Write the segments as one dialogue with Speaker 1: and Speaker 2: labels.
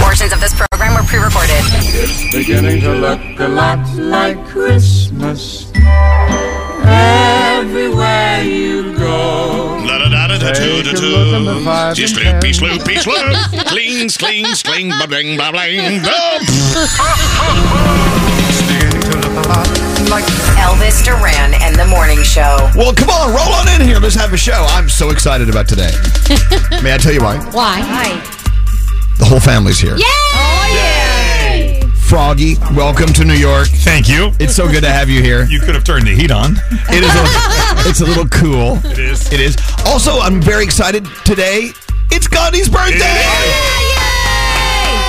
Speaker 1: Portions of this program were pre-recorded.
Speaker 2: It's beginning to look a lot like Christmas. Everywhere you go.
Speaker 3: La da da da da
Speaker 2: Take
Speaker 3: doo
Speaker 2: a
Speaker 3: da
Speaker 2: look in the
Speaker 3: doo.
Speaker 2: five
Speaker 3: Just
Speaker 2: and ten.
Speaker 3: loopy sloopy sloop. Clings, clings, cling, ba bling, ba bling.
Speaker 2: It's beginning to look a lot like
Speaker 1: Elvis Duran and the Morning Show.
Speaker 4: Well, come on, roll on in here. Let's have a show. I'm so excited about today. May I tell you why?
Speaker 5: Why?
Speaker 4: The whole family's here.
Speaker 5: Oh, yeah!
Speaker 4: Froggy, welcome to New York.
Speaker 3: Thank you.
Speaker 4: It's so good to have you here.
Speaker 3: You could have turned the heat on.
Speaker 4: It is. A, it's a little cool.
Speaker 3: It is.
Speaker 4: It is. Also, I'm very excited today. It's Gandhi's birthday.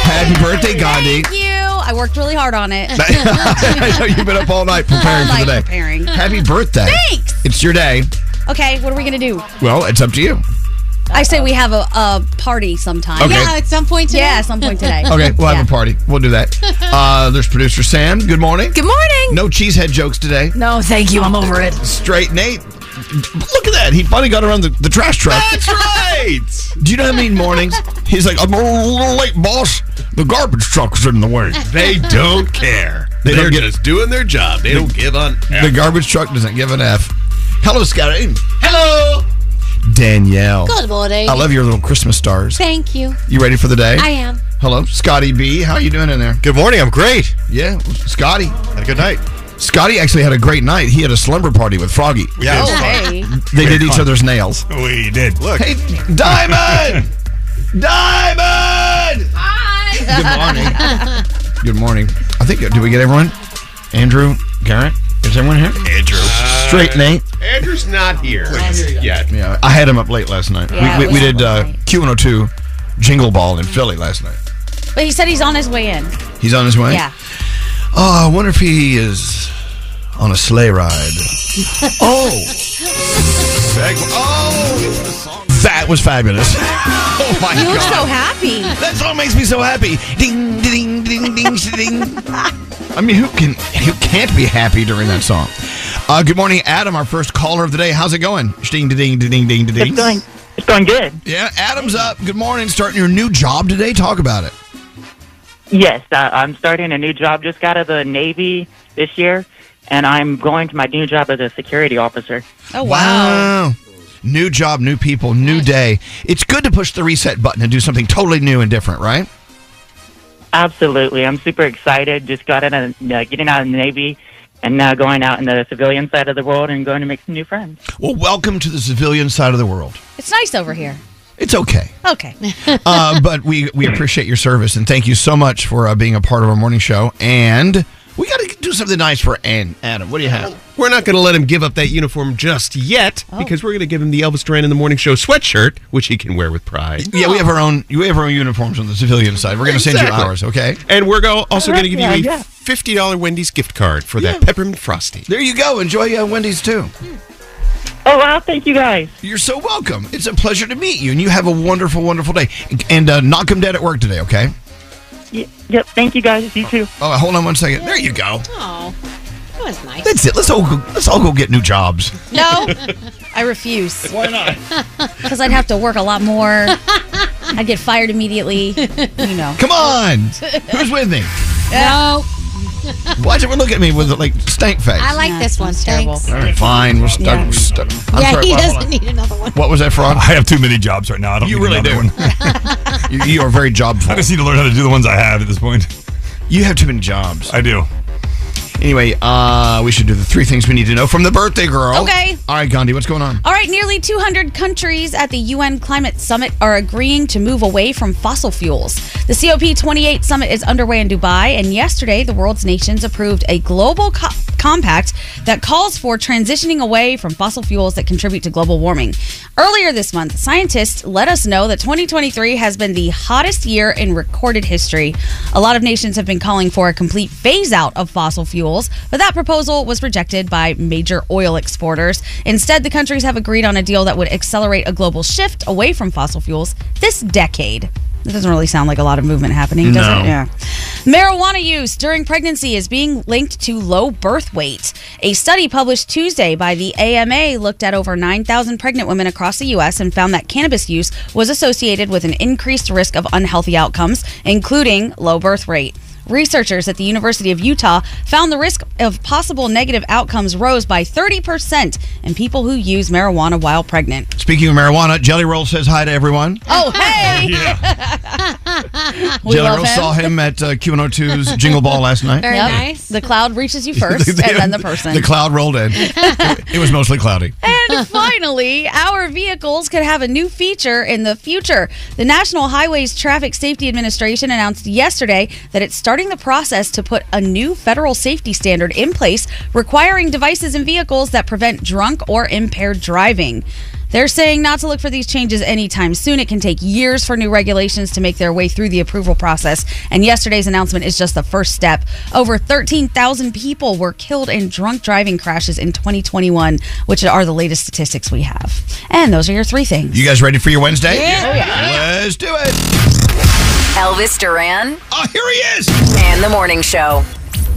Speaker 4: Happy birthday, Gandhi.
Speaker 6: Thank you. I worked really hard on it.
Speaker 4: I know you've been up all night preparing
Speaker 6: All
Speaker 4: for the
Speaker 6: night
Speaker 4: day.
Speaker 6: preparing.
Speaker 4: Happy birthday.
Speaker 6: Thanks.
Speaker 4: It's your day.
Speaker 6: Okay, what are we gonna do?
Speaker 4: Well, it's up to you.
Speaker 6: I say we have a, a party sometime.
Speaker 4: Okay.
Speaker 5: Yeah, at some point today.
Speaker 6: Yeah, at some point today.
Speaker 4: Okay, we'll
Speaker 6: Yeah.
Speaker 4: have a party. We'll do that. Uh, there's producer Sam. Good morning.
Speaker 7: Good morning.
Speaker 4: No cheesehead jokes today.
Speaker 7: No, thank you. I'm over it.
Speaker 4: Straight Nate. Look at that. He finally got around the, the trash truck.
Speaker 3: That's right.
Speaker 4: Do you know how many mornings he's like, I'm a little late, boss. The garbage truck's in the way.
Speaker 3: They don't care.
Speaker 4: They don't get-
Speaker 3: just doing their job. They don't give on.
Speaker 4: The garbage truck doesn't give an F. Hello, Scotty.
Speaker 3: Hello.
Speaker 4: Danielle.
Speaker 5: Good morning.
Speaker 4: I love your little Christmas stars.
Speaker 5: Thank you.
Speaker 4: You ready for the day?
Speaker 5: I am.
Speaker 4: Hello, Scotty B. How you doing in there?
Speaker 8: Good morning. I'm great.
Speaker 4: Yeah, Scotty.
Speaker 8: Had a good night.
Speaker 4: Scotty actually had a great night. He had a slumber party with Froggy.
Speaker 8: Yeah.
Speaker 6: Oh, Hey.
Speaker 4: They did each other's nails.
Speaker 3: We did.
Speaker 8: Look,
Speaker 4: Hey, Diamond! Diamond! Hi! Good morning. Good morning. I think, do we get everyone? Andrew, Garrett, is everyone here?
Speaker 3: Andrew.
Speaker 8: Uh,
Speaker 4: Straight Nate.
Speaker 8: Andrew's not here. Yeah.
Speaker 4: Yeah, I had him up late last night.
Speaker 6: Yeah,
Speaker 4: we, we,
Speaker 6: we
Speaker 4: we
Speaker 6: had
Speaker 4: did
Speaker 6: him
Speaker 4: uh,
Speaker 6: up late.
Speaker 4: Q102 Jingle Ball in Philly last night.
Speaker 6: But he said he's on his way in.
Speaker 4: He's on his way?
Speaker 6: Yeah.
Speaker 4: Oh, I wonder if he is on a sleigh ride. oh! Seg- oh! That was fabulous. oh my
Speaker 6: You look
Speaker 4: God.
Speaker 6: so happy.
Speaker 4: That song makes me so happy. Ding, ding, ding, ding, ding. I mean, who can who can't be happy during that song? Uh, good morning, Adam, our first caller of the day. How's it going? Ding, ding, ding, ding, ding, ding.
Speaker 9: It's going. It's going good.
Speaker 4: Yeah, Adam's up. Good morning. Starting your new job today. Talk about it.
Speaker 9: Yes, I, I'm starting a new job. Just got out of the Navy this year, and I'm going to my new job as a security officer.
Speaker 6: Oh wow.
Speaker 4: New job, new people, new day. It's good to push the reset button and do something totally new and different, right?
Speaker 9: Absolutely, I'm super excited. Just got out of uh, getting out of the Navy, and now going out in the civilian side of the world and going to make some new friends.
Speaker 4: Well, welcome to the civilian side of the world.
Speaker 6: It's nice over here.
Speaker 4: It's okay.
Speaker 6: Okay.
Speaker 4: uh, but we we appreciate your service and thank you so much for uh, being a part of our morning show. And we got to do something nice for Ann. Adam, what do you have?
Speaker 8: We're not going to let him give up that uniform just yet
Speaker 4: Oh.
Speaker 8: because we're going to give him the Elvis Duran in the Morning Show sweatshirt, which he can wear with pride.
Speaker 4: Yeah, we have our own. We have our own uniforms on the civilian side. We're going to send you
Speaker 8: Exactly.
Speaker 4: ours. Okay.
Speaker 8: And we're go- also going to give you
Speaker 9: Yeah,
Speaker 8: a
Speaker 9: yeah.
Speaker 8: fifty dollar Wendy's gift card for that peppermint frosty.
Speaker 4: There you go. Enjoy uh, Wendy's too.
Speaker 9: Oh, wow. Thank you guys.
Speaker 4: You're so welcome. It's a pleasure to meet you, and you have a wonderful, wonderful day. And uh, knock 'em dead at work today, okay?
Speaker 9: Yep. Thank you guys. You too.
Speaker 4: Oh, hold on one second. There you go.
Speaker 5: Oh, that was nice.
Speaker 4: That's it. Let's all go, let's all go get new jobs.
Speaker 6: No, I refuse.
Speaker 4: Why not?
Speaker 6: Because I'd have to work a lot more. I'd get fired immediately. You know.
Speaker 4: Come on. Who's with me?
Speaker 5: No.
Speaker 4: Why does everyone look at me with like stank face?
Speaker 5: I like this one. Thanks.
Speaker 4: All right, fine. We'll start.
Speaker 5: Yeah.
Speaker 4: We'll start. I'm
Speaker 5: yeah,
Speaker 4: sorry,
Speaker 5: he
Speaker 4: what-
Speaker 5: doesn't need another one.
Speaker 4: What was that fraud?
Speaker 7: I have too many jobs right now. I don't
Speaker 4: You
Speaker 7: need
Speaker 4: really
Speaker 7: another
Speaker 4: One. you, you are very job. I
Speaker 7: just need to learn how to do the ones I have at this point.
Speaker 4: You have too many jobs.
Speaker 7: I do.
Speaker 4: Anyway, uh, we should do the three things we need to know from the birthday girl.
Speaker 6: Okay.
Speaker 4: All right, Gandhi, what's going on?
Speaker 6: All right, nearly 200 countries at the UN Climate Summit are agreeing to move away from fossil fuels. The COP28 summit is underway in Dubai, and yesterday the world's nations approved a global co- compact that calls for transitioning away from fossil fuels that contribute to global warming. Earlier this month, scientists let us know that 2023 has been the hottest year in recorded history. A lot of nations have been calling for a complete phase out of fossil fuels, but that proposal was rejected by major oil exporters. Instead, the countries have agreed on a deal that would accelerate a global shift away from fossil fuels this decade. It doesn't really sound like a lot of movement happening, does
Speaker 10: No.
Speaker 6: it? Yeah. Marijuana use during pregnancy is being linked to low birth weight. A study published Tuesday by the AMA looked at over 9,000 pregnant women across the U.S. and found that cannabis use was associated with an increased risk of unhealthy outcomes, including low birth rate. Researchers at the University of Utah found the risk of possible negative outcomes rose by 30% in people who use marijuana while pregnant.
Speaker 4: Speaking of marijuana, Jelly Roll says hi to everyone.
Speaker 6: Oh, hey! we
Speaker 4: Jelly
Speaker 6: love
Speaker 4: Roll
Speaker 6: him.
Speaker 4: saw him at uh, QN02's Jingle Ball last night.
Speaker 6: Very nice. The cloud reaches you first, and then the person.
Speaker 4: The cloud rolled in. It, it was mostly cloudy.
Speaker 6: And finally, our vehicles could have a new feature in the future. The National Highways Traffic Safety Administration announced yesterday that it's starting the process to put a new federal safety standard in place requiring devices and vehicles that prevent drunk or impaired driving. They're saying not to look for these changes anytime soon. It can take years for new regulations to make their way through the approval process. And yesterday's announcement is just the first step. Over 13,000 people were killed in drunk driving crashes in 2021, which are the latest statistics we have. And those are your three things.
Speaker 4: You guys ready for your Wednesday?
Speaker 6: Yeah.
Speaker 4: Let's do it.
Speaker 1: Elvis Duran.
Speaker 4: Oh, here he is.
Speaker 1: And the morning show.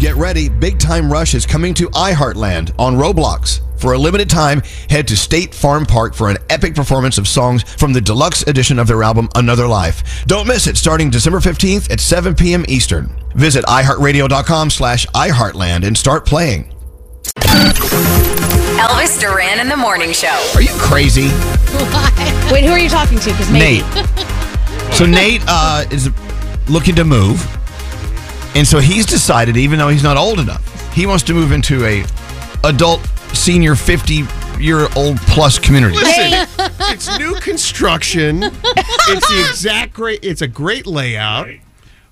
Speaker 4: Get ready. Big Time Rush is coming to iHeartland on Roblox. For a limited time, head to State Farm Park for an epic performance of songs from the deluxe edition of their album Another Life. Don't miss it starting December 15th at 7 p.m. Eastern. Visit iHeartRadio.com slash iHeartland and start playing.
Speaker 1: Elvis Duran and the morning show.
Speaker 4: Are you crazy?
Speaker 6: Wait, who are you talking to? Because maybe.
Speaker 4: So Nate uh, is looking to move, and so he's decided, even though he's not old enough, he wants to move into a adult senior fifty year old plus community.
Speaker 8: Listen, it's new construction. It's the exact great. It's a great layout,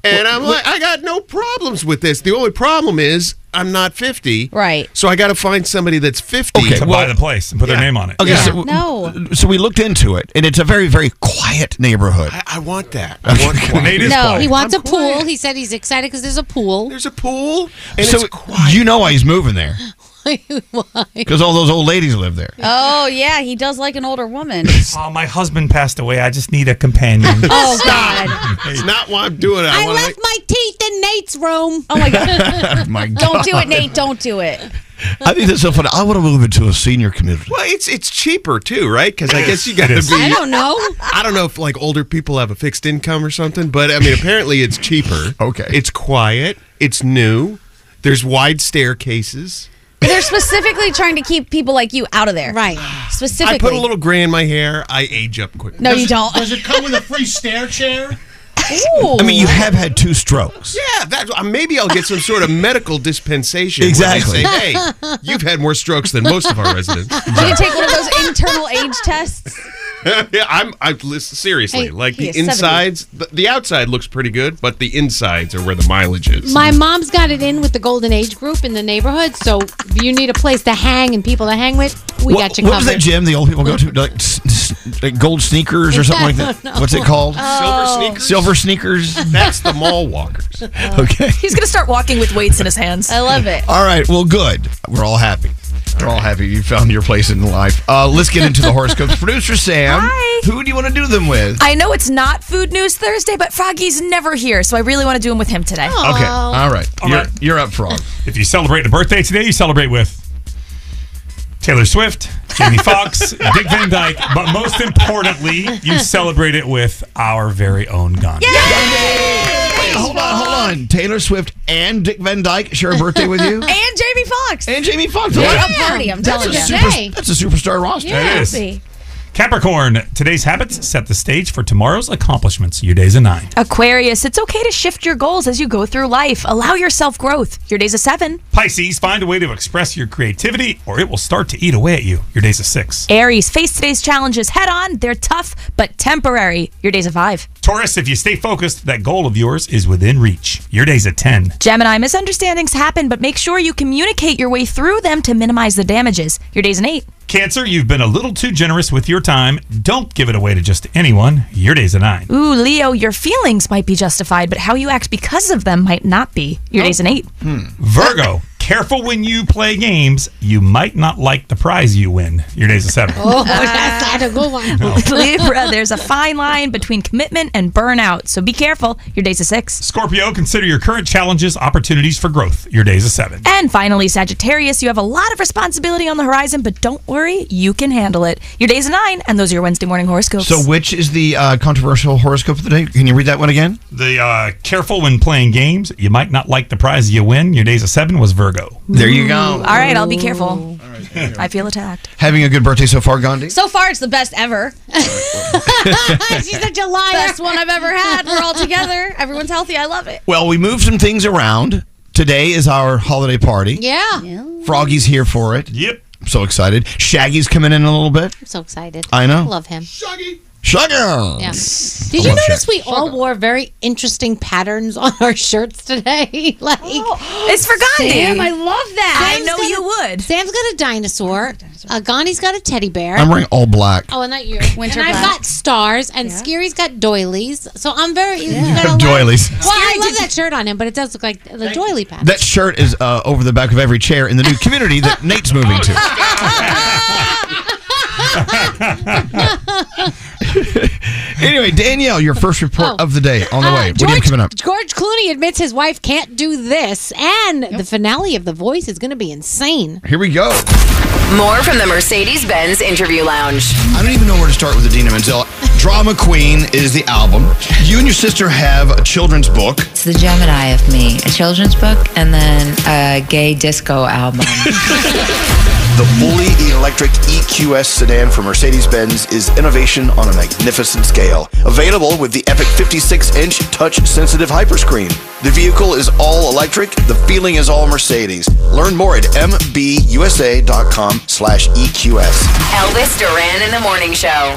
Speaker 8: and I'm like, I got no problems with this. The only problem is I'm not 50,
Speaker 6: right?
Speaker 8: So I got to find somebody that's 50
Speaker 4: Okay, To buy well- the
Speaker 8: place and put their name on it.
Speaker 4: Okay, so,
Speaker 6: no.
Speaker 4: so we looked into it, and it's a very very quiet neighborhood.
Speaker 8: I want that.
Speaker 5: no, he wants a pool. He said he's excited because there's a pool.
Speaker 8: There's a pool.
Speaker 4: so you know why he's moving there because all those old ladies live there.
Speaker 6: Oh, yeah, he does like an older woman.
Speaker 11: Oh, my husband passed away. I just need a companion.
Speaker 6: Oh, God.
Speaker 8: It's not why I'm doing it.
Speaker 5: I,
Speaker 11: I, wanna
Speaker 5: left my teeth in Nate's room.
Speaker 6: Oh my god!
Speaker 4: My
Speaker 6: Don't do
Speaker 4: God.
Speaker 6: it, Nate. Don't do it.
Speaker 4: I think that's so funny. I want to move into a senior community.
Speaker 8: Well, it's it's cheaper too, right? Because I guess you got to
Speaker 4: It is.
Speaker 8: be.
Speaker 4: I
Speaker 5: don't know.
Speaker 8: I don't know if like older people have a fixed income or something, but I mean, apparently it's cheaper.
Speaker 4: okay,
Speaker 8: it's quiet. It's new. There's wide staircases.
Speaker 6: They're specifically trying to keep people like you out of there. Right. Specifically.
Speaker 8: I put a little gray in my hair. I age up quick.
Speaker 6: No, you don't.
Speaker 12: Does it come with a free stair chair?
Speaker 6: Ooh.
Speaker 4: I mean, you have had two strokes.
Speaker 8: Yeah, that, uh, maybe I'll get some sort of medical dispensation.
Speaker 4: Exactly.
Speaker 8: Where they say, hey, you've had more strokes than most of our residents.
Speaker 6: You can take one of those internal age tests.
Speaker 8: yeah, I'm. I listen, seriously.
Speaker 5: Hey,
Speaker 8: like
Speaker 5: he
Speaker 8: the
Speaker 5: is 70.
Speaker 8: insides, the, the outside looks pretty good, but the insides are where the mileage is.
Speaker 5: My mom's got it in with the Golden Age group in the neighborhood, so if you need a place to hang and people to hang with, we
Speaker 4: what,
Speaker 5: got you
Speaker 4: what
Speaker 5: covered.
Speaker 4: was that gym the old people go to? Like, s- s- like gold sneakers or something like that?
Speaker 5: I don't know.
Speaker 4: What's it called?
Speaker 5: Oh. Silver
Speaker 4: sneakers. Silver sneakers.
Speaker 8: That's the mall walkers.
Speaker 4: okay.
Speaker 13: He's going to start walking with weights in his hands.
Speaker 6: I love it.
Speaker 4: All right. Well, good. We're all happy. We're all happy you found your place in life. Uh, let's get into the horoscopes. Producer Sam, who do you want to do them with?
Speaker 10: I know it's not Food News Thursday, but Froggy's never here, so I really want to do him with him today.
Speaker 4: Okay, all right.
Speaker 3: All
Speaker 4: you're,
Speaker 3: right.
Speaker 4: you're up, Frog.
Speaker 3: If you celebrate a birthday today, you celebrate with Taylor Swift, Jamie Foxx, Dick Van Dyke, but most importantly, you celebrate it with our very own Gandhi.
Speaker 4: Wait, hold on, hold on. Taylor Swift and Dick Van Dyke share a birthday with you?
Speaker 6: and Jamie Foxx.
Speaker 4: And Jamie Foxx.
Speaker 6: What
Speaker 4: Yeah.
Speaker 6: a party, I'm
Speaker 4: That's
Speaker 6: telling
Speaker 4: a
Speaker 6: you.
Speaker 4: super- that's a superstar roster.
Speaker 6: Yeah,
Speaker 3: it is.
Speaker 6: see.
Speaker 3: Capricorn, today's habits set the stage for tomorrow's accomplishments. Your day's a nine.
Speaker 10: Aquarius, it's okay to shift your goals as you go through life. Allow yourself growth. Your day's a seven.
Speaker 3: Pisces, find a way to express your creativity or it will start to eat away at you. Your day's a six.
Speaker 10: Aries, face today's challenges head on. They're tough, but temporary. Your day's a five.
Speaker 3: Taurus, if you stay focused, that goal of yours is within reach. Your day's a 10.
Speaker 10: Gemini, misunderstandings happen, but make sure you communicate your way through them to minimize the damages. Your day's an eight.
Speaker 3: Cancer, you've been a little too generous with your time. Don't give it away to just anyone. Your day's a 9.
Speaker 10: Ooh, Leo, your feelings might be justified, but how you act because of them might not be. Your day's an eight.
Speaker 3: Virgo, careful when you play games. You might not like the prize you win. Your day's a 7.
Speaker 10: Oh. that's not a good one.
Speaker 3: No.
Speaker 10: Libra, there's a fine line between commitment and burnout, so be careful. Your day's a six.
Speaker 3: Scorpio, consider your current challenges opportunities for growth. Your day's a 7.
Speaker 10: And finally, Sagittarius, you have a lot of responsibility on the horizon, but don't worry, you can handle it. Your day's a nine, and those are your Wednesday morning horoscopes.
Speaker 4: So, which is the uh, controversial horoscope of the day? Can you read that one again?
Speaker 3: The uh, careful when playing games. You might not like the prize you win. Your day's a 7 was Virgo.
Speaker 4: There you
Speaker 10: Ooh,
Speaker 4: go.
Speaker 10: All right, I'll be careful. I feel attacked.
Speaker 4: Having a good birthday so far, Gandhi?
Speaker 6: So far, it's the best ever.
Speaker 5: She's such a liar.
Speaker 6: Best one I've ever had. We're all together. Everyone's healthy. I love it.
Speaker 4: Well, we moved some things around. Today is our holiday party.
Speaker 6: Yeah.
Speaker 4: Froggy's here for it.
Speaker 3: Yep.
Speaker 4: I'm so excited. Shaggy's coming in a little bit.
Speaker 5: I'm so excited.
Speaker 4: I know. Um,
Speaker 5: Love him. Shaggy.
Speaker 4: Sugar. I
Speaker 5: Yeah. Did you
Speaker 4: love
Speaker 5: notice
Speaker 4: Shaggy.
Speaker 5: we all wore very interesting patterns on our shirts today? like
Speaker 10: it's for Gandhi.
Speaker 5: Sam, I love that.
Speaker 10: I know
Speaker 5: got
Speaker 10: you
Speaker 5: a, would. Sam's got a dinosaur. Uh, Gandhi's got a teddy bear.
Speaker 4: I'm wearing all black.
Speaker 5: Oh, and that you.
Speaker 6: Winter
Speaker 5: and I've
Speaker 6: black.
Speaker 5: got stars, and Scary's got doilies. So I'm very. You got a lot-
Speaker 4: Doilies.
Speaker 5: Well, I love that shirt on him, but it does look like the doily patch.
Speaker 4: That shirt is uh, over the back of every chair in the new community that Nate's moving to. Anyway, Danielle, your first report
Speaker 5: Oh.
Speaker 4: of the day on the
Speaker 5: Uh,
Speaker 4: way. what
Speaker 5: George,
Speaker 4: do you have coming up?
Speaker 5: George Clooney admits his wife can't do this, and the finale of The Voice is going to be insane.
Speaker 4: Here we go.
Speaker 1: More from the Mercedes Benz Interview Lounge.
Speaker 4: I don't even know where to start with Adina Menzel. Drama Queen is the album. You and your sister have a children's book.
Speaker 13: It's the Gemini of me, a children's book, and then a gay disco album.
Speaker 14: The fully electric EQS sedan from Mercedes Benz is innovation on a magnificent scale. Available with the epic 56 inch touch sensitive hyperscreen. The vehicle is all electric, the feeling is all Mercedes. Learn more at mbusa.com slash E EQS.
Speaker 1: Elvis Duran in the Morning Show.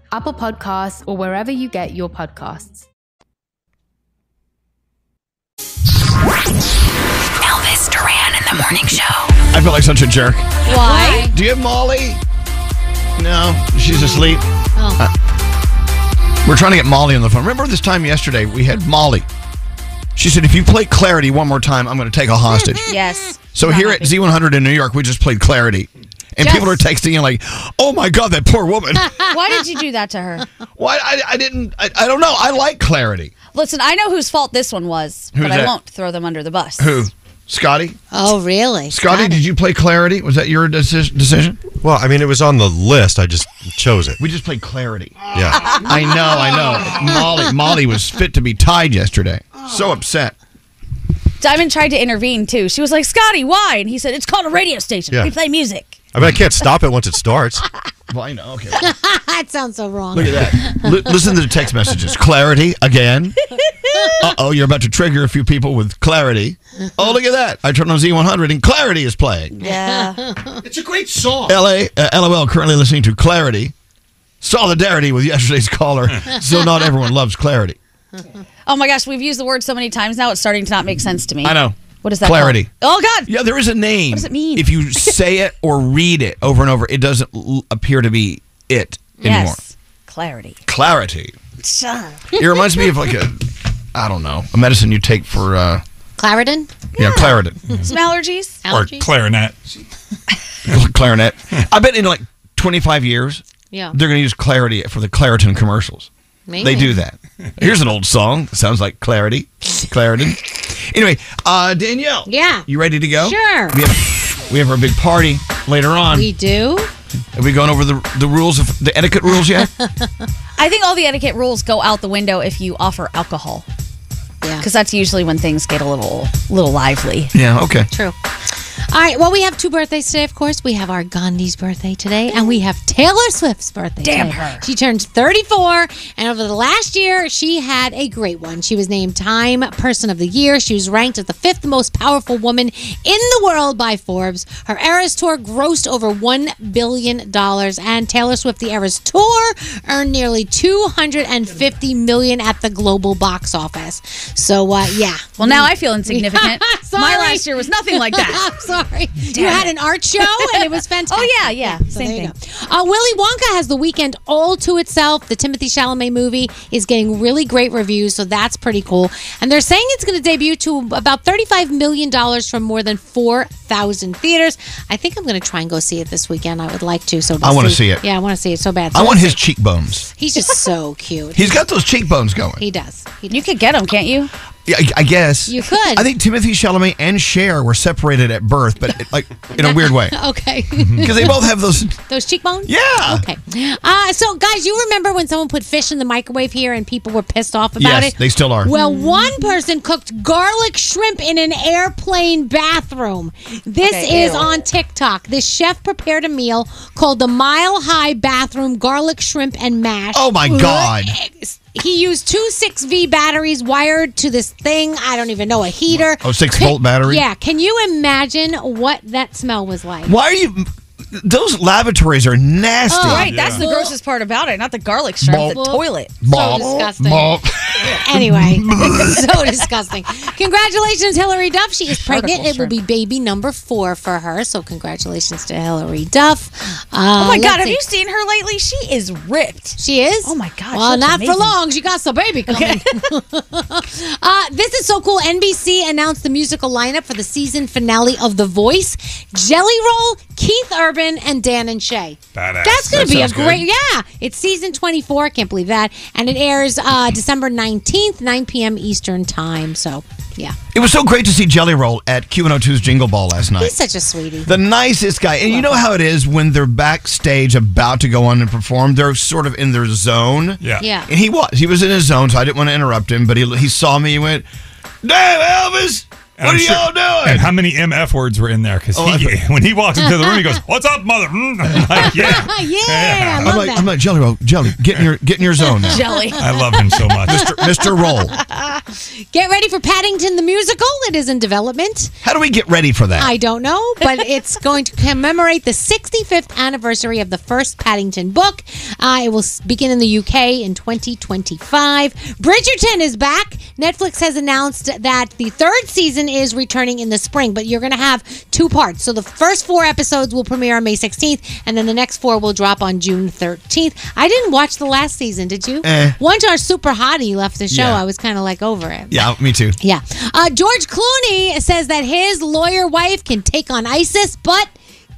Speaker 15: Apple Podcasts, or wherever you get your podcasts.
Speaker 1: Elvis Duran in the morning show.
Speaker 4: I feel like such a jerk.
Speaker 1: Why?
Speaker 4: Do you have Molly? No, she's asleep.
Speaker 5: Oh.
Speaker 4: Uh, we're trying to get Molly on the phone. Remember this time yesterday we had Molly. She said, "If you play Clarity one more time, I'm going to take a hostage."
Speaker 6: Yes.
Speaker 4: So here at Z100 in New York, we just played Clarity, and people are texting in like, "Oh my God, that poor woman."
Speaker 6: Why did you do that to her?
Speaker 4: Why I, I didn't? I, I don't know. I like Clarity.
Speaker 6: Listen, I know whose fault this one was,
Speaker 4: Who's
Speaker 6: but I
Speaker 4: that?
Speaker 6: won't throw them under the bus.
Speaker 4: Who? Scotty.
Speaker 5: Oh, really?
Speaker 4: Scotty, did you play Clarity? Was that your deci- decision?
Speaker 16: Well, I mean, it was on the list. I just chose it.
Speaker 4: We just played Clarity.
Speaker 16: Yeah.
Speaker 4: I know, I know. Molly, Molly was fit to be tied yesterday. So upset.
Speaker 6: Uh, Diamond tried to intervene too. She was like, "Scotty, why?" And he said, "It's called a radio station.
Speaker 16: Yeah.
Speaker 6: We play music."
Speaker 16: I mean, I can't stop it once it starts.
Speaker 4: Well, I know. Okay.
Speaker 5: that sounds so wrong.
Speaker 4: Look at that. L- listen to the text messages. Clarity again. Uh oh, you're about to trigger a few people with Clarity. Oh, look at that. I turn on Z100 and Clarity is playing.
Speaker 12: Yeah. it's a great song.
Speaker 4: LA, uh, LOL, currently listening to Clarity. Solidarity with yesterday's caller. So not everyone loves Clarity.
Speaker 6: Oh my gosh, we've used the word so many times now; it's starting to not make sense to me.
Speaker 4: I know.
Speaker 6: What is that?
Speaker 4: Clarity.
Speaker 6: called? Oh God.
Speaker 4: Yeah, there is a name.
Speaker 6: What does it mean?
Speaker 4: If you say it or read it over and over, it doesn't l- appear to be it anymore.
Speaker 6: Yes. Clarity.
Speaker 4: Clarity. It reminds me of like a, I don't know, a medicine you take for, uh,
Speaker 5: Claritin?
Speaker 4: yeah, Mm-hmm. Claritin
Speaker 6: Some allergies.
Speaker 4: or clarinet, clarinet. I bet in like 25 years,
Speaker 5: Yeah.
Speaker 4: they're going to use clarity for the Claritin commercials.
Speaker 5: Maybe.
Speaker 4: They do that. Here's an old song. that sounds like clarity, Claritin. Anyway, uh, Danielle.
Speaker 5: Yeah.
Speaker 4: You ready to go?
Speaker 5: Sure.
Speaker 4: We have, we have our big party later on.
Speaker 5: We do?
Speaker 4: Have we gone over the the rules of the etiquette rules yet?
Speaker 6: I think all the etiquette rules go out the window if you offer alcohol.
Speaker 5: Yeah.
Speaker 6: Because that's usually when things get a little, little lively.
Speaker 4: yeah. Okay.
Speaker 5: True. All right. Well, we have two birthdays today, of course. We have our Gandhi's birthday today, and we have Taylor Swift's birthday
Speaker 6: Damn
Speaker 5: today.
Speaker 6: her.
Speaker 5: She turns 34, and over the last year, she had a great one. She was named Time Person of the Year. She was ranked as the fifth most powerful woman in the world by Forbes. Her Eras Tour grossed over $1 billion, and Taylor Swift, the Eras Tour, earned nearly $250 million at the global box office. So, uh, yeah.
Speaker 6: Well, now I feel insignificant.
Speaker 5: Sorry.
Speaker 6: My last year was nothing like that.
Speaker 5: I'm sorry.
Speaker 6: Damn
Speaker 5: you had
Speaker 6: it.
Speaker 5: an art show and it was fantastic.
Speaker 6: Oh, yeah, yeah. Same
Speaker 5: there you go. Uh, Willy Wonka has the weekend all to itself. The Timothy Chalamet movie is getting really great reviews, so that's pretty cool. And they're saying it's going to debut to about $35 million from more than 4,000 theaters. I think I'm going to try and go see it this weekend. I would like to. So
Speaker 4: I wanna
Speaker 5: to
Speaker 4: see it.
Speaker 5: Yeah, I want to see it so bad. So
Speaker 4: I want his
Speaker 5: let's see.
Speaker 4: cheekbones.
Speaker 5: He's just so cute.
Speaker 4: He's got those cheekbones going.
Speaker 5: He does. He does.
Speaker 6: You could get them, can't you?
Speaker 4: Yeah, I, I guess
Speaker 5: You could.
Speaker 4: I think Timothy Chalamet and Cher were separated at birth, but it, like in a weird way
Speaker 5: okay.
Speaker 4: because they both have those.
Speaker 5: Those cheekbones?
Speaker 4: Yeah.
Speaker 5: Okay. Uh, so, guys, you remember when someone put fish in the microwave here and people were pissed off about
Speaker 4: Yes,
Speaker 5: it?
Speaker 4: they still are.
Speaker 5: Well, one person cooked garlic shrimp in an airplane bathroom. This
Speaker 17: Okay,
Speaker 5: is
Speaker 17: ew.
Speaker 5: on TikTok. This chef prepared a meal called the Mile High Bathroom Garlic Shrimp and Mash.
Speaker 4: Oh my God.
Speaker 5: He used two 6V batteries wired to this thing. I don't even know, a heater.
Speaker 4: Oh, six volt battery.
Speaker 5: Yeah. Can you imagine what that smell was like?
Speaker 4: Why are you? Those lavatories are nasty.
Speaker 5: Oh,
Speaker 6: Right, that's the grossest part about it, not the garlic shrimp, the
Speaker 5: Well,
Speaker 6: toilet.
Speaker 4: Bop,
Speaker 5: So disgusting.
Speaker 4: bop.
Speaker 5: Anyway, it's so disgusting. Congratulations, Hillary Duff. She is pregnant. It will be baby number four for her. So congratulations to Hillary Duff.
Speaker 6: oh my God, have you seen her lately? She is ripped.
Speaker 5: Uh, She is.
Speaker 6: Oh my God.
Speaker 5: Well,
Speaker 6: she looks
Speaker 5: not for
Speaker 6: amazing.
Speaker 5: long. She got some baby coming. uh, this is so cool. NBC announced the musical lineup for the season finale of The Voice: Jelly Roll, Keith Urban, and Dan and Shay.
Speaker 3: Badass.
Speaker 5: That's going
Speaker 3: That
Speaker 5: to be a
Speaker 3: sounds good.
Speaker 5: great. Yeah, it's season 24. Can't believe that. And it airs uh, December 19th, 9 p.m. Eastern time. So, yeah,
Speaker 4: It was so great to see Jelly Roll at Q102's Jingle Ball last night.
Speaker 5: he's such a sweetie.
Speaker 4: The nicest guy. And you know how it is when they're backstage about to go on and perform, they're sort of in their zone.
Speaker 5: Yeah. Yeah.
Speaker 4: And he was. He was in his zone, so I didn't want to interrupt him, but he, he saw me and went, Damn, Elvis!
Speaker 3: And
Speaker 4: what
Speaker 3: I'm
Speaker 4: are
Speaker 3: sure-
Speaker 4: y'all doing?
Speaker 3: And how many MF words were in there? Because
Speaker 4: Oh,
Speaker 3: he,
Speaker 4: I-
Speaker 3: when he walks into the room, he goes, What's up, mother? Mm. I'm like, yeah.
Speaker 5: yeah,
Speaker 4: I'm like, I'm like, Jelly Roll, Jelly, get in your, get in your zone now.
Speaker 5: Jelly. I
Speaker 3: Oh, love him so much.
Speaker 4: Mr. Mr. Roll.
Speaker 5: Get ready for Paddington the musical. It is in development.
Speaker 4: How do we get ready for that?
Speaker 5: I don't know, but it's going to commemorate the 65th anniversary of the first Paddington book. Uh, it will s- begin in the UK in 2025. Bridgerton is back. Netflix has announced that the third season is returning in the spring, but you're going to have two parts. So the first four episodes will premiere on May 16th, and then the next four will drop on June 13th. I didn't watch the last season, did you?
Speaker 4: Eh.
Speaker 5: Once our super hottie left the show,
Speaker 4: Yeah.
Speaker 5: I was kind of like over it.
Speaker 4: yeah, me too.
Speaker 5: Yeah. Uh, George Clooney says that his lawyer wife can take on ISIS, but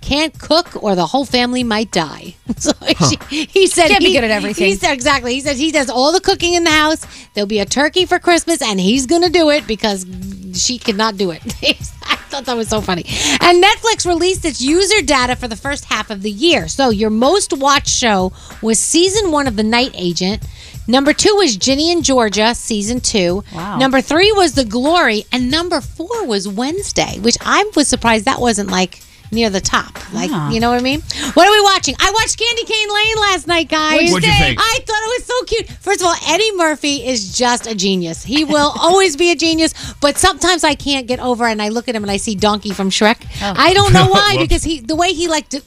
Speaker 5: can't cook or the whole family might die. So she, he said
Speaker 6: Can't be
Speaker 5: he,
Speaker 6: good at everything.
Speaker 5: He said exactly. He said he does all the cooking in the house. There'll be a turkey for Christmas, and he's gonna do it because she cannot do it. I thought that was so funny. And Netflix released its user data for the first half of the year. So your most watched show was season one of The Night Agent. Number two was Ginny and Georgia, season two.
Speaker 6: Wow.
Speaker 5: Number three was The Glory, and number four was Wednesday, which I was surprised that wasn't like near the top. Like,
Speaker 6: Yeah.
Speaker 5: you know what I mean? What are we watching? I watched Candy Cane Lane last night, guys.
Speaker 4: What'd you think?
Speaker 5: I thought it was so cute. First of all, Eddie Murphy is just a genius. He will always be a genius, but sometimes I can't get over and I look at him and I see Donkey from Shrek. I don't know why,
Speaker 4: Oh. Whoops.
Speaker 5: because he the way he like d-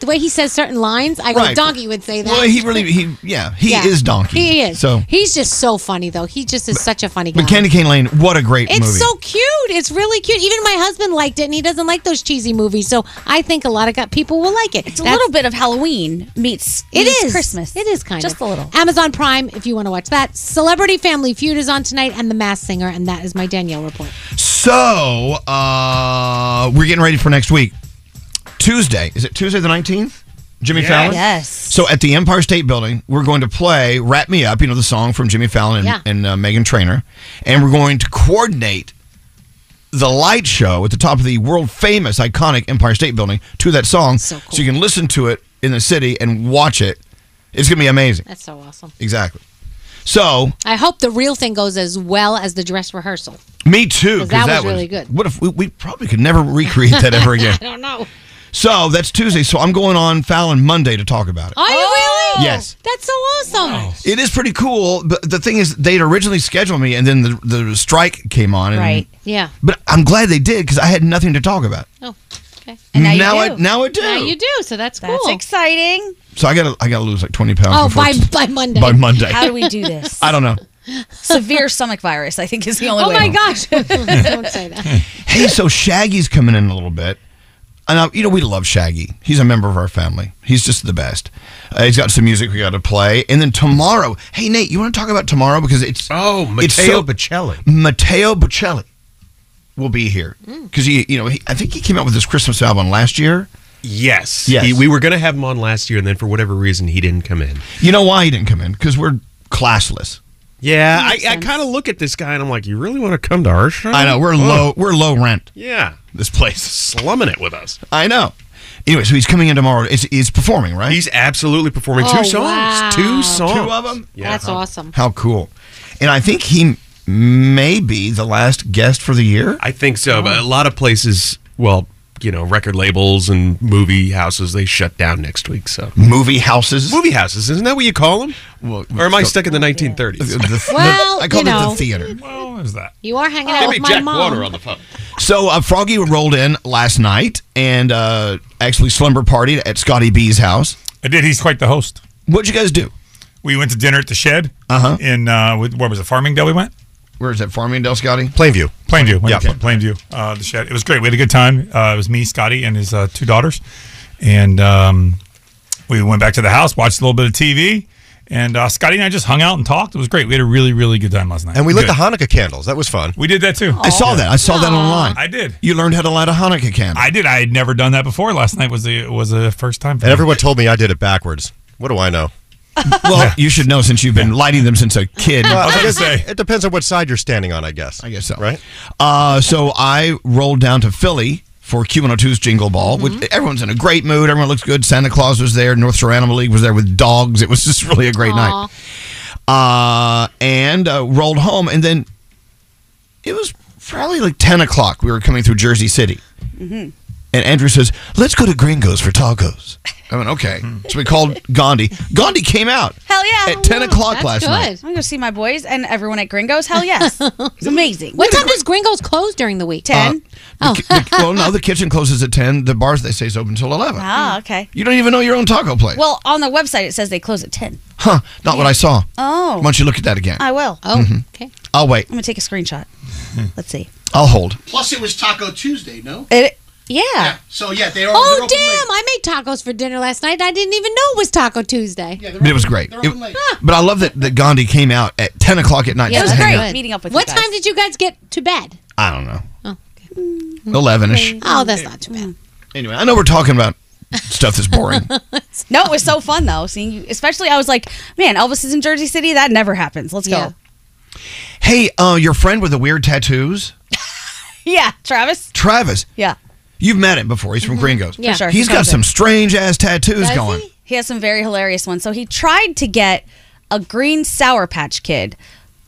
Speaker 5: the way he says certain lines, I go,
Speaker 4: Right.
Speaker 5: Donkey would say that.
Speaker 4: Well, he really, he yeah, he
Speaker 5: Yeah.
Speaker 4: is donkey.
Speaker 5: He is.
Speaker 4: So,
Speaker 5: he's just so funny though. He just is such a funny guy.
Speaker 4: but Candy Cane Lane, what a great
Speaker 5: It's
Speaker 4: movie.
Speaker 5: so cute. It's really cute. Even my husband liked it, and he doesn't like those cheesy movies. So I think a lot of got- people will like it. It's
Speaker 6: a little bit of Halloween meets,
Speaker 5: It
Speaker 6: meets
Speaker 5: is.
Speaker 6: Christmas.
Speaker 5: It is kind
Speaker 6: Just
Speaker 5: of
Speaker 6: a little.
Speaker 5: Amazon Prime, if you want to watch that. Celebrity Family Feud is on tonight, and The Masked Singer, and that is my Danielle report.
Speaker 4: So, uh, we're getting ready for next week. Tuesday. Is it Tuesday the 19th? Jimmy
Speaker 5: Yes.
Speaker 4: Fallon?
Speaker 5: Yes.
Speaker 4: So, at the Empire State Building, we're going to play Wrap Me Up, you know, the song from Jimmy Fallon and,
Speaker 5: Yeah.
Speaker 4: and uh, Megan Trainor. And we're going to coordinate the light show at the top of the world famous, iconic Empire State Building to that song. So, you can listen to it in the city and watch it. It's going to be amazing.
Speaker 5: That's so awesome.
Speaker 4: Exactly. So,
Speaker 5: I hope the real thing goes as well as the dress rehearsal.
Speaker 4: me too.
Speaker 5: 'Cause that was really good.
Speaker 4: What if we, we probably could never recreate that ever again?
Speaker 5: I don't know.
Speaker 4: So that's Tuesday. So I'm going on Fallon Monday to talk about it.
Speaker 5: Are you really?
Speaker 4: Oh. Yes.
Speaker 5: That's so awesome.
Speaker 4: It is pretty cool, but the thing is, they'd originally scheduled me, and then the the strike came on. And,
Speaker 5: Yeah.
Speaker 4: But I'm glad they did because I had nothing to talk about.
Speaker 5: Oh, okay.
Speaker 4: And now you Now do. I- now I do.
Speaker 5: Now you do. So that's cool.
Speaker 6: That's exciting.
Speaker 4: So I gotta I gotta lose like 20 pounds.
Speaker 5: Oh,
Speaker 4: before
Speaker 5: by
Speaker 4: it's-
Speaker 5: by Monday.
Speaker 4: By Monday.
Speaker 6: How do we do this?
Speaker 4: I don't know.
Speaker 6: Severe stomach virus, I think, is the only
Speaker 5: Oh
Speaker 6: way.
Speaker 5: my gosh! don't say that.
Speaker 4: Hey, so Shaggy's coming in a little bit. And uh, you know we love Shaggy. He's a member of our family. He's just the best. Uh, he's got some music we got to play, and then tomorrow. Hey Nate, you want to talk about tomorrow because it's oh
Speaker 8: Matteo Bocelli.
Speaker 4: Matteo Bocelli will be here because he you know he, I think he came out with his Christmas album last year.
Speaker 8: Yes.
Speaker 4: Yes.
Speaker 8: He- we were going to have him on last year, and then for whatever reason, he didn't come in.
Speaker 4: You know why he didn't come in? Because we're classless.
Speaker 8: Yeah, I, I kind of look at this guy and I'm like, you really want to come to our show?
Speaker 4: I know we're
Speaker 8: Ugh.
Speaker 4: low we're low rent.
Speaker 8: Yeah.
Speaker 4: This place
Speaker 8: slumming it with us.
Speaker 4: I know. Anyway, so he's coming in tomorrow. It's, he's performing, right?
Speaker 8: He's absolutely performing
Speaker 5: Oh,
Speaker 8: two songs.
Speaker 5: wow.
Speaker 8: Two songs.
Speaker 4: Two of 'em?
Speaker 5: That's awesome.
Speaker 4: How cool. And I think he may be the last guest for the year.
Speaker 8: I think so, but
Speaker 5: Oh.
Speaker 8: a lot of places, well, you know, record labels and movie houses, they shut down next week. So
Speaker 4: Movie houses?
Speaker 8: Movie houses, isn't that what you call them?
Speaker 4: Well,
Speaker 8: or am I
Speaker 4: so-
Speaker 8: stuck in the 1930s?
Speaker 5: Oh. Well, I call you it the know.
Speaker 4: theater.
Speaker 3: Well, is that?
Speaker 5: You are hanging out with my mom.
Speaker 8: phone.
Speaker 4: So uh, Froggy rolled in last night and uh, actually slumber partied at Scotty B's house.
Speaker 3: I did. He's quite the host.
Speaker 4: What'd you guys do?
Speaker 3: We went to dinner at the shed. Uh-huh. In uh, with, where was it? Farmingdale. We went.
Speaker 4: Where is it? Farmingdale, Scotty.
Speaker 3: Plainview. Plainview. Yeah. Plainview. Uh, the shed. It was great. We had a good time. Uh, it was me, Scotty, and his uh, two daughters, and um, we went back to the house, watched a little bit of TV, and uh, Scotty and I just hung out and talked. It was great. We had a really, really good time last night.
Speaker 16: And we lit
Speaker 3: Good.
Speaker 16: the Hanukkah candles. That was fun.
Speaker 3: We did that too.
Speaker 16: I saw that. I saw that Aw. online.
Speaker 3: I did.
Speaker 4: You learned how to light a Hanukkah candle.
Speaker 3: I did. I had never done that before. Last night was the was the first time. for
Speaker 16: And
Speaker 3: me.
Speaker 16: everyone told me I did it backwards. What do I know?
Speaker 4: Well, you should know since you've been lighting them since a kid.
Speaker 16: Well, I guess it depends on what side you're standing on, I guess. I
Speaker 4: guess so.
Speaker 16: Right?
Speaker 4: Uh, so I rolled down to Philly for Q102's Jingle Ball, which
Speaker 16: Mm-hmm.
Speaker 4: everyone's in a great mood. Everyone looks good. Santa Claus was there. North Shore Animal League was there with dogs. It was just really a great
Speaker 18: Aw.
Speaker 4: night. Uh, and uh, rolled home, and then it was probably like 10 o'clock. We were coming through Jersey City. And Andrew says, let's go to Gringo's for tacos. I went, okay. So we called Gandhi. Gandhi came out.
Speaker 6: Hell yeah.
Speaker 4: At 10 o'clock last night.
Speaker 6: I'm going to see my boys and everyone at Gringo's. Hell yes. it's amazing.
Speaker 5: What time does Gringo's close during the week?
Speaker 4: Uh, the ki- the- well, no, the kitchen closes at 10. The bars, they say, is open till 11.
Speaker 6: Ah, okay.
Speaker 4: You don't even know your own taco place.
Speaker 6: Well, on the website it says they close at 10.
Speaker 4: huh, not what I saw.
Speaker 6: Oh.
Speaker 4: Why don't you look at that again?
Speaker 6: I will.
Speaker 5: Oh,
Speaker 4: Mhm. I'll wait.
Speaker 6: I'm going to take a screenshot. Let's see.
Speaker 4: I'll hold.
Speaker 12: Plus, it was Taco Tuesday, no?
Speaker 6: It, yeah.
Speaker 12: So yeah, they are.
Speaker 5: Oh,
Speaker 12: they're
Speaker 5: damn.
Speaker 12: open late.
Speaker 5: I made tacos for dinner last night. I didn't even know it was Taco Tuesday. Yeah,
Speaker 4: But it was great. It- but I love that, that Gandhi came out at 10 o'clock at night.
Speaker 5: it
Speaker 4: just
Speaker 5: was
Speaker 4: to hang
Speaker 5: great.
Speaker 4: out.
Speaker 5: Meeting up with What time did you guys Oh. get to bed?
Speaker 4: I don't know. 11 ish.
Speaker 5: Oh, that's not too bad.
Speaker 4: Anyway, I know we're talking about stuff that's boring.
Speaker 6: no, it was so fun though. Seeing you, especially I was like, man, Elvis is in Jersey City. That never happens. Let's go.
Speaker 4: hey, uh, your friend with the weird tattoos,
Speaker 6: Yeah, Travis.
Speaker 4: Travis,
Speaker 6: Yeah.
Speaker 4: you've met him before. He's from Gringos.
Speaker 6: Yeah. For sure.
Speaker 4: He's got
Speaker 6: Knows
Speaker 4: some
Speaker 6: it.
Speaker 4: strange ass tattoos going.
Speaker 6: He has some very hilarious ones. So he tried to get a green Sour Patch Kid,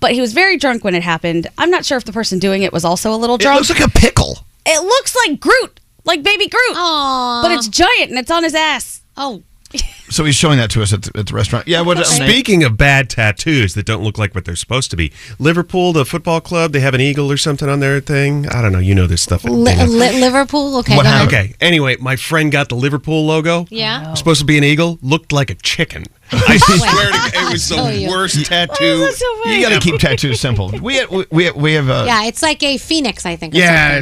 Speaker 6: but he was very drunk when it happened. I'm not sure if the person doing it was also a little drunk.
Speaker 4: It looks like a pickle.
Speaker 6: It looks like Groot, like baby Groot. But it's giant and it's on his ass.
Speaker 5: Oh.
Speaker 4: So he's showing that to us at the, at the restaurant. Yeah, what uh,
Speaker 16: Speaking of bad tattoos that don't look like what they're supposed to be, Liverpool, the football club, they have an eagle or something on their thing. I don't know. You know this stuff.
Speaker 5: Li- Li- Liverpool? Okay. go ahead.
Speaker 16: Okay.
Speaker 8: Anyway, my friend got the Liverpool logo.
Speaker 5: Yeah. No.
Speaker 8: Was supposed to be an eagle. Looked like a chicken. I swear to God, it was
Speaker 5: I'll tell
Speaker 8: the
Speaker 5: you.
Speaker 8: worst tattoo.
Speaker 4: You got to keep tattoos simple. We we we, we have a
Speaker 5: yeah, it's like a phoenix, I think. or
Speaker 4: Yeah,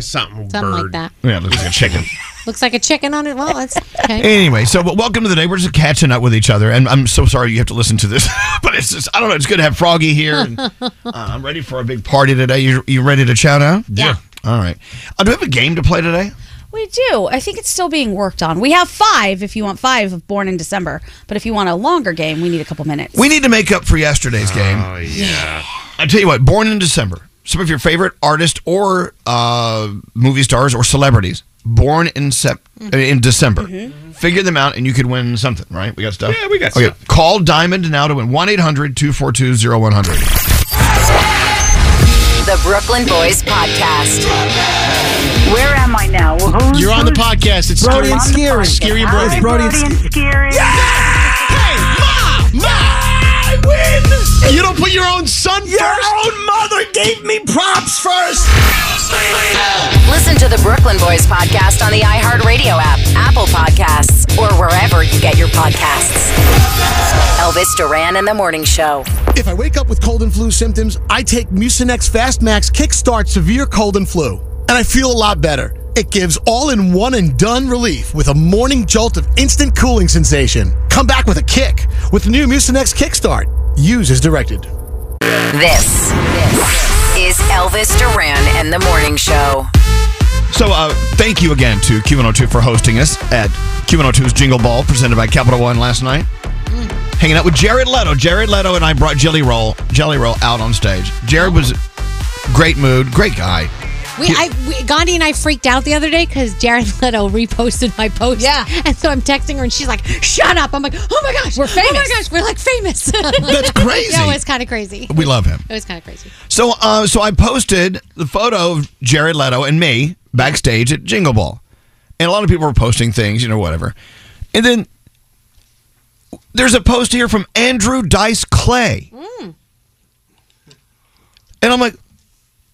Speaker 4: something
Speaker 5: something, something like
Speaker 4: bird.
Speaker 5: that.
Speaker 4: yeah, it looks like a chicken.
Speaker 5: Looks like a chicken on it. Well, that's okay.
Speaker 4: Anyway, so but welcome to the day. We're just catching up with each other, and I'm so sorry you have to listen to this, but it's just I don't know. It's good to have Froggy here. And, uh, I'm ready for a big party today. You you ready to chow down? Yeah. All right. Uh, do we have a game to play today?
Speaker 6: We do. I think it's still being worked on. We have five if you want five of Born in December. But if you want a longer game, we need a couple minutes.
Speaker 4: We need to make up for yesterday's game. Oh yeah. I tell you what, Born in December. Some of your favorite artists or uh, movie stars or celebrities born in sep- uh, in December. Figure them out and you could win something, right? We got stuff.
Speaker 18: Yeah, we got
Speaker 4: okay.
Speaker 18: stuff.
Speaker 4: Call Diamond now to win 1-800-242-0100.
Speaker 1: The Brooklyn Boys Podcast. Where am I now? Who's,
Speaker 12: You're on the podcast. It's
Speaker 1: Brody
Speaker 12: Scary
Speaker 1: and Scary.
Speaker 12: Scary and Brody.
Speaker 1: I'm Brody and Brody
Speaker 12: Scary. Hey, mom, I win. You don't put your own son your own mother gave me props first.
Speaker 1: Listen to the Brooklyn Boys Podcast on the iHeartRadio app, Apple Podcasts, or wherever you get your podcasts. Elvis Duran and the Morning Show.
Speaker 12: If I wake up with cold and flu symptoms, I take Mucinex Fast Max Kickstart Severe Cold and Flu, and I feel a lot better. It gives all in one and done relief with a morning jolt of instant cooling sensation. Come back with a kick with the new Mucinex Kickstart. Use as directed.
Speaker 1: This is Elvis Duran and the Morning Show.
Speaker 4: So, uh, thank you again to Q102 for hosting us at Q102's Jingle Ball presented by Capital One last night. Hanging out with Jared Leto. Jared Leto and I brought Jelly Roll, Jelly Roll out on stage. Jared was great mood, great guy.
Speaker 5: We,
Speaker 4: Yeah.
Speaker 5: I, we, Gandhi and I freaked out the other day because Jared Leto reposted my post. Yeah. And so I'm texting her and she's like, shut up. I'm like, oh my gosh. We're famous. Oh my gosh. We're like famous. That's
Speaker 4: crazy.
Speaker 5: yeah, it was kind of crazy.
Speaker 4: We love him.
Speaker 5: It was kind of crazy.
Speaker 4: So, uh, so I posted the photo of Jared Leto and me backstage at Jingle Ball, and a lot of people were posting things, you know, whatever. And then there's a post here from
Speaker 6: Mm.
Speaker 4: Andrew Dice Clay, and I'm like,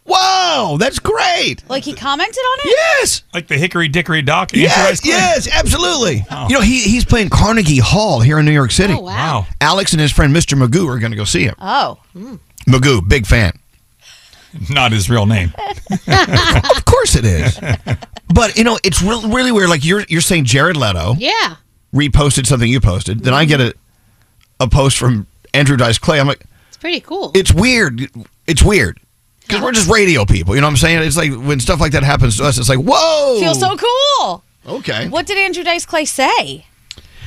Speaker 4: Whoa, that's great.
Speaker 6: Like he commented on it?
Speaker 4: Yes.
Speaker 3: Like the Hickory Dickory Dock.
Speaker 4: Yes, yes, absolutely. You know, he, he's playing Carnegie Hall here in New York City.
Speaker 6: Oh, wow. Wow.
Speaker 4: Alex and his friend Mr. Magoo are going to go see him.
Speaker 6: Oh.
Speaker 4: Magoo, big fan.
Speaker 3: Not his real name.
Speaker 4: of course it is. But, you know, it's real really weird. Like, you're, you're saying Jared Leto
Speaker 5: Yeah.
Speaker 4: reposted something you posted. Then I get a, a post from Andrew Dice Clay. I'm like,
Speaker 5: It's pretty cool.
Speaker 4: it's weird. It's weird. Because we're just radio people. You know what I'm saying? It's like when stuff like that happens to us, it's like, whoa.
Speaker 6: Feels so cool.
Speaker 4: Okay.
Speaker 6: What did Andrew Dice Clay say?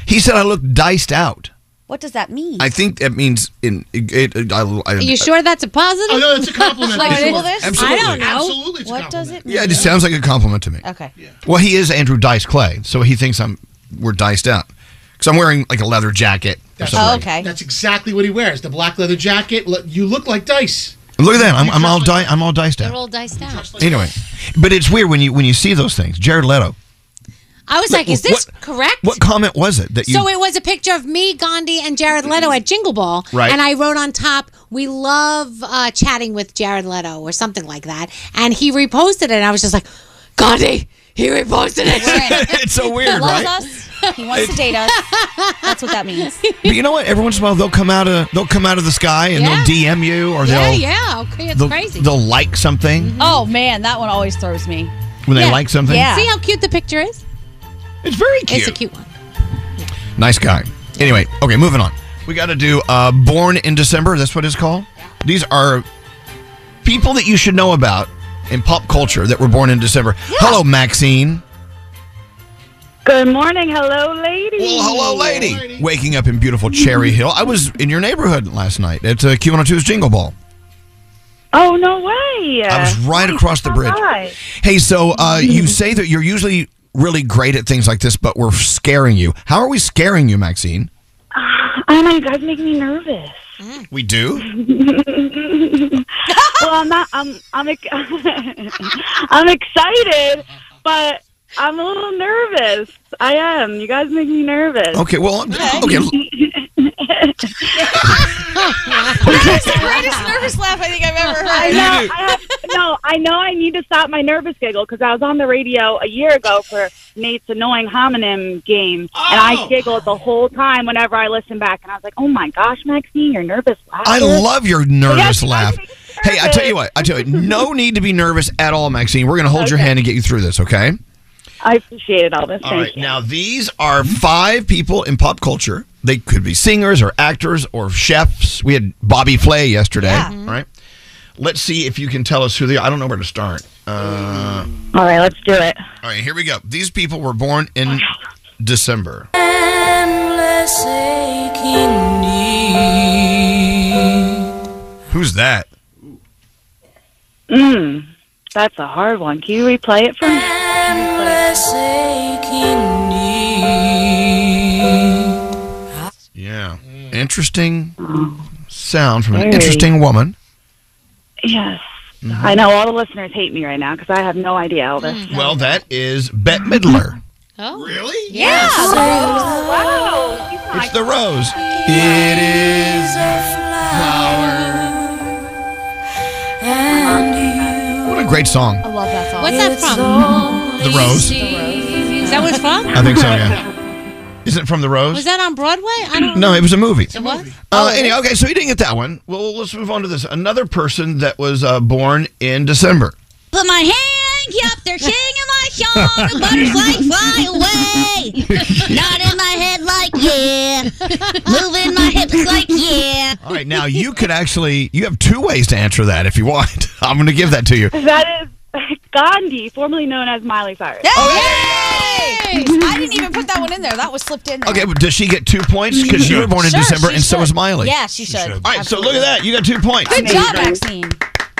Speaker 4: He said I looked diced out.
Speaker 6: What does that mean?
Speaker 4: I think that means in. It, it, I, I,
Speaker 5: Are you sure that's a positive?
Speaker 6: Oh, no, it's a
Speaker 5: compliment.
Speaker 6: Shall I Google this?
Speaker 5: I don't know.
Speaker 6: what does it mean?
Speaker 4: Yeah, it just sounds like a compliment to me.
Speaker 6: Okay.
Speaker 4: Well, he is Andrew Dice Clay, so he thinks I'm we're diced out because I'm wearing like a leather jacket. Or
Speaker 18: That's,
Speaker 4: something.
Speaker 6: okay.
Speaker 18: That's exactly what he wears. The black leather jacket. Look- You look like dice.
Speaker 4: Look at that! I'm, I'm all di- I'm all diced
Speaker 5: They're
Speaker 4: out.
Speaker 5: all diced out.
Speaker 4: Anyway, but it's weird when you when you see those things. Jared Leto.
Speaker 5: I was like, is this correct?
Speaker 4: What comment was it that you?
Speaker 5: so it was a picture of me, Gandhi, and Jared Leto at Jingle Ball.
Speaker 4: Right.
Speaker 5: And I wrote on top, we love uh, chatting with Jared Leto or something like that. And he reposted it. And I was just like, Gandhi, he reposted it.
Speaker 4: it's so
Speaker 6: He
Speaker 4: weird,
Speaker 6: loves
Speaker 4: right?
Speaker 6: us. He wants to date us. That's what that means.
Speaker 4: But you know what? Every once in a while, they'll come out of they'll come out of the sky and
Speaker 6: Yeah.
Speaker 4: they'll DM you or they'll
Speaker 6: yeah. Okay,
Speaker 4: they'll, they'll like something
Speaker 6: Oh man, that one always throws me.
Speaker 4: when they like something.
Speaker 5: See how cute the picture is?
Speaker 4: It's very
Speaker 5: It's a
Speaker 4: cute.
Speaker 5: cute one.
Speaker 4: Nice guy. Anyway, okay, moving on. We got to do uh, Born in December. That's what it's called. These are people that you should know about in pop culture that were born in December. Hello, Maxine.
Speaker 2: Good morning. Hello, ladies.
Speaker 4: Well, hello, lady. Waking up in beautiful Cherry Hill. I was in your neighborhood last night at uh, Q102's Jingle Ball.
Speaker 2: Oh, no way.
Speaker 4: I was right across the bridge.
Speaker 2: Hi.
Speaker 4: Hey, so uh, you say that you're usually really great at things like this, but we're scaring you. How are we scaring you, Maxine?
Speaker 2: I know you guys Oh, make me nervous.
Speaker 4: We do?
Speaker 2: well, I'm not. I'm. I'm. ex- I'm excited, but I'm a little nervous. I am. You guys make me nervous.
Speaker 4: Okay, well, okay.
Speaker 6: That's the greatest nervous laugh I think I've ever heard.
Speaker 2: I know. I have, no, I know. I need to stop my nervous giggle because I was on the radio a year ago for Nate's annoying homonym game, and
Speaker 4: Oh.
Speaker 2: I giggled the whole time whenever I listened back. And I was like, "Oh my gosh, Maxine, you're nervous." Laughter.
Speaker 4: I love your nervous
Speaker 2: Yes,
Speaker 4: laugh. Hey, I tell you what, I tell you, what, no need to be nervous at all, Maxine. We're going to hold your
Speaker 2: Okay.
Speaker 4: hand and get you through this, okay?
Speaker 2: I appreciated all this.
Speaker 4: All right.
Speaker 2: Thank you.
Speaker 4: Now, these are five people in pop culture. They could be singers or actors or chefs. We had Bobby Flay yesterday, all right? Let's see if you can tell us who they are. I don't know where to start. Uh,
Speaker 2: all right, let's do it.
Speaker 4: all right, here we go. These people were born in December.
Speaker 7: Endless aching need.
Speaker 4: Who's that?
Speaker 2: Mm, that's a hard one. Can you replay it for me?
Speaker 7: Endless aching need.
Speaker 4: Yeah. Interesting sound from an
Speaker 2: Hey.
Speaker 4: interesting woman.
Speaker 2: Yes. I know all the listeners hate me right now because I have no idea, Elvis.
Speaker 4: Well, that is Bette Midler.
Speaker 5: Oh.
Speaker 2: Really?
Speaker 5: Yeah.
Speaker 2: Wow.
Speaker 4: It's the rose. It is What a great song.
Speaker 6: love that song.
Speaker 5: What's that from?
Speaker 4: The rose.
Speaker 5: Is that what it's from?
Speaker 4: I think so. Yeah. Is it from the
Speaker 5: Was
Speaker 4: rose?
Speaker 5: that on Broadway? I don't
Speaker 4: No, it was a movie.
Speaker 5: It was?
Speaker 4: Uh, anyway, okay, so he didn't get that one. Well, let's move on to this. Another person that was uh, born in December.
Speaker 9: Put my hand up there, shaking my shoulder, butterfly fly away. Nodding my head like yeah, moving my hips like yeah.
Speaker 4: All right, now you could actually you have two ways to answer that if you want. I'm going to give that to you.
Speaker 2: That is Gandhi, formerly known as Miley Cyrus.
Speaker 4: Oh,
Speaker 6: Hey! I didn't even put that one in there. That was slipped in there.
Speaker 4: Okay, but does she get two points because you were born in
Speaker 6: Sure,
Speaker 4: December
Speaker 6: she
Speaker 4: and so
Speaker 6: should.
Speaker 4: was Miley?
Speaker 6: Yeah, she should.
Speaker 4: All right, so look at that. You got two points.
Speaker 6: Good job, Maxine.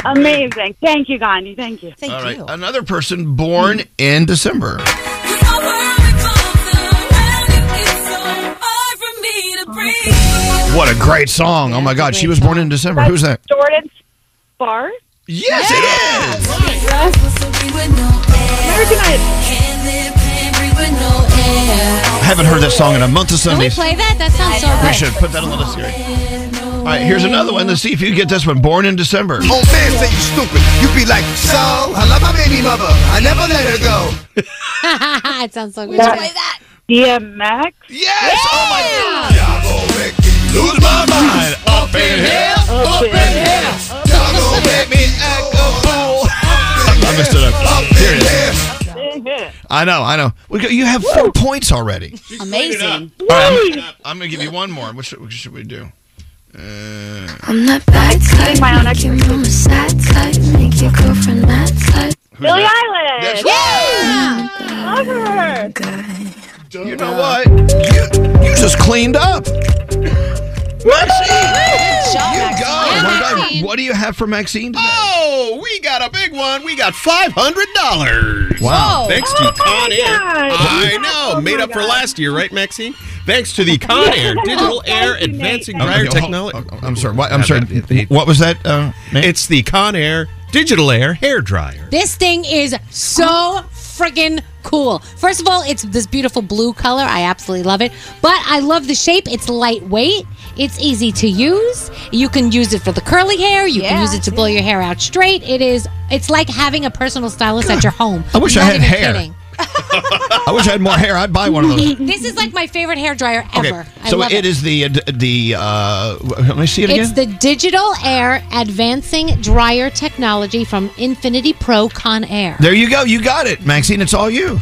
Speaker 2: Amazing. Thank you, Gandhi. Thank you.
Speaker 6: Thank
Speaker 4: All right, another person born in December.
Speaker 7: Hard for me to breathe.
Speaker 4: What a great song! Oh my God, she was born in December. Who's that?
Speaker 2: Jordan Sparks.
Speaker 4: Yes, it is.
Speaker 7: Everything I
Speaker 4: I haven't heard that song in a month of
Speaker 5: Can we
Speaker 4: Sundays.
Speaker 5: Oh. play that? That sounds so
Speaker 4: We
Speaker 5: good.
Speaker 4: should put that on the list. Here. All right, here's another one. Let's see if you get this one. Born in December.
Speaker 19: Old Oh, man say you stupid. You be like, so I love my baby mother. I never let her go.
Speaker 5: it sounds so good.
Speaker 2: that? DMX?
Speaker 19: Yes! Oh my
Speaker 2: God!
Speaker 19: Lose my mind. Up in here. Up in here. Y'all gonna make me act a fool.
Speaker 4: I messed it up. Here it is.
Speaker 19: Yeah.
Speaker 4: I know, I know. We got- You have four points already.
Speaker 6: Amazing.
Speaker 4: All right, I'm, I'm going to give you one more. What should, what should we do? Uh,
Speaker 20: I'm not bad type. My own make your mama sad type. Make your girlfriend mad type.
Speaker 2: Billie
Speaker 19: That's
Speaker 2: Eilish.
Speaker 19: right.
Speaker 2: Love her.
Speaker 19: You know what? You, you just cleaned up. Maxine! Shot, you Maxine. go. Yeah, My God. Maxine.
Speaker 4: Oh what do you have for Maxine? Today?
Speaker 19: Oh, we got a big one. We got five hundred dollars.
Speaker 4: Wow. Whoa.
Speaker 19: Thanks to
Speaker 4: Oh, my
Speaker 19: Con Air.
Speaker 4: God.
Speaker 19: I
Speaker 8: know, made up for last year, right, Maxine? Thanks to the Con Air Digital Air Advancing
Speaker 4: Okay,
Speaker 8: Dryer
Speaker 4: hold-
Speaker 8: Technology.
Speaker 4: I'm sorry. What, I'm sorry. What was that? Uh,
Speaker 8: It's the Con Air Digital Air Hair Dryer.
Speaker 5: This thing is so freaking cool. First of all, it's this beautiful blue color. I absolutely love it. But I love the shape. It's lightweight. It's easy to use. You can use it for the curly hair. You can
Speaker 19: Yeah.
Speaker 5: use it to blow your hair out straight. It is. It's like having a personal stylist at your home.
Speaker 4: I wish I
Speaker 5: Not
Speaker 4: had
Speaker 5: even
Speaker 4: hair.
Speaker 5: kidding.
Speaker 4: I wish I had more hair. I'd buy one of those.
Speaker 5: this is like my favorite hair dryer ever. I
Speaker 4: so
Speaker 5: love
Speaker 4: it is the uh, d- the. Uh, let me see it again.
Speaker 5: It's the Digital Air Advancing Dryer Technology from Infinity Pro Con Air.
Speaker 4: there you go. You got it, Maxine. It's all you.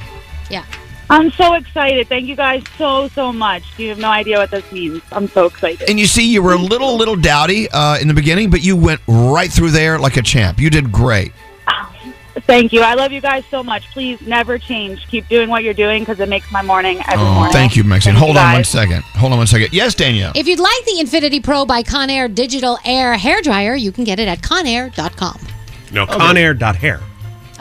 Speaker 5: Yeah.
Speaker 2: I'm so excited. Thank you guys so, so much. You have no idea what this means. I'm so excited.
Speaker 4: And you see, you were a little little dowdy uh, in the beginning, but you went right through there like a champ. You did great.
Speaker 2: Thank you. I love you guys so much. Please never change. Keep doing what you're doing because it makes my morning every morning.
Speaker 4: Oh, thank you, Maxine.
Speaker 2: Thank
Speaker 4: Hold
Speaker 2: you
Speaker 4: on one
Speaker 2: guys.
Speaker 4: second. Hold on one second. Yes, Danielle.
Speaker 5: If you'd like the Infinity Pro by Conair Digital Air Hair Dryer, you can get it at conair.com.
Speaker 21: No,
Speaker 8: Con Air
Speaker 21: dot hair.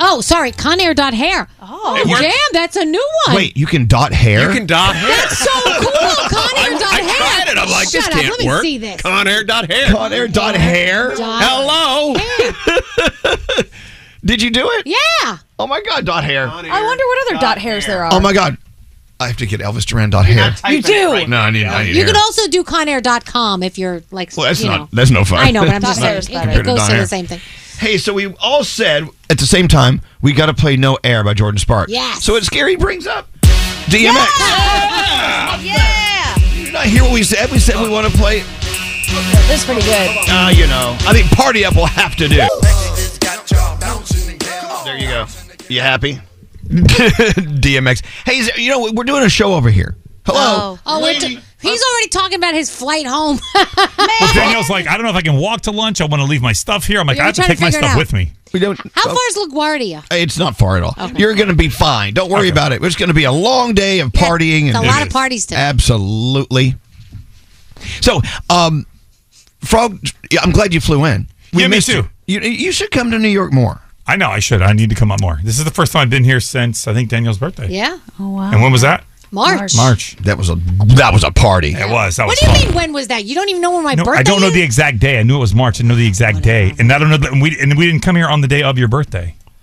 Speaker 5: Oh, sorry, conair.hair. Oh,
Speaker 4: It works.
Speaker 5: damn, that's a new one.
Speaker 4: Wait, you can dot hair. You can
Speaker 8: dot hair.
Speaker 5: That's so cool, conair.hair.
Speaker 8: I tried it. I'm like,
Speaker 5: Shut
Speaker 8: this
Speaker 5: up,
Speaker 8: can't
Speaker 5: let me
Speaker 8: work.
Speaker 5: see this.
Speaker 8: Conair.hair.
Speaker 4: Conair.hair.
Speaker 8: Hello.
Speaker 4: Did you do it?
Speaker 5: Yeah.
Speaker 4: Oh my God, dot hair.
Speaker 6: I wonder what other dot hairs there are.
Speaker 4: Oh my God, I have to get Elvis Duran dot hair.
Speaker 5: You do.
Speaker 4: No, I need. I need
Speaker 5: You
Speaker 4: hair.
Speaker 5: can also do conair.com if you're like,
Speaker 4: Well, that's
Speaker 5: you
Speaker 4: not.
Speaker 5: know.
Speaker 4: That's no fun.
Speaker 5: I know, but I'm just
Speaker 4: Not
Speaker 5: saying,
Speaker 4: compared
Speaker 5: it, it goes
Speaker 4: dot
Speaker 5: to
Speaker 4: hair.
Speaker 5: the same thing.
Speaker 4: Hey, so we all said at the same time we got to play "No Air" by Jordan Sparks.
Speaker 5: Yes.
Speaker 4: So it's scary. Brings up DMX. Yeah. Did you not hear what we said? We said we want to play.
Speaker 6: This is pretty good.
Speaker 4: Uh, you know. I think "Party Up" will have to do. There you go. You happy? DMX. Hey, is- you know we're doing a show over here. Hello.
Speaker 5: Oh, we're t- he's already talking about his flight home.
Speaker 3: But Danielle's like, I don't know if I can walk to lunch. I want to leave my stuff here. I'm like,
Speaker 5: We
Speaker 3: I
Speaker 5: were
Speaker 3: have to
Speaker 5: trying to
Speaker 3: take my
Speaker 5: figure it
Speaker 3: stuff
Speaker 5: out.
Speaker 3: with me.
Speaker 4: We don't.
Speaker 5: How far is LaGuardia?
Speaker 4: It's not far at all. You're going to be fine. Don't worry about it. It's going to be a long day of partying.
Speaker 5: it's
Speaker 4: and
Speaker 5: a lot of parties today.
Speaker 4: Absolutely. So, um, Frog, yeah, I'm glad you flew in. We
Speaker 3: yeah, me
Speaker 4: missed you.
Speaker 3: too.
Speaker 4: You. You, should come to New York more.
Speaker 3: I know I should. I need to come up more. This is the first time I've been here since I think Danielle's birthday.
Speaker 5: Yeah. Oh, wow.
Speaker 3: And when was that?
Speaker 5: March.
Speaker 3: March.
Speaker 4: That was a that was a party.
Speaker 3: It was. That
Speaker 5: What
Speaker 3: was
Speaker 5: do you
Speaker 3: fun.
Speaker 5: mean, when was that? You don't even know when my
Speaker 3: No,
Speaker 5: birthday
Speaker 3: I don't know
Speaker 5: is?
Speaker 3: the exact day. I knew it was March. I know the exact day, and I don't know. That, and we and we didn't come here on the day of your birthday,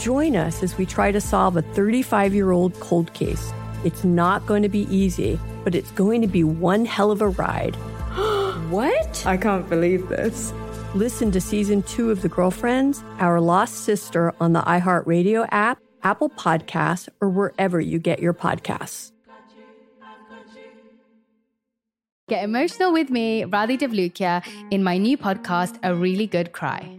Speaker 22: Join us as we try to solve a 35 year old cold case. It's not going to be easy, but it's going to be one hell of a ride. what? I can't believe this. Listen to season two of The Girlfriends, Our Lost Sister on the iHeartRadio app, Apple Podcasts, or wherever you get your podcasts.
Speaker 15: Get emotional with me, Radhi Devlukia, in my new podcast, A Really Good Cry.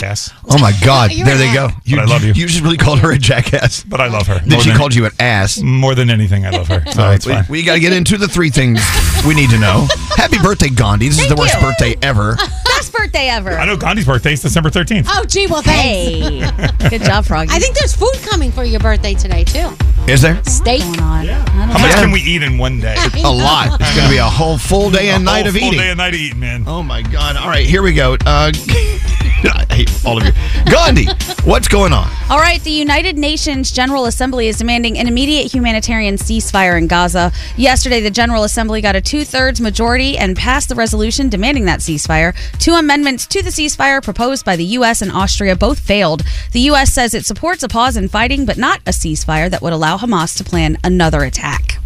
Speaker 3: Yes.
Speaker 4: Oh my God!
Speaker 15: You're
Speaker 4: there
Speaker 15: an
Speaker 4: they go.
Speaker 15: ass.
Speaker 4: You, I love you. You just really called her a jackass.
Speaker 3: But I love her.
Speaker 4: Then she called you an ass.
Speaker 3: More than anything, I love her. So it's
Speaker 4: we,
Speaker 3: Oh, fine.
Speaker 4: we got to get into the three things we need to know. Happy birthday, Gandhi! This is the worst birthday ever.
Speaker 6: Best birthday ever.
Speaker 3: I know Gandhi's birthday is December 13th.
Speaker 5: Oh, gee, well, thanks.
Speaker 6: Good job, Froggy.
Speaker 5: I think there's food coming for your birthday today, too.
Speaker 4: Is there?
Speaker 5: Steak.
Speaker 3: How much can we eat in one day?
Speaker 4: A lot. It's going to be a whole full day and
Speaker 3: A
Speaker 4: night
Speaker 3: whole
Speaker 4: of
Speaker 3: full
Speaker 4: eating.
Speaker 3: day and night of eating, man.
Speaker 4: Oh my God! All right, here we go. Uh, I hate all of you. Gandhi, what's going on?
Speaker 6: All right, the United Nations General Assembly is demanding an immediate humanitarian ceasefire in Gaza. Yesterday, the General Assembly got a two thirds majority and passed the resolution demanding that ceasefire. Two amendments to the ceasefire proposed by the U.S. and Austria both failed. The U.S. says it supports a pause in fighting, but not a ceasefire that would allow Hamas to plan another attack.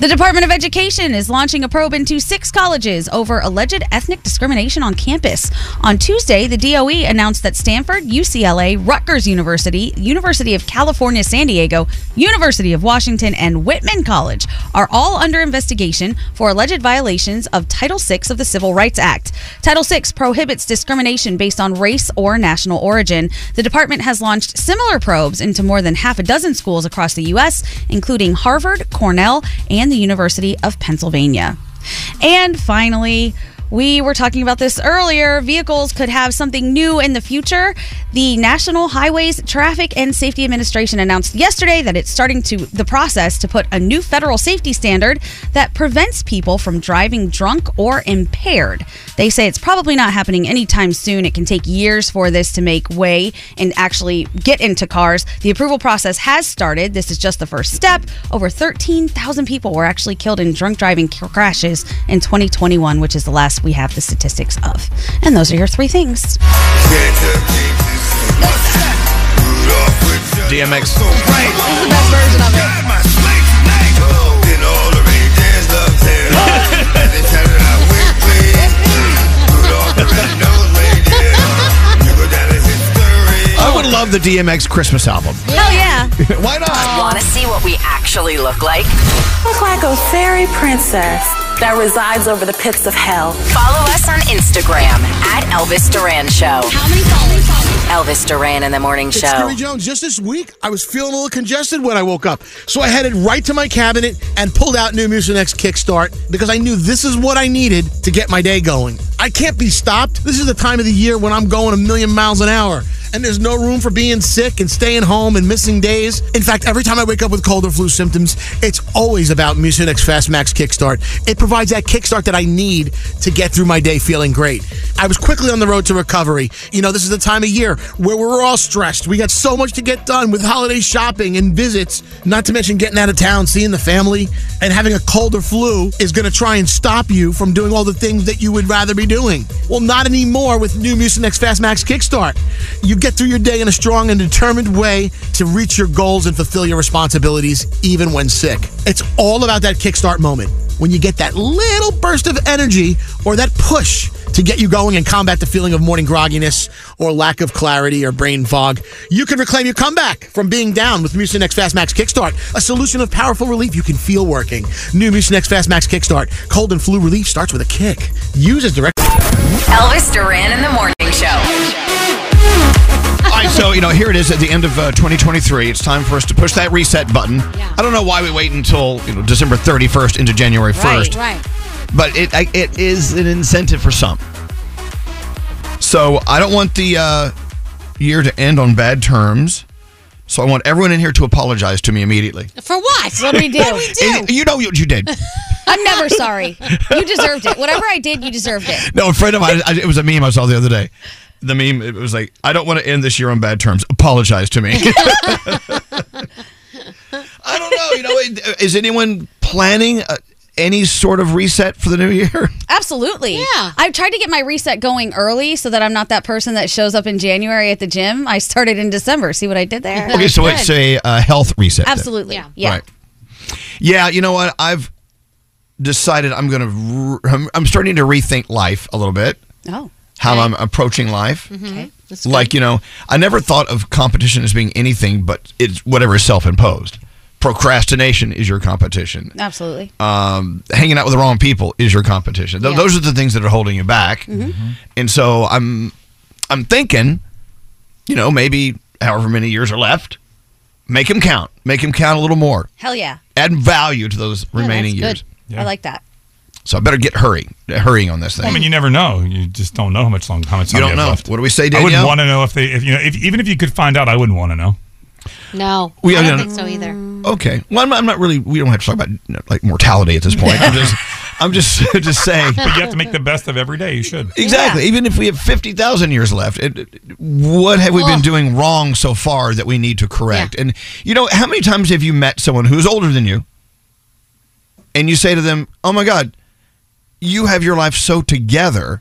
Speaker 6: The Department of Education is launching a probe into six colleges over alleged ethnic discrimination on campus. On Tuesday, the DOE announced that Stanford, UCLA, Rutgers University, University of California, San Diego, University of Washington, and Whitman College are all under investigation for alleged violations of Title VI of the Civil Rights Act. Title VI prohibits discrimination based on race or national origin. The department has launched similar probes into more than half a dozen schools across the U.S., including Harvard, Cornell, and the University of Pennsylvania. And finally, we were talking about this earlier. Vehicles could have something new in the future. The National Highways Traffic and Safety Administration announced yesterday that it's starting to the process to put a new federal safety standard that prevents people from driving drunk or impaired. They say it's probably not happening anytime soon. It can take years for this to make way and actually get into cars. The approval process has started. This is just the first step. Over 13,000 people were actually killed in drunk driving c- crashes in 2021, which is the last we have the statistics of. And those are your three things.
Speaker 4: DMX. I would love the DMX Christmas album.
Speaker 5: Oh,
Speaker 6: Hell yeah.
Speaker 4: Why not?
Speaker 1: Want to see what we actually look like?
Speaker 14: Look like a fairy princess that resides over the pits of hell.
Speaker 1: Follow us on Instagram at Elvis Duran Show. How many followers? Elvis Duran in the Morning
Speaker 12: It's
Speaker 1: Show.
Speaker 12: Scary Jones. Just this week, I was feeling a little congested when I woke up. So I headed right to my cabinet and pulled out New Mucinex Kickstart because I knew this is what I needed to get my day going. I can't be stopped. This is the time of the year when I'm going a million miles an hour. And there's no room for being sick and staying home and missing days. In fact, every time I wake up with cold or flu symptoms, it's always about Mucinex Fast Max Kickstart. It provides that kickstart that I need to get through my day feeling great. I was quickly on the road to recovery. You know, this is the time of year where we're all stressed. We got so much to get done with holiday shopping and visits, not to mention getting out of town, seeing the family, and having a cold or flu is going to try and stop you from doing all the things that you would rather be doing. Well, not anymore with new Mucinex Fast Max Kickstart. You get through your day in a strong and determined way to reach your goals and fulfill your responsibilities even when sick. It's all about that kickstart moment when you get that little burst of energy or that push to get you going and combat the feeling of morning grogginess or lack of clarity or brain fog. You can reclaim your comeback from being down with Mucinex Fast Max Kickstart, a solution of powerful relief you can feel working. New Mucinex Fast Max Kickstart, cold and flu relief starts with a kick. Use as direct.
Speaker 1: Elvis Duran in the morning show.
Speaker 4: All right, so you know, here it is at the end of uh, 2023. It's time for us to push that reset button. I don't know why we wait until you know December 31st into January 1st,
Speaker 5: Right,
Speaker 4: but it I, it is an incentive for some. So I don't want the uh, year to end on bad terms. So I want everyone in here to apologize to me immediately.
Speaker 5: For what?
Speaker 6: What do we do?
Speaker 4: And you know what you did.
Speaker 6: I'm never sorry. You deserved it. Whatever I did, you deserved it.
Speaker 4: No, a friend of mine. I, it was a meme I saw the other day. The meme it was like, "I don't want to end this year on bad terms. Apologize to me." I don't know. You know, it- is anyone planning uh, any sort of reset for the new year?
Speaker 6: Absolutely. Yeah. I've tried to get my reset going early so that I'm not that person that shows up in January at the gym. I started in December. See what I did there?
Speaker 4: okay, so it's a uh, health reset. then.
Speaker 6: Absolutely. Yeah. Yeah.
Speaker 4: Right. Yeah, you know what? I've decided I'm going to. Re- I'm, I'm starting to rethink life a little bit.
Speaker 6: Oh.
Speaker 4: How I'm approaching life.
Speaker 10: Mm-hmm.
Speaker 6: Okay.
Speaker 4: like you know i never thought of competition as being anything but it's whatever is self-imposed procrastination is your competition
Speaker 6: Absolutely.
Speaker 4: um, hanging out with the wrong people is your competition Th-
Speaker 6: Yeah.
Speaker 4: those are the things that are holding you back
Speaker 13: Mm.
Speaker 6: Mhm.
Speaker 13: Mm-hmm.
Speaker 6: Mhm.
Speaker 4: and so i'm i'm thinking you know maybe however many years are left make them count make them count a little more
Speaker 6: Hell yeah.
Speaker 4: add value to those remaining years
Speaker 6: I like that.
Speaker 4: so i better get hurrying hurrying on this thing
Speaker 3: I mean, you never know. You just don't know how much long, how much
Speaker 4: You
Speaker 3: time
Speaker 4: don't
Speaker 3: have
Speaker 4: know.
Speaker 3: left.
Speaker 4: What do we say,
Speaker 3: I wouldn't
Speaker 4: Danielle?
Speaker 3: want to know if they, if you know, if, even if you could find out, I wouldn't want to know.
Speaker 5: No,
Speaker 4: We-
Speaker 5: I
Speaker 4: I
Speaker 5: don't
Speaker 4: don't-
Speaker 5: think so either.
Speaker 4: Okay. Well, I'm, I'm not really. We don't have to talk about you know, like mortality at this point. I'm just, I'm just, just saying.
Speaker 3: But you have to make the best of every day. You should.
Speaker 4: Exactly. Even if we have fifty thousand years left, it, it- what have we been doing wrong so far that we need to correct? And you know, how many times have you met someone who's older than you, and you say to them, "Oh my God, you have your life so together,"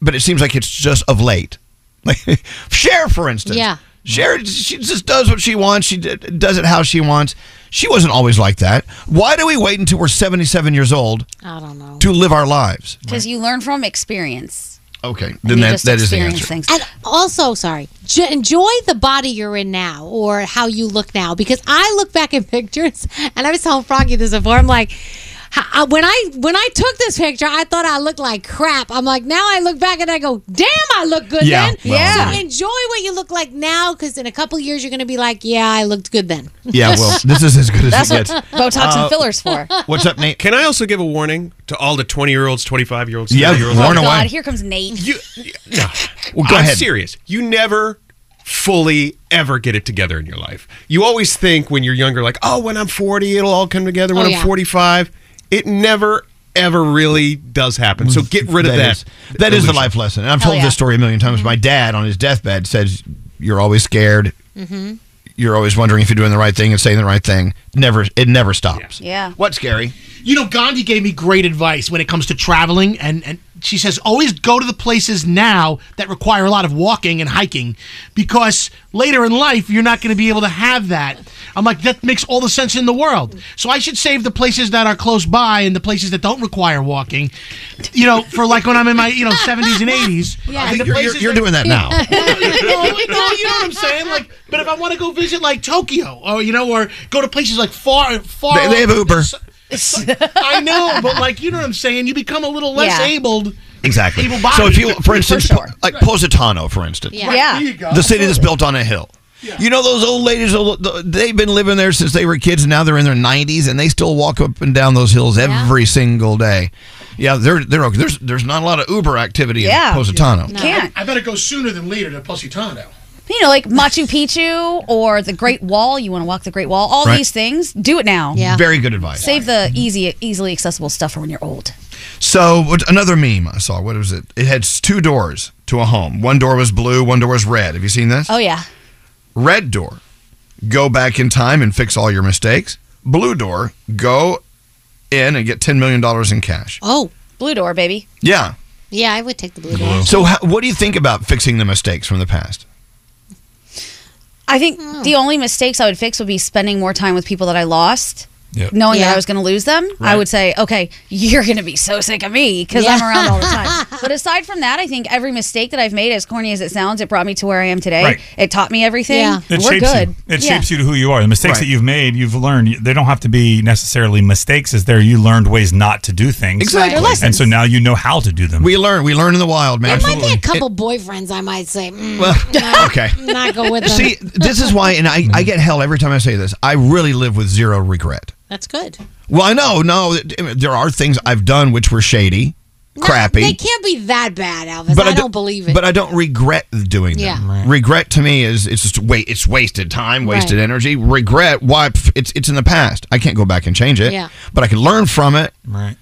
Speaker 4: but it seems like it's just of late. Like Cher, for instance.
Speaker 5: Yeah.
Speaker 4: Cher, she just does what she wants. She d- does it how she wants. She wasn't always like that. Why do we wait until we're seventy-seven years old
Speaker 6: I don't know.
Speaker 4: to live our lives?
Speaker 6: Because you learn from experience.
Speaker 4: Okay, then that, that is the answer.
Speaker 5: And also, sorry, j- enjoy the body you're in now or how you look now because I look back at pictures and I was telling Froggy this before. I'm like, h- I- when I when I took this picture, I thought I looked like crap. I'm like, now I look back and I go, damn, I look good
Speaker 4: Yeah,
Speaker 5: then.
Speaker 4: well, Yeah.
Speaker 5: So enjoy what you look like now because in a couple years you're going to be like, yeah, I looked good then.
Speaker 4: Yeah, well, this is as good as
Speaker 5: That's
Speaker 4: it
Speaker 5: what
Speaker 4: gets.
Speaker 5: Botox and
Speaker 4: Uh,
Speaker 5: fillers for.
Speaker 4: What's up, Nate?
Speaker 16: Can I also give a warning to all the 20 year olds, 25 year olds,
Speaker 4: Yeah,
Speaker 16: 30 year olds?
Speaker 4: warn
Speaker 6: Oh, God, here comes Nate.
Speaker 16: You,
Speaker 4: Well, go
Speaker 16: I'm
Speaker 4: ahead.
Speaker 16: serious. You never fully ever get it together in your life. You always think when you're younger, like, oh, when I'm 40, it'll all come together. When
Speaker 4: Oh,
Speaker 16: I'm
Speaker 4: yeah.
Speaker 16: 45, it never ever really does happen. So get rid of
Speaker 4: That
Speaker 16: that.
Speaker 4: is- that is the
Speaker 16: illusion.
Speaker 4: life lesson. And I've
Speaker 18: Oh,
Speaker 16: Hell
Speaker 4: told
Speaker 16: yeah.
Speaker 4: this story a million
Speaker 18: Mm-hmm.
Speaker 4: times. My dad, on his deathbed, says, "You're always scared.
Speaker 16: Mhm.
Speaker 4: You're always wondering if you're doing the right thing and saying the right thing. Never, it never stops."
Speaker 6: Yeah.
Speaker 4: What's scary?
Speaker 18: You know, Gandhi gave me great advice when it comes to traveling, and, and she says always go to the places now that require a lot of walking and hiking, because later in life you're not going to be able to have that. I'm like, that makes all the sense in the world. So I should save the places that are close by and the places that don't require walking, you know, for like when I'm in my you know 70s and 80s.
Speaker 4: Yeah.
Speaker 18: And the
Speaker 4: You're- you're-
Speaker 18: places
Speaker 4: you're doing that now.
Speaker 18: Well, you know, no, you know what I'm saying? Like, but if I want to go visit like Tokyo, or you know, or go to places like far, far.
Speaker 4: They, they have Uber.
Speaker 18: I know, but like you know what I'm saying. You become a little less
Speaker 4: Yeah.
Speaker 18: abled.
Speaker 4: Exactly.
Speaker 18: Able body.
Speaker 4: So if you, for instance, like Positano, for instance,
Speaker 18: Yeah. Right, Yeah. there you go.
Speaker 4: the city that's built on a hill. You know those old ladies? they'll- They've been living there since they were kids, and now they're in their nineties, and they still walk up and down those hills every single day. Yeah, they're they're okay. There's there's not a lot of Uber activity in Positano.
Speaker 6: Can't.
Speaker 18: I better go sooner than later to Positano.
Speaker 6: You know, like Machu Picchu or the Great Wall. You want to walk the Great Wall. All
Speaker 4: Right.
Speaker 6: these things. Do it now. Yeah.
Speaker 4: Very good advice.
Speaker 6: Save the easy, easily accessible stuff for when you're old.
Speaker 4: So what- another meme I saw. What was it? It had s- two doors to a home. One door was blue. One door was red. Have you seen this?
Speaker 6: Oh yeah.
Speaker 4: Red door, go back in time and fix all your mistakes. Blue door, go in and get $10 million in cash.
Speaker 5: Oh,
Speaker 6: blue door, baby.
Speaker 4: Yeah.
Speaker 5: Yeah, I would take the blue door.
Speaker 4: So, how, what do you think about fixing the mistakes from the past?
Speaker 6: Hmm. I think the only mistakes I would fix would be spending more time with people that I lost
Speaker 3: Yep.
Speaker 6: knowing that I was going to lose them, I
Speaker 3: Right.
Speaker 6: would say, okay, you're going to be so sick of me because I'm
Speaker 23: Yeah.
Speaker 6: around all the time. but aside from that, I think every mistake that I've made, as corny as it sounds, it brought me to where I am today.
Speaker 3: Right.
Speaker 6: It taught me everything.
Speaker 3: It
Speaker 6: We're
Speaker 3: shapes
Speaker 6: good.
Speaker 3: you. It
Speaker 6: Yeah.
Speaker 3: shapes you to who you are. The mistakes
Speaker 6: Right.
Speaker 3: that you've made, you've learned. They don't have to be necessarily mistakes. Is there you learned ways not to do things?
Speaker 5: Exactly. Right.
Speaker 3: And so now you know how to do them.
Speaker 4: We learn. We learn in the wild, man.
Speaker 5: There might be a couple boyfriends I might say, mm,
Speaker 4: Well,
Speaker 5: nah,
Speaker 4: okay.
Speaker 5: not go with them.
Speaker 4: See, this is why, and I, I get hell every time I say this. I really live with zero regret.
Speaker 5: That's good.
Speaker 4: Well, I know, no, there are things I've done which were shady, crappy.
Speaker 5: They can't be that bad, Elvis. I, don't believe it.
Speaker 4: But I don't regret doing them.
Speaker 5: Yeah. Right.
Speaker 4: Regret to me is it's just wait, it's wasted time, wasted
Speaker 5: Right.
Speaker 4: energy. Regret, why? pff, It's it's in the past. I can't go back and change it.
Speaker 5: Yeah.
Speaker 4: But I can learn from it.
Speaker 3: Right.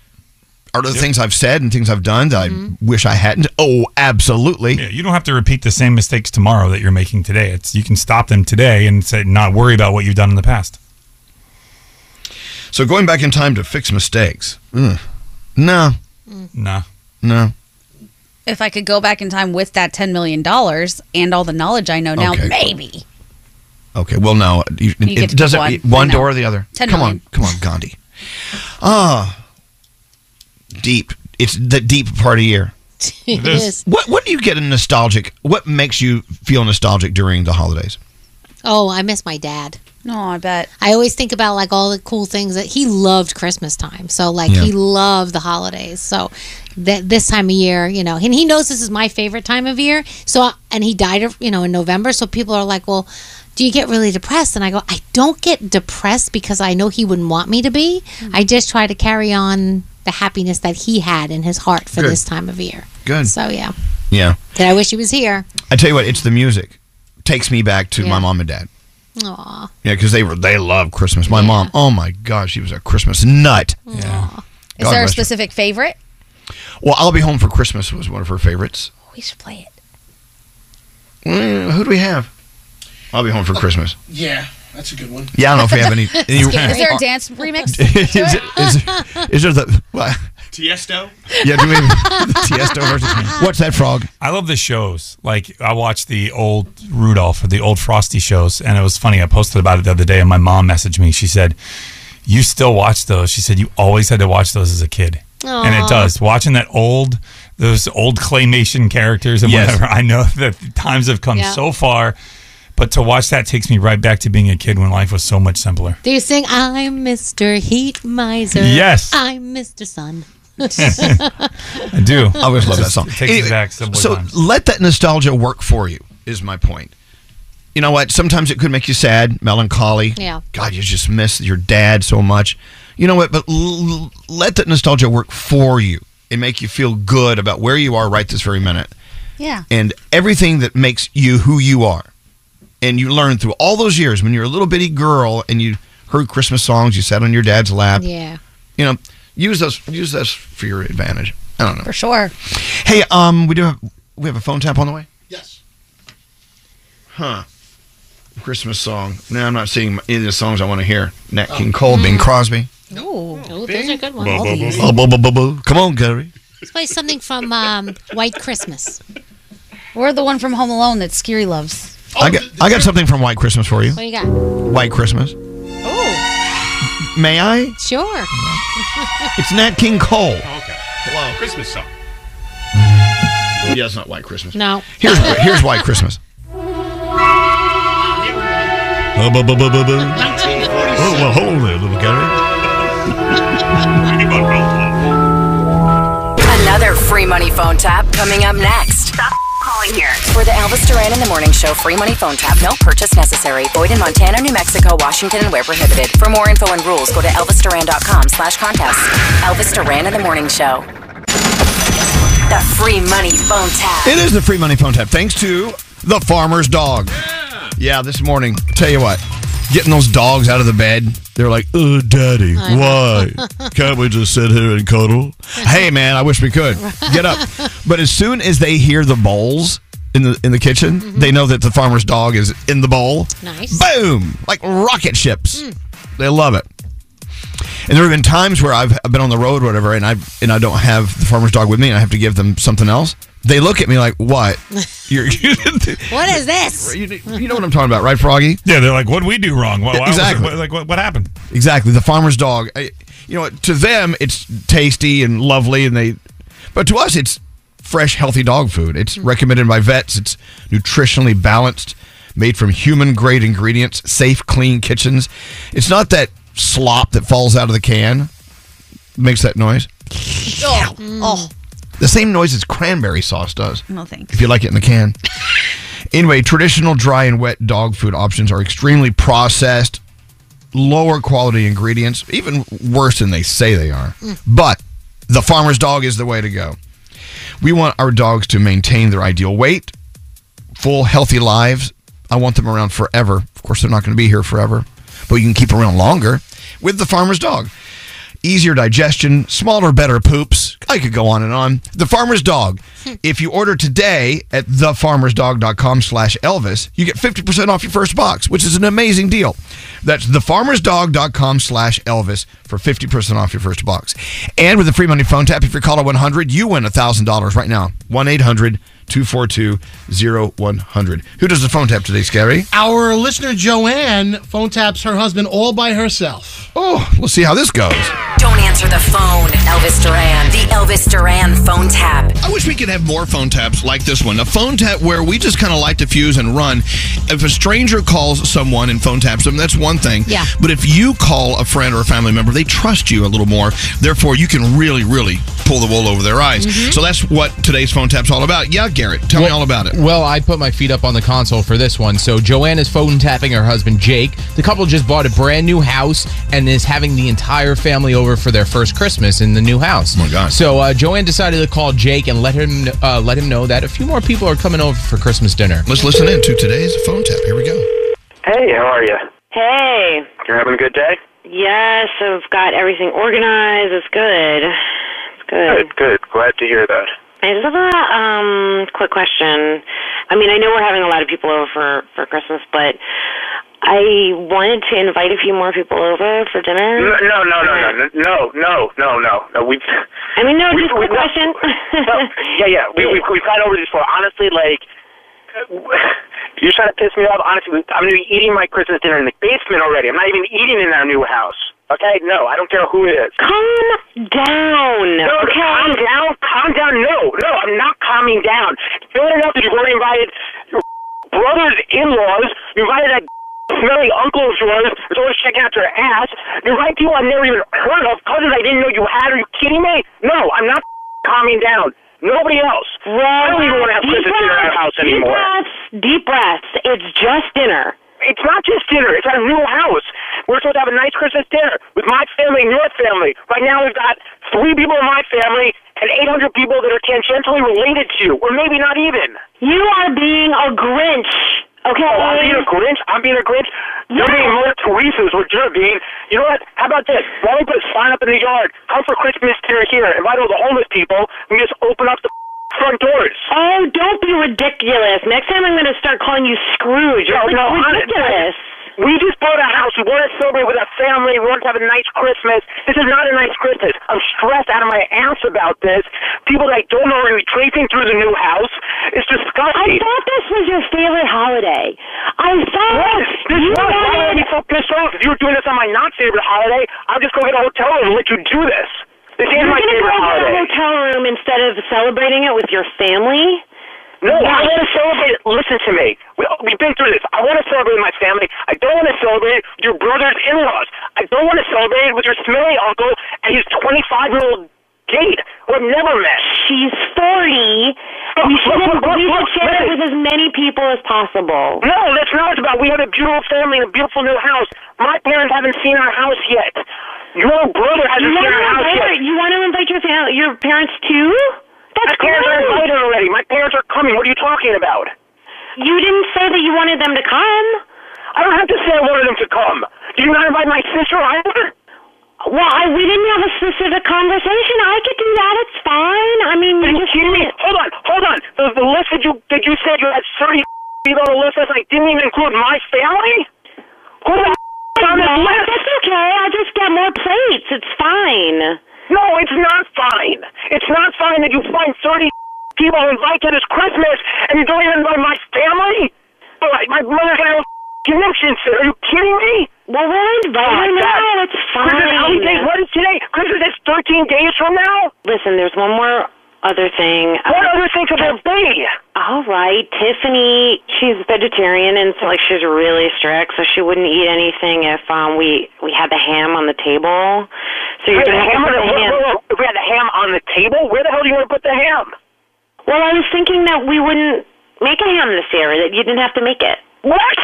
Speaker 4: Are there things I've said and things I've done that I wish I hadn't? Oh, absolutely.
Speaker 3: Yeah, you don't have to repeat the same mistakes tomorrow that you're making today. It's you can stop them today and say not worry about what you've done in the past.
Speaker 4: So going back in time to fix mistakes. Ugh. No.
Speaker 3: No.
Speaker 4: No.
Speaker 6: If I could go back in time with that $10 million and all the knowledge I know now,
Speaker 4: Okay.
Speaker 6: maybe.
Speaker 4: Okay. Well, no. You,
Speaker 6: You get
Speaker 4: it
Speaker 6: to
Speaker 4: doesn't.
Speaker 6: pick
Speaker 4: One,
Speaker 6: one. No.
Speaker 4: door or the other.
Speaker 6: Ten
Speaker 4: come
Speaker 6: million.
Speaker 4: on, come on, Gandhi. Ah, deep. It's the deep part of year.
Speaker 5: It is.
Speaker 4: What What do you get in nostalgic? What makes you feel nostalgic during the holidays?
Speaker 5: Oh, I miss my dad.
Speaker 6: No, I bet.
Speaker 5: I always think about like all the cool things that he loved Christmas time. So like
Speaker 4: Yeah.
Speaker 5: he loved the holidays. So that this time of year, you know, and he knows this is my favorite time of year. So and he died, you know, in November. So people are like, well. Do you get really depressed? And I go, I don't get depressed because I know he wouldn't want me to be.
Speaker 6: Hmm.
Speaker 5: I just try to carry on the happiness that he had in his heart for
Speaker 4: Good.
Speaker 5: this time of year.
Speaker 4: Good.
Speaker 5: So yeah,
Speaker 4: Yeah,
Speaker 5: that I wish he was here.
Speaker 4: I tell you what, it's the music. Takes me back to my
Speaker 5: Yeah.
Speaker 4: mom and dad.
Speaker 5: Aw,
Speaker 4: Yeah, because they were they love Christmas. My mom. Oh my God, she was a Christmas nut.
Speaker 3: Yeah.
Speaker 6: Is there a specific favorite?
Speaker 4: Well, I'll be home for Christmas was one of her favorites.
Speaker 6: We should play it.
Speaker 4: Mm, who do we have? I'll be home for Christmas.
Speaker 18: Yeah, that's a good one.
Speaker 4: Yeah, I don't know if we have any. any
Speaker 6: Is there a dance remix?
Speaker 4: is, it, is, there- is there the what?
Speaker 18: Tiesto.
Speaker 4: Yeah, do we have the Tiesto version? What's that frog?
Speaker 3: I love the shows. Like I watched the old Rudolph or the old Frosty shows, and it was funny. I posted about it the other day, and my mom messaged me. She said, "You still watch those?" She said, "You always had to watch those as a kid." And
Speaker 7: Aw.
Speaker 3: it does. Watching that old, those old claymation characters and
Speaker 7: Yes.
Speaker 3: whatever. I know that times have come
Speaker 5: Yeah.
Speaker 3: so far, but to watch that takes me right back to being a kid when life was so much simpler.
Speaker 5: do you sing "I'm Mr. Heat Miser"?
Speaker 3: Yes.
Speaker 5: I'm Mr. Sun.
Speaker 3: I do.
Speaker 4: I always love that song.
Speaker 3: It takes
Speaker 4: Anyway,
Speaker 3: me back. Subway
Speaker 4: so
Speaker 3: times.
Speaker 4: let that nostalgia work for you. Is my point. You know what? Sometimes it could make you sad, melancholy.
Speaker 5: Yeah.
Speaker 4: God, you just miss your dad so much. You know what? But l- l- let that nostalgia work for you and make you feel good about where you are right this very minute.
Speaker 6: Yeah.
Speaker 4: and everything that makes you who you are. And you learn through all those years when you're a little bitty girl and you heard Christmas songs, you sat on your dad's lap.
Speaker 5: Yeah.
Speaker 4: You know, use those use those for your advantage. I don't know.
Speaker 6: For sure.
Speaker 4: Hey, um, we do have we have a phone tap on the way. Yes. Huh. Christmas song. No, I'm not seeing any of the songs I want to hear. Nat King Cole, Bing Crosby.
Speaker 5: Ooh,
Speaker 6: Oh,
Speaker 5: Ooh those are good ones.
Speaker 4: Boo,
Speaker 5: Oh. Mm-hmm. All
Speaker 4: boo,
Speaker 5: these.
Speaker 4: boo, boo, boo, boo, boo. Come on, Gary.
Speaker 5: Let's play something from um, White Christmas.
Speaker 6: We're the one from Home Alone that Scary loves.
Speaker 4: I got I got something from White Christmas for you.
Speaker 5: What do you got?
Speaker 4: White Christmas.
Speaker 5: Oh,
Speaker 4: May I?
Speaker 5: sure.
Speaker 4: It's Nat King Cole.
Speaker 7: Okay. Hello. Christmas song.
Speaker 4: Yeah, it's not White Christmas.
Speaker 5: No.
Speaker 4: Here's here's White Christmas.
Speaker 7: Oh, bu- bu- bu- bu- bu. Oh, well, hold on there, little Gary.
Speaker 1: Another free money phone tap coming up next. Stop calling here. For the Elvis Duran in the Morning Show free money phone tap. No purchase necessary. Void in Montana, New Mexico, Washington, and where prohibited. For more info and rules, go to elvisduran.com slash contest. Elvis Duran in the Morning Show. The free money phone tap.
Speaker 4: It is the free money phone tap. Thanks to the farmer's dog. Yeah. this morning. Tell you what, getting those dogs out of the bed, they're like, "Uh, daddy,
Speaker 7: I know.
Speaker 4: why can't we just sit here and cuddle?" hey, man, I wish we could get up. But as soon as they hear the bowls in the in the kitchen, they know that the farmer's dog is in the bowl.
Speaker 5: Nice.
Speaker 4: Boom! Like rocket ships. They love it. And there have been times where I've I've been on the road, or whatever, and I and I don't have the farmer's dog with me, and I have to give them something else. They look at me like, what? You're, you
Speaker 5: What is this?
Speaker 4: you know what I'm talking about, right, Froggy?
Speaker 3: Yeah, they're like, what we do wrong? Why, why was it-
Speaker 4: exactly.
Speaker 3: what- like, what, what happened?
Speaker 4: Exactly. The farmer's dog. I, you know, to them, it's tasty and lovely, and they. But to us, it's fresh, healthy dog food. It's recommended by vets. It's nutritionally balanced, made from human grade ingredients, safe, clean kitchens. It's not that slop that falls out of the can, makes that noise.
Speaker 6: Oh,
Speaker 10: Mm.
Speaker 6: oh.
Speaker 4: The same noise as cranberry sauce does.
Speaker 6: No, thanks.
Speaker 4: If you like it in the can. anyway, traditional dry and wet dog food options are extremely processed, lower quality ingredients, even worse than they say they are.
Speaker 23: Mm.
Speaker 4: But the farmer's dog is the way to go. We want our dogs to maintain their ideal weight, full, healthy lives. I want them around forever. Of course, they're not going to be here forever, but you can keep around longer with the farmer's dog. Easier digestion, smaller, better poops. I could go on and on. The Farmer's Dog. If you order today at thefarmersdog.com slash Elvis, you get 50% off your first box, which is an amazing deal. That's thefarmersdog.com slash Elvis for 50% off your first box. And with the free money phone tap, if you're caller 100, you win $1,000 right now. 1-800-242-0100. Who does the phone tap today, Scary?
Speaker 18: Our listener Joanne phone taps her husband all by herself.
Speaker 4: Oh, let's see how this goes.
Speaker 1: Don't answer the phone, Elvis Duran. The Elvis Duran phone tap.
Speaker 4: I wish we could have more phone taps like this one. A phone tap where we just kind of light the fuse and run. If a stranger calls someone and phone taps them, that's one thing.
Speaker 2: Yeah.
Speaker 4: But if you call a friend or a family member, they trust you a little more. Therefore, you can really, really pull the wool over their eyes. So that's what today's phone tap's all about. Yeah, Garrett, tell me all about it.
Speaker 9: Well, I put my feet up on the console for this one. So Joanne is phone tapping her husband Jake. The couple just bought a brand new house and is having the entire family over for their first Christmas in the new house. Oh my God! So uh, Joanne decided to call Jake and let him uh, let him know that a few more people are coming over for Christmas dinner.
Speaker 4: Let's listen in to today's phone tap. Here we go.
Speaker 19: Hey, how are you?
Speaker 24: Hey.
Speaker 19: You're having a good day?
Speaker 24: Yes, I've got everything organized. It's good. It's good.
Speaker 19: Good, good. Glad to hear that.
Speaker 24: I just have a um, quick question. I mean, I know we're having a lot of people over for, for Christmas, but I wanted to invite a few more people over for dinner.
Speaker 19: No, no, no, no, no, no, no, no, no. We've.
Speaker 24: I mean, no,
Speaker 19: we-
Speaker 24: just
Speaker 19: we-
Speaker 24: quick question.
Speaker 19: no, yeah, yeah. We, we've we've gone over this before. Honestly, like. You're trying to piss me off. Honestly, I'm gonna be eating my Christmas dinner in the basement already. I'm not even eating in our new house. Okay, no, I don't care who it is.
Speaker 24: Calm down.
Speaker 19: No,
Speaker 24: okay.
Speaker 19: calm down, calm down. No, no, I'm not calming down. Fair enough that you've already invited your brother's in-laws. You invited that smelly uncle of yours who's always checking out your ass. You invite people I've never even heard of, cousins I didn't know you had. Are you kidding me? No, I'm not calming down. Nobody else. I don't even want to have
Speaker 24: deep
Speaker 19: Christmas dinner at our
Speaker 24: breaths,
Speaker 19: house
Speaker 24: deep
Speaker 19: anymore.
Speaker 24: breaths, deep breaths. It's just dinner.
Speaker 19: It's not just dinner. It's our new house. We're supposed to have a nice Christmas dinner with my family and your family. Right now, we've got three people in my family and 800 people that are tangentially related to you, or maybe not even.
Speaker 24: You are being a Grinch. Okay.
Speaker 19: Oh, I'm being a Grinch. I'm being a Grinch. You're being Mother Teresa is what you're being. You know what? How about this? Why don't we put a sign up in the yard? Come for Christmas dinner here. Invite all the homeless people. We just open up the front doors.
Speaker 24: Oh, don't be ridiculous. Next time I'm going to start calling you Scrooge. You're
Speaker 19: No,
Speaker 24: like
Speaker 19: no, honest-
Speaker 24: ridiculous.
Speaker 19: We just bought a house. We want to celebrate with our family. We want to have a nice Christmas. This is not a nice Christmas. I'm stressed out of my ass about this. People that I don't know are going to be traipsing through the new house. It's
Speaker 24: I
Speaker 19: disgusting.
Speaker 24: thought this was your favorite holiday. I thought
Speaker 19: Yes, this
Speaker 24: you
Speaker 19: was. Why would I
Speaker 24: wanted.
Speaker 19: be so pissed off? If you were doing this on my not favorite holiday, I'll just go get a hotel room and let you do this. This
Speaker 24: You're
Speaker 19: is my
Speaker 24: gonna go to
Speaker 19: favorite
Speaker 24: a
Speaker 19: holiday.
Speaker 24: hotel room instead of celebrating it with your family.
Speaker 19: No, I
Speaker 24: Yes.
Speaker 19: want to celebrate. it. Listen to me. We, we've been through this. I want to celebrate with my family. I don't want to celebrate it with your brother's in-laws. I don't want to celebrate it with your smelly uncle and his 25-year-old date who I've never met. Oh,
Speaker 24: She's 40. and we should,
Speaker 19: Look, look, look,
Speaker 24: we should
Speaker 19: look,
Speaker 24: share it
Speaker 19: listen.
Speaker 24: with as many people as possible.
Speaker 19: No, that's not what it's about. We have a beautiful family and a beautiful new house. My parents haven't seen our house yet. Your brother
Speaker 24: You
Speaker 19: hasn't
Speaker 24: want,
Speaker 19: seen
Speaker 24: to
Speaker 19: our house
Speaker 24: invite her,
Speaker 19: yet.
Speaker 24: you want to invite your fam- your parents too? That's
Speaker 19: My parents are
Speaker 24: great.
Speaker 19: invited already. My parents are coming. What are you talking about?
Speaker 24: You didn't say that you wanted them to come.
Speaker 19: I don't have to say I wanted them to come. Did you not invite my sister either?
Speaker 24: Well, I, we didn't have a specific conversation. I could do that. It's fine. I mean,
Speaker 19: Are
Speaker 24: you
Speaker 19: you
Speaker 24: just
Speaker 19: kidding me? Hold on, hold on. The, the list that you that you said you had thirty people on the list last night didn't even include my family. Who the f- on this list?
Speaker 24: That's okay. I'll just get more plates. It's fine.
Speaker 19: No, it's not fine. It's not fine that you find 30 she will invite to this Christmas, and you don't even invite my family? My, my mother's gonna have a connection soon. Are you kidding me? Well, we'll
Speaker 24: invite her now. It's
Speaker 19: Christmas, how many
Speaker 24: fine.
Speaker 19: days? What is today? Christmas is 13 days from now?
Speaker 24: Listen, there's one more other thing. Um,
Speaker 19: What other thing could there be?
Speaker 24: All right, Tiffany, she's vegetarian and so like she's really strict, so she wouldn't eat anything if um we we had the ham on the table. So you're
Speaker 19: Wait,
Speaker 24: gonna
Speaker 19: the
Speaker 24: have
Speaker 19: ham
Speaker 24: to put
Speaker 19: on
Speaker 24: the
Speaker 19: the-
Speaker 24: ham.
Speaker 19: whoa, whoa, whoa. We had the ham on the table? Where the hell do you want to put the ham?
Speaker 24: Well, I was thinking that we wouldn't make a ham this year. That you didn't have to make it.
Speaker 19: What?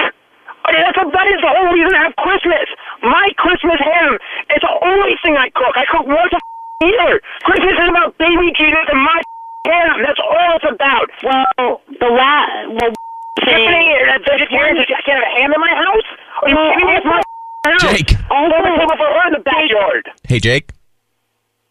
Speaker 19: I mean, that's a, that is the whole reason I have Christmas. My Christmas ham is the only thing I cook. I cook once a year. Christmas is about baby Jesus and my ham. That's all it's about. Well, the last. Well, Tiffany, that vegetarian, I can't have a ham in my house? Are you kidding me? It's my house. Jake. All over the table for her in the backyard.
Speaker 23: Hey, Jake.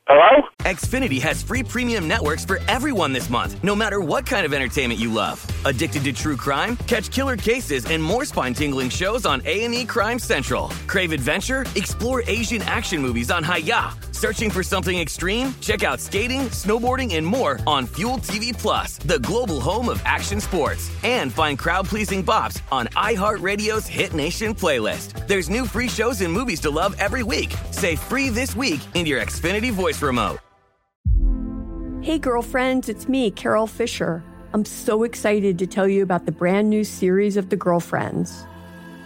Speaker 19: Hello?
Speaker 2: Xfinity has free premium networks for everyone this month, no matter what kind of entertainment you love. Addicted to true crime? Catch killer cases and more spine-tingling shows on A&E Crime Central. Crave adventure? Explore Asian action movies on Hayya. Searching for something extreme? Check out skating, snowboarding, and more on Fuel TV Plus, the global home of action sports. And find crowd-pleasing bops on iHeartRadio's Hit Nation playlist. There's new free shows and movies to love every week. Say free this week in your Xfinity voice remote.
Speaker 22: Hey, girlfriends, it's me, Carol Fisher. I'm so excited to tell you about the brand new series of The Girlfriends.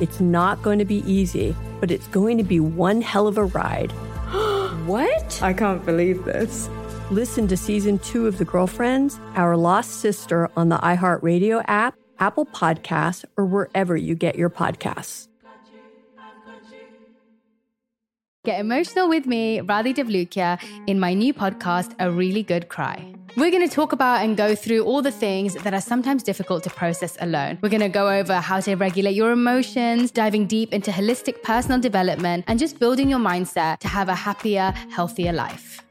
Speaker 22: It's not going to be easy, but it's going to be one hell of a ride. what? I can't believe this. Listen to season two of The Girlfriends, Our Lost Sister on the iHeartRadio app, Apple Podcasts, or wherever you get your podcasts.
Speaker 15: Get emotional with me, Radhi Devlukia, in my new podcast, A Really Good Cry. We're going to talk about and go through all the things that are sometimes difficult to process alone. We're going to go over how to regulate your emotions, diving deep into holistic personal development, and just building your mindset to have a happier, healthier life.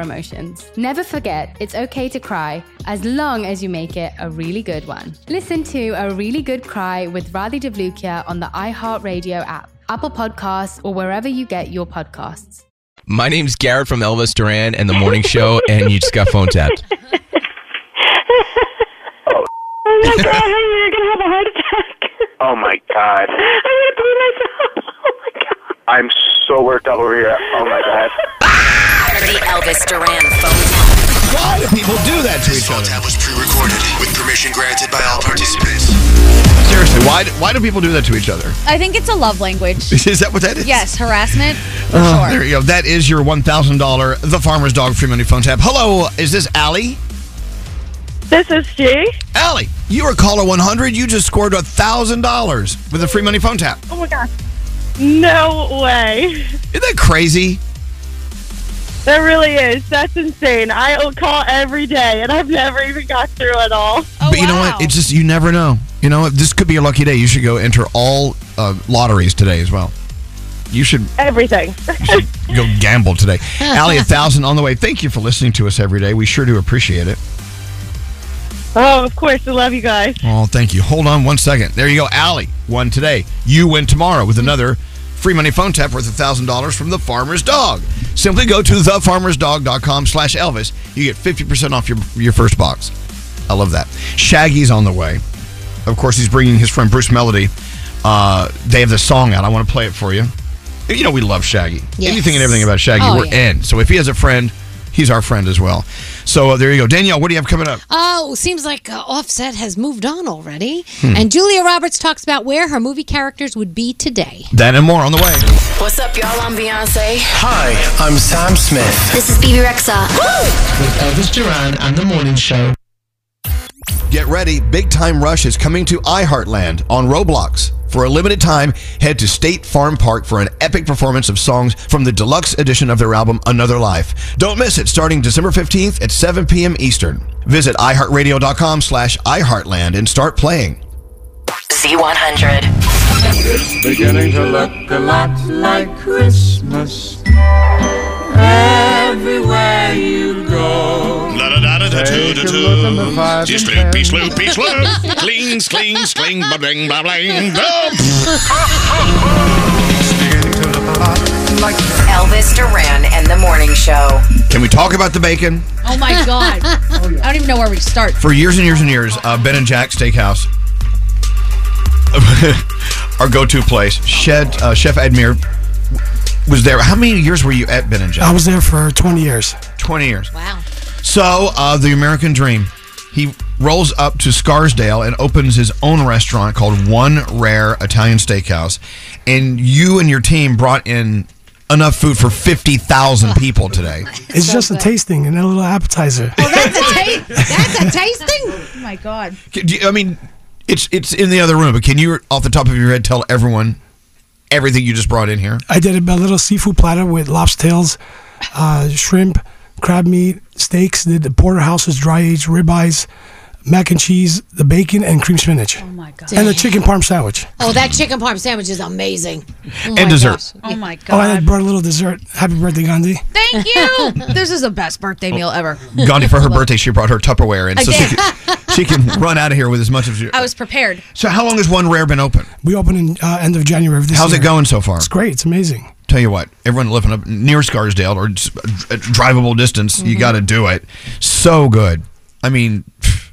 Speaker 15: emotions. Never forget, it's okay to cry as long as you make it a really good one. Listen to A Really Good Cry with Radhi Devlukia on the iHeartRadio app, Apple Podcasts, or wherever you get your podcasts.
Speaker 9: My name's Garrett from Elvis Duran and the Morning Show, and you just got phone tapped.
Speaker 24: Oh my god, you're gonna have a heart attack.
Speaker 19: Oh my god.
Speaker 24: I'm gonna bleed myself. Oh,
Speaker 19: I'm so worked up over here. Oh my god.
Speaker 1: The Elvis Duran phone
Speaker 4: Why do people do that to each other?
Speaker 8: was pre-recorded with permission granted by all participants.
Speaker 4: Seriously, why do, why do people do that to each other?
Speaker 6: I think it's a love language.
Speaker 4: Is that what that is?
Speaker 6: Yes, harassment.
Speaker 4: Oh, There you go. That is your one thousand dollar the farmer's dog free money phone tap. Hello, is this Allie?
Speaker 10: This is she.
Speaker 4: Allie, you are caller one hundred. You just scored thousand dollars with a free money phone tap.
Speaker 10: Oh my god. No way.
Speaker 4: Isn't that crazy?
Speaker 10: That really is. That's insane. I call every day and I've never even got through at all.
Speaker 4: but you know what? It's just you never know. You know, this could be your lucky day. You should go enter all uh, lotteries today as well. You should
Speaker 10: Everything.
Speaker 4: go gamble today. Allie, a thousand on the way. Thank you for listening to us every day. We sure do appreciate it.
Speaker 10: Oh, of course. I love you guys.
Speaker 4: Oh, thank you. Hold on one second. There you go. Allie won today. You win tomorrow with another free money phone tap worth $1,000 from The Farmer's Dog. Simply go to thefarmersdog.com slash Elvis. You get 50% off your, your first box. I love that. Shaggy's on the way. Of course, he's bringing his friend Bruce Melody. Uh, they have this song out. I want to play it for you. You know we love Shaggy.
Speaker 23: Yes.
Speaker 4: Anything and everything about Shaggy,
Speaker 5: Oh,
Speaker 4: we're
Speaker 5: yeah.
Speaker 4: in. So if he has a friend, he's our friend as well. So uh, there you go. Danielle, what do you have coming up?
Speaker 5: Oh, seems like uh, Offset has moved on already.
Speaker 4: Hmm.
Speaker 5: And Julia Roberts talks about where her movie characters would be today.
Speaker 4: That and more on the way.
Speaker 1: What's up, y'all? I'm Beyonce.
Speaker 12: Hi, I'm Sam Smith.
Speaker 1: This is BB Rexa.
Speaker 12: With Elvis Duran and The Morning Show.
Speaker 4: Get ready. Big Time Rush is coming to iHeartland on Roblox. For a limited time, head to State Farm Park for an epic performance of songs from the deluxe edition of their album Another Life. Don't miss it starting December 15th at 7 p.m. Eastern. Visit iHeartRadio.com slash iHeartland and start playing.
Speaker 1: Z100.
Speaker 14: It's beginning to look a lot like Christmas. Everywhere you go.
Speaker 7: La da da da da
Speaker 14: Take
Speaker 7: doo
Speaker 14: a
Speaker 7: da
Speaker 14: look in the five
Speaker 7: doo. Just
Speaker 14: and
Speaker 7: sloopy
Speaker 14: ten.
Speaker 7: sloopy sloop. Cling cling cling ba bling ba bling. Boom.
Speaker 1: Elvis Duran and the Morning Show.
Speaker 4: Can we talk about the bacon?
Speaker 6: Oh my god!
Speaker 5: Oh,
Speaker 6: I don't even know where we start.
Speaker 4: For years and years and years, uh, Ben and Jack Steakhouse, our go-to place, Shed, uh, Chef Edmir was there. How many years were you at Ben and Jack?
Speaker 25: I was there for 20 years.
Speaker 4: 20 years. Wow. So, uh, the American Dream. He rolls up to Scarsdale and opens his own restaurant called One Rare Italian Steakhouse. And you and your team brought in enough food for 50,000 people today.
Speaker 25: It's just a tasting and a little appetizer.
Speaker 5: Oh,
Speaker 6: That's a tasting. Oh my god!
Speaker 4: Can- do you- I mean, it's it's in the other room, but can you, off the top of your head, tell everyone everything you just brought in here?
Speaker 25: I did a little seafood platter with lobster tails, uh, shrimp, crab meat, steaks, did the porterhouses, dry aged ribeyes, mac and cheese, the bacon, and cream spinach. Oh my God. And the chicken parm sandwich.
Speaker 5: Oh, that chicken parm sandwich is amazing. Oh
Speaker 25: And
Speaker 5: my
Speaker 25: dessert.
Speaker 5: gosh.
Speaker 6: Oh my
Speaker 25: Oh, and I
Speaker 6: god!
Speaker 25: brought a little dessert. Happy birthday, Gandhi.
Speaker 6: Thank you. This is the best birthday meal ever.
Speaker 4: Gandhi, for her birthday, she brought her Tupperware in, so she
Speaker 6: Again.
Speaker 4: can, she can run out of here with as much as you.
Speaker 6: I was prepared.
Speaker 4: So, how long has One Rare been open?
Speaker 25: We opened in uh, end of January of this
Speaker 4: How's
Speaker 25: year.
Speaker 4: it going so far?
Speaker 25: It's great. It's amazing.
Speaker 4: Tell you what, everyone living up near Scarsdale or just a dr- a drivable distance, you
Speaker 25: Mhm.
Speaker 4: got to do it. So good. I mean, pff.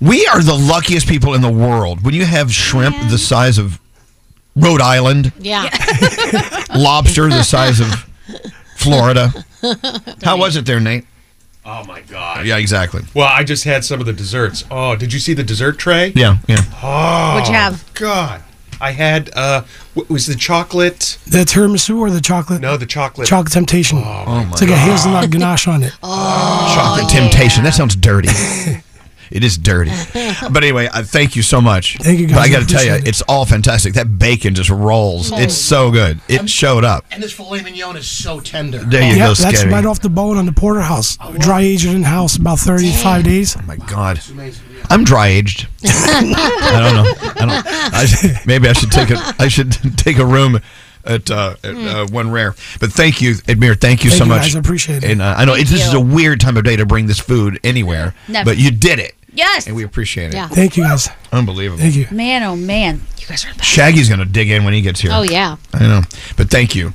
Speaker 4: we are the luckiest people in the world. When you have shrimp the size of Rhode Island,
Speaker 5: Yeah.
Speaker 4: lobster the size of Florida. How was it there, Nate?
Speaker 25: Oh my god.
Speaker 4: Yeah, exactly.
Speaker 25: Well, I just had some of the desserts. Oh, did you see the dessert tray?
Speaker 4: Yeah, yeah.
Speaker 25: Oh. What'd you have? God. I had uh what was the chocolate? The tiramisu or the chocolate? No, the chocolate. Chocolate temptation.
Speaker 4: Oh,
Speaker 25: my my God. God. It's like a hazelnut. hazelnut. Oh. ganache on it.
Speaker 4: Chocolate temptation. That sounds dirty. it is dirty. But anyway, I thank you so much. Thank
Speaker 25: you,
Speaker 4: But
Speaker 25: guys.
Speaker 4: I
Speaker 25: I
Speaker 4: got to tell you,
Speaker 25: appreciate it.
Speaker 4: it's all fantastic. That bacon just rolls.
Speaker 18: Mm.
Speaker 4: It's so good. It
Speaker 25: Um,
Speaker 4: showed up.
Speaker 18: And this filet mignon is so tender.
Speaker 4: There you
Speaker 25: yeah,
Speaker 4: go,
Speaker 25: that's
Speaker 4: Scary.
Speaker 25: right off the bone on the porterhouse. Dry aged in house about 35 days.
Speaker 4: Oh my God. I'm dry aged. I don't know. I don't. I, maybe I should take a. I should take a room at, uh, at
Speaker 6: Hmm.
Speaker 4: uh, one rare. But thank you, Admir. Thank you
Speaker 25: Thank
Speaker 4: so
Speaker 25: you,
Speaker 4: much.
Speaker 25: guys. I appreciate it.
Speaker 4: And uh, I know
Speaker 25: Thank
Speaker 4: it, this is
Speaker 25: you.
Speaker 4: a weird time of day to bring this food anywhere,
Speaker 6: Never.
Speaker 4: but you did it.
Speaker 6: Yes.
Speaker 4: and we appreciate it.
Speaker 6: Yeah.
Speaker 25: Thank you guys.
Speaker 4: Unbelievable.
Speaker 6: Man, oh man, you guys are.
Speaker 4: Shaggy's gonna dig in when he gets here.
Speaker 6: Oh, yeah.
Speaker 4: I know. But thank you.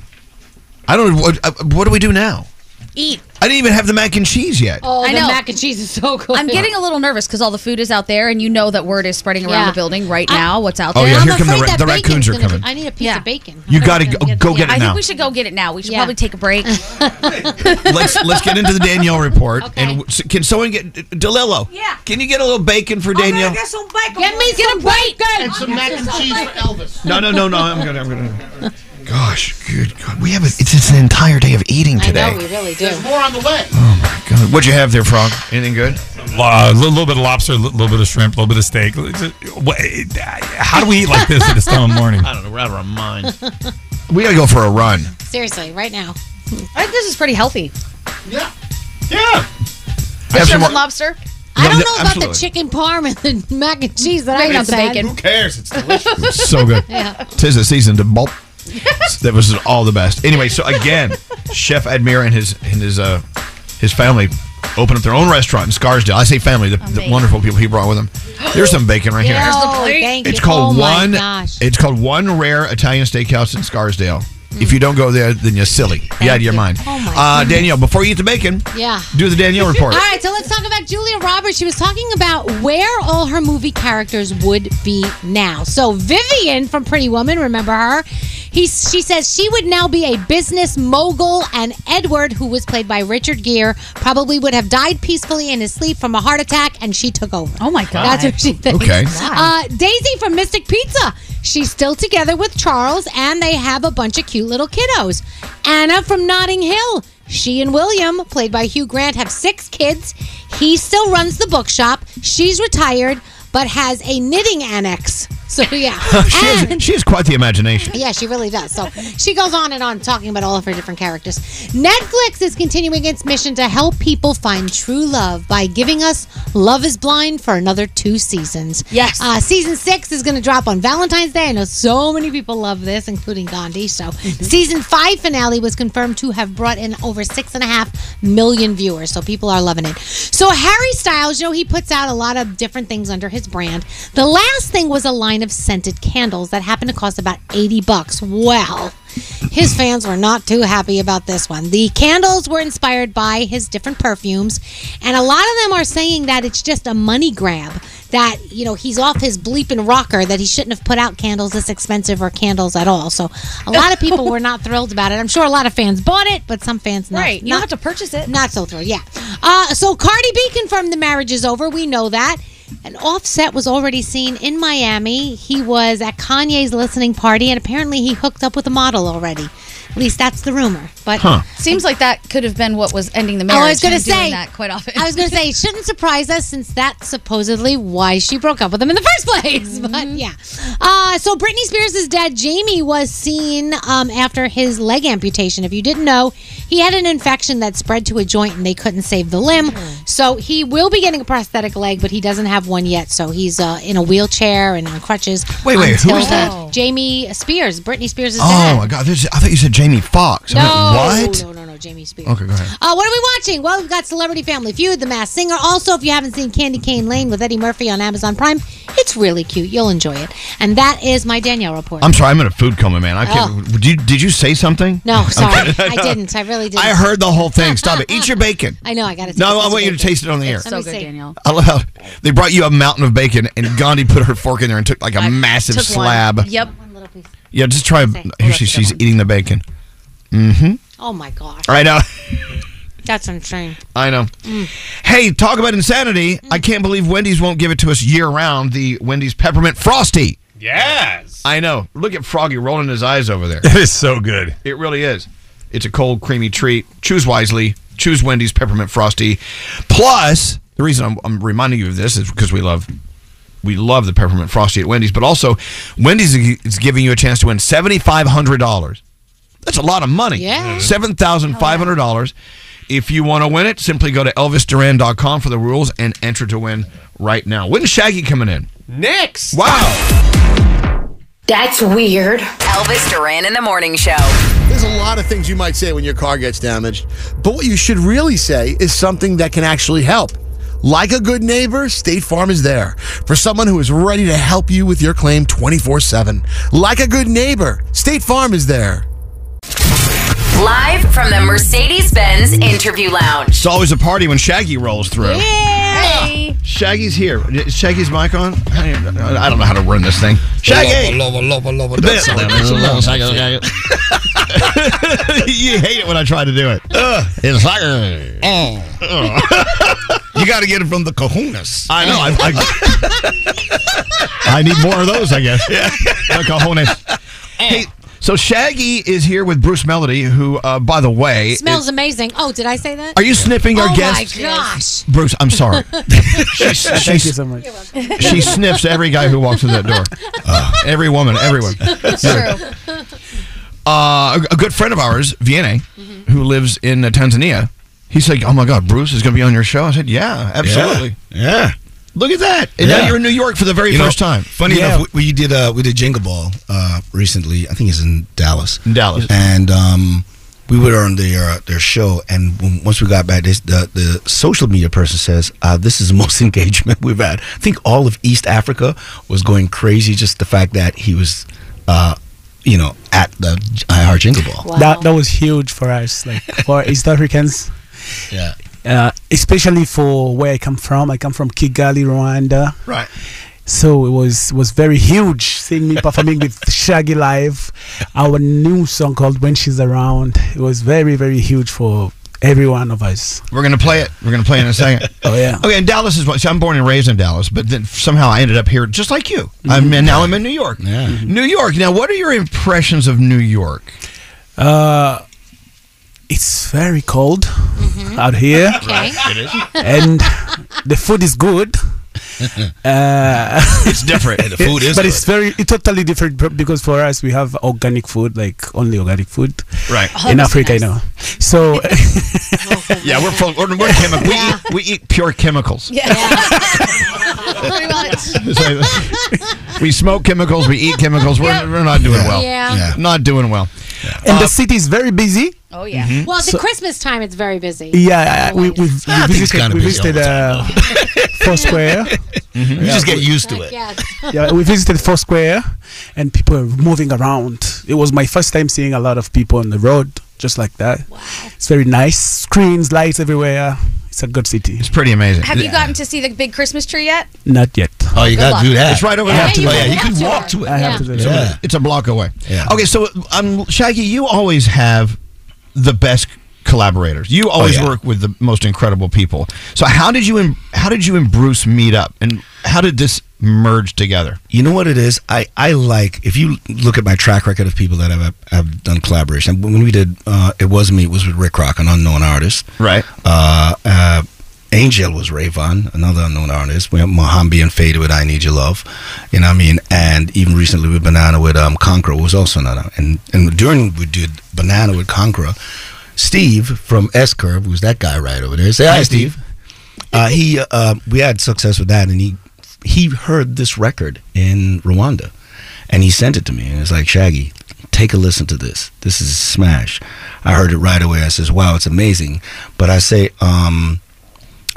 Speaker 4: I don't. What, uh, what do we do now?
Speaker 6: Eat.
Speaker 4: I didn't even have the mac and cheese yet.
Speaker 5: Oh,
Speaker 6: I
Speaker 5: the
Speaker 6: know.
Speaker 5: mac and cheese is so good.
Speaker 6: I'm getting a little nervous because all the food is out there, and you know that word is spreading around
Speaker 5: Yeah.
Speaker 6: the building right now. What's out
Speaker 4: Oh,
Speaker 6: there?
Speaker 4: yeah, here I'm come the afraid ra- that the bacon's raccoons are gonna- coming. I
Speaker 5: need a piece of bacon.
Speaker 4: You gotta go- go get it
Speaker 6: I
Speaker 4: now.
Speaker 6: think we should go get it now. We should probably take a break.
Speaker 4: let's let's get into the Danielle report. And w- can someone get Delillo? Yeah. Can you get a little bacon for Danielle?
Speaker 5: some bacon. Get me some bacon
Speaker 18: and some mac and cheese for Elvis.
Speaker 4: No, no, no, no. I'm gonna. I'm gonna. Gosh, good God. We have a, it's just an entire day of eating today.
Speaker 18: we really do. There's more on the way.
Speaker 4: God, what'd you have there, Frog? Anything good?
Speaker 3: A uh, little, little bit of lobster, a little, bit of shrimp, a little bit of steak. It's a- what- uh, How do we eat like this at this time of morning?
Speaker 4: I don't know. We're out of our minds. We gotta go for a run.
Speaker 5: Seriously, right now.
Speaker 6: I think this is pretty healthy.
Speaker 18: Yeah.
Speaker 6: Yeah.
Speaker 4: Have some
Speaker 6: Shrimp
Speaker 4: more-
Speaker 6: and lobster.
Speaker 5: I don't
Speaker 4: Yeah,
Speaker 5: know about
Speaker 4: absolutely.
Speaker 5: the chicken parm and the mac and cheese that I
Speaker 6: Maybe
Speaker 5: got
Speaker 6: it's the
Speaker 5: bad.
Speaker 6: bacon.
Speaker 5: Who
Speaker 3: cares? It's delicious.
Speaker 4: So good.
Speaker 5: Yeah.
Speaker 4: Tis the season to bulk. that was all the best. Anyway, so again, Chef Admir and his and his uh his family open up their own restaurant in Scarsdale. I say family, the, the wonderful people he brought with him. There's some bacon right here.
Speaker 5: There's the plate. thank
Speaker 4: It's
Speaker 5: you.
Speaker 4: called
Speaker 5: Oh my
Speaker 4: one.
Speaker 5: gosh.
Speaker 4: It's called one rare Italian steakhouse in Scarsdale. If you don't go there, then you're silly. you're out of your mind.
Speaker 5: Oh my
Speaker 4: uh, Danielle, before you eat the bacon,
Speaker 5: Yeah.
Speaker 4: do the Danielle report.
Speaker 5: All right, so let's talk about Julia Roberts. She was talking about where all her movie characters would be now. So Vivian from Pretty Woman, remember her? He, she says she would now be a business mogul, and Edward, who was played by Richard Gere, probably would have died peacefully in his sleep from a heart attack, and she took over. Oh my
Speaker 6: God.
Speaker 5: That's what she thinks.
Speaker 6: Okay.
Speaker 5: Uh, Daisy from Mystic Pizza. She's still together with Charles, and they have a bunch of cute little kiddos. Anna from Notting Hill. She and William, played by Hugh Grant, have six kids. He still runs the bookshop. She's retired, but has a knitting annex. So, yeah.
Speaker 4: she, has, she has quite the imagination.
Speaker 5: Yeah, she really does. So she goes on and on talking about all of her different characters. Netflix is continuing its mission to help people find true love by giving us Love is Blind for another two seasons. Yes. Uh, season six is going to drop on Valentine's Day. I know so many people love this, including Gandhi. So the season five finale was confirmed to have brought in over six and a half million viewers. So people are loving it. So Harry Styles, you know, he puts out a lot of different things under his brand. The last thing was a line of scented candles that happened to cost about 80 bucks. Well, his fans were not too happy about this one. The candles were inspired by his different perfumes, and a lot of them are saying that it's just a money grab. That, you know, he's off his bleeping rocker, that he shouldn't have put out candles this expensive or candles at all. So a lot of people were not thrilled about it. I'm sure a lot of fans bought it, but some fans not.
Speaker 6: Right. You
Speaker 5: not,
Speaker 6: don't have to purchase it.
Speaker 5: Not so thrilled, yeah. Uh, so Cardi B confirmed the marriage is over. We know that. An offset was already seen in Miami. He was at Kanye's listening party, and apparently he hooked up with a model already. At least that's the rumor. But
Speaker 6: Huh. Seems like that could have been what was ending the marriage.
Speaker 5: Oh, I was going to
Speaker 6: Him doing
Speaker 5: say
Speaker 6: that quite often.
Speaker 5: I was going to say it shouldn't surprise us since that's supposedly why she broke up with him in the first place. But yeah. Uh, so Britney Spears' dad Jamie was seen um, after his leg amputation. If you didn't know, he had an infection that spread to a joint and they couldn't save the limb. So he will be getting a prosthetic leg, but he doesn't have one yet. So he's uh, in a wheelchair and on crutches.
Speaker 4: Wait, wait, who
Speaker 5: until
Speaker 4: is that?
Speaker 5: the- Jamie Spears, Britney Spears'
Speaker 4: Oh
Speaker 5: dad.
Speaker 4: my God! This is, I thought you said Jamie Foxx.
Speaker 5: No,
Speaker 4: I went, what?
Speaker 5: no, no, no, Jamie Spears.
Speaker 4: Okay, go ahead.
Speaker 5: Uh, what are we watching? Well, we've got Celebrity Family Feud, The Masked Singer. Also, if you haven't seen Candy Cane Lane with Eddie Murphy on Amazon Prime, it's really cute. You'll enjoy it. And that is my Danielle report.
Speaker 4: I'm sorry, I'm in a food coma, man. I can't. Did, you, did you say something?
Speaker 5: Oh. No, sorry,
Speaker 4: Okay.
Speaker 5: I didn't. I really didn't.
Speaker 4: I heard the whole thing. Stop it. Eat your bacon.
Speaker 5: I know. I got to.
Speaker 4: No, I want you to taste it on the air.
Speaker 5: so good, Danielle.
Speaker 4: I love how they brought you a mountain of bacon, and Gandhi put her fork in there and took like a massive slab.
Speaker 6: Yep.
Speaker 4: Yeah, just try. Here she, she's eating the bacon. Mm-hmm.
Speaker 5: Oh my gosh,
Speaker 4: I know.
Speaker 5: that's insane.
Speaker 4: I know.
Speaker 5: Mm.
Speaker 4: Hey, talk about insanity.
Speaker 5: Mm-hmm.
Speaker 4: I can't believe Wendy's won't give it to us year round. The Wendy's peppermint frosty.
Speaker 3: Yes.
Speaker 4: I know. Look at Froggy rolling his eyes over there.
Speaker 3: It is so good.
Speaker 4: It really is. It's a cold, creamy treat. Choose wisely. Choose Wendy's Peppermint Frosty. Plus, the reason I'm, I'm reminding you of this is because we love we love the Peppermint Frosty at Wendy's, but also Wendy's is giving you a chance to win seventy five hundred dollars. That's a lot of money.
Speaker 3: Mm-hmm.
Speaker 5: Yeah.
Speaker 4: Seven thousand five hundred dollars. If you want to win it, simply go to elvisduran.com for the rules and enter to win right now. When's Shaggy coming in?
Speaker 1: Next.
Speaker 4: Wow.
Speaker 1: That's weird. Elvis Duran in the morning show.
Speaker 23: There's a lot of things you might say when your car gets damaged, but what you should really say is something that can actually help. Like a good neighbor, State Farm is there for someone who is ready to help you with your claim 24 7. Like a good neighbor, State Farm is there.
Speaker 1: Live from the Mercedes Benz interview lounge.
Speaker 4: It's always a party when Shaggy rolls through.
Speaker 1: Hey.
Speaker 4: Shaggy's here. Is Shaggy's mic on? I I don't know how to run this thing. Shaggy! That's a little- that's a little Shaggy. you hate it when I try to do it. it's like,
Speaker 2: Uh. you got to get it from the Kahunas.
Speaker 4: I know. I, I, I need more of those, I guess. Yeah.
Speaker 2: Uh.
Speaker 4: cojones. Hey, so Shaggy is here with Bruce Melody, who, uh, by the way,
Speaker 5: Smells amazing. Oh, did I say that?
Speaker 4: Are you sniffing our
Speaker 5: oh
Speaker 4: guest?
Speaker 5: Oh my gosh.
Speaker 4: Bruce, I'm sorry. She's-
Speaker 25: Thank you so much.
Speaker 4: She sniffs every guy who walks in that door. every woman, everyone. Uh, a, a good friend of ours, Vianney, who lives in uh, Tanzania, he's like, "Oh my God, Bruce is going to be on your show." I said, "Yeah, absolutely."
Speaker 2: Yeah.
Speaker 4: Look at that. And now you're in New York for the very
Speaker 2: You know,
Speaker 4: first time.
Speaker 2: Funny
Speaker 4: Yeah.
Speaker 2: enough, we, we did uh, we did Jenga Ball uh, recently. I think it's in Dallas.
Speaker 4: Dallas.
Speaker 2: And um,
Speaker 11: we were on their uh, their show, and when, once we got back, this, the the social media person says, uh, "This is the most engagement we've had." I think all of East Africa was going crazy just the fact that he was, uh, you know, at the I Heart Jingle Ball.
Speaker 13: That that was huge for us, like for East Africans.
Speaker 11: Yeah.
Speaker 13: Uh, especially for where I come from. I come from Kigali, Rwanda.
Speaker 11: Right.
Speaker 13: So it was was very huge seeing me performing with Shaggy Live, our new song called When She's Around. It was very very huge for every one of us.
Speaker 4: We're gonna play it. We're gonna play it in a second.
Speaker 13: oh yeah.
Speaker 4: Okay, and Dallas is what. So I'm born and raised in Dallas, but then somehow I ended up here, just like you. I'm and now I'm in New York.
Speaker 11: Yeah.
Speaker 4: New York. Now, what are your impressions of New York?
Speaker 13: Uh, it's very cold out here.
Speaker 4: Right, it is.
Speaker 13: And the food is good. Uh,
Speaker 11: It's different. The food is
Speaker 13: but it's very it's totally different b- because for us we have organic food, like only organic food.
Speaker 11: Right. Oh,
Speaker 13: in
Speaker 11: that's
Speaker 13: Africa, you know. So
Speaker 4: yeah, we're full, we're, we're chemi- we, eat, we eat pure chemicals.
Speaker 6: Pretty much.
Speaker 4: we smoke chemicals. We eat chemicals. We're, we're not doing well.
Speaker 5: Yeah. Yeah.
Speaker 4: Not doing well. Mm-hmm.
Speaker 13: and the city is very busy.
Speaker 5: Oh
Speaker 13: yeah. Mhm.
Speaker 5: Well, at the
Speaker 13: So-
Speaker 5: Christmas time, it's very busy.
Speaker 13: Yeah, we, we, we
Speaker 5: Ah, things
Speaker 13: visited,
Speaker 5: gotta
Speaker 13: we
Speaker 5: be
Speaker 13: visited uh, Foursquare.
Speaker 11: Mm-hmm.
Speaker 4: Mm-hmm.
Speaker 11: You
Speaker 13: Yeah,
Speaker 11: just get
Speaker 13: we-
Speaker 11: used to it.
Speaker 13: yeah, we visited Foursquare, and people were moving around. It was my first time seeing a lot of people on the road, just like that. Wow. It's very nice. Screens, lights everywhere. It's a good city. It's
Speaker 4: pretty amazing.
Speaker 6: Have you gotten to see the big Christmas tree yet?
Speaker 13: Not yet.
Speaker 11: Oh, you
Speaker 6: Good gotta luck. do that.
Speaker 4: It's right over
Speaker 6: Yeah,
Speaker 4: there.
Speaker 6: you
Speaker 4: Oh,
Speaker 6: can
Speaker 4: yeah, you
Speaker 6: walk
Speaker 4: can
Speaker 6: to
Speaker 4: walk
Speaker 6: it.
Speaker 4: to it.
Speaker 13: I have to do it.
Speaker 4: Yeah. It's a block away.
Speaker 11: Yeah.
Speaker 4: Okay, so um, Shaggy, you always have the best collaborators. You always
Speaker 11: Oh, yeah.
Speaker 4: work with the most incredible people. So how did you and how did you and Bruce meet up, and how did this merge together?
Speaker 11: You know what it is? I, I like, if you look at my track record of people that have, have done collaboration, when we did uh, It Was Me, it was with Rick Rock, an unknown artist.
Speaker 4: Right.
Speaker 11: Uh, uh, Angel was Ray Vaughan, another unknown artist. We have Mohambi and Fade with I Need Your Love. You know what I mean? And even recently with Banana with um, Conqueror was also another. And, and during we did Banana with Conqueror, Steve from S Curve, who's that guy right over there, say hi, Steve uh, he uh, we had success with that, and he he heard this record in Rwanda, and he sent it to me, and it's like Shaggy, take a listen to this. This is a smash. I heard it right away. I says, wow, it's amazing. But I say, um,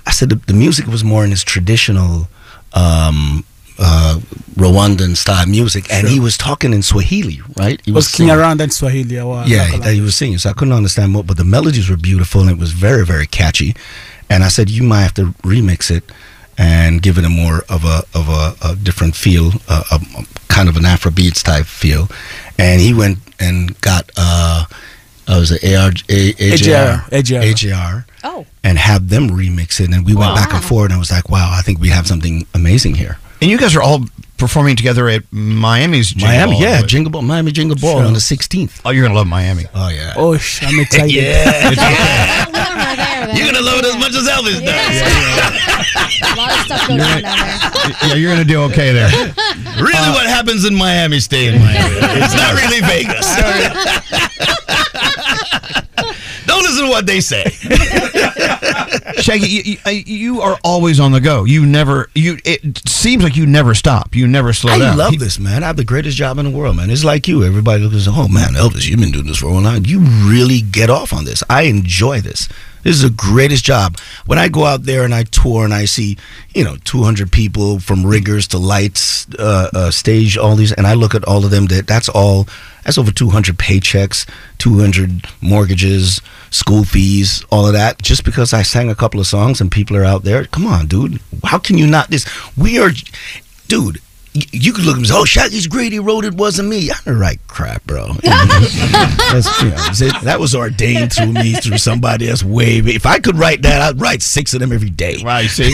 Speaker 11: I said the, the music was more in his traditional. Um, uh, Rwandan style music, and he was talking in Swahili, right? He
Speaker 13: It was
Speaker 11: singing-
Speaker 13: Kinyarwanda and Swahili. our
Speaker 11: yeah,
Speaker 13: local
Speaker 11: that he was singing. So I couldn't understand what, but the melodies were beautiful and it was very, very catchy. And I said, you might have to remix it and give it a more of a of a, a different feel, a, a, a kind of an Afrobeats type feel. And he went and got uh, uh, was it AR, A- AJR,
Speaker 13: AJR.
Speaker 11: AJR,
Speaker 6: Oh.
Speaker 11: and have them remix it. And we went back and forth, and I was like, wow, I think we have something amazing here.
Speaker 4: And you guys are all performing together at Miami's Jingle
Speaker 11: Miami,
Speaker 4: Ball,
Speaker 11: yeah,
Speaker 4: but-
Speaker 11: Jingle Ball, Miami Jingle Ball
Speaker 4: Sure.
Speaker 11: on the 16th.
Speaker 4: Oh, you're gonna love Miami.
Speaker 11: Oh yeah.
Speaker 13: Oh, sh- I'm excited.
Speaker 11: You're gonna love it as much as Elvis does.
Speaker 6: A lot of stuff goes on down there.
Speaker 4: yeah, you're gonna do okay there. Uh,
Speaker 11: Really, what happens in Miami stay in Miami. It's not really Vegas. Don't listen to what they say.
Speaker 4: Shaggy, you, you, I- you are always on the go. You never. You. It seems like you never stop. You never slow
Speaker 11: I
Speaker 4: down.
Speaker 11: love this, man. I have the greatest job in the world, man. It's like you. Everybody looks and says, oh, man, Elvis, you've been doing this for a long time. You really get off on this. I enjoy this. This is the greatest job. When I go out there and I tour and I see, you know, 200 people from riggers to lights, uh, uh, stage, all these, and I look at all of them, that that's all, that's over 200 paychecks, 200 mortgages, school fees, all of that, just because I sang a couple of songs and people are out there. Come on, dude. How can you not this? We are, dude, y- you could look at him and say, oh, Shaggy's great. He wrote it wasn't me. I don't write crap, bro. That's, you know, I'm saying, that was ordained through me, through somebody else way. If I could write that, I'd write six of them every day. Right, see?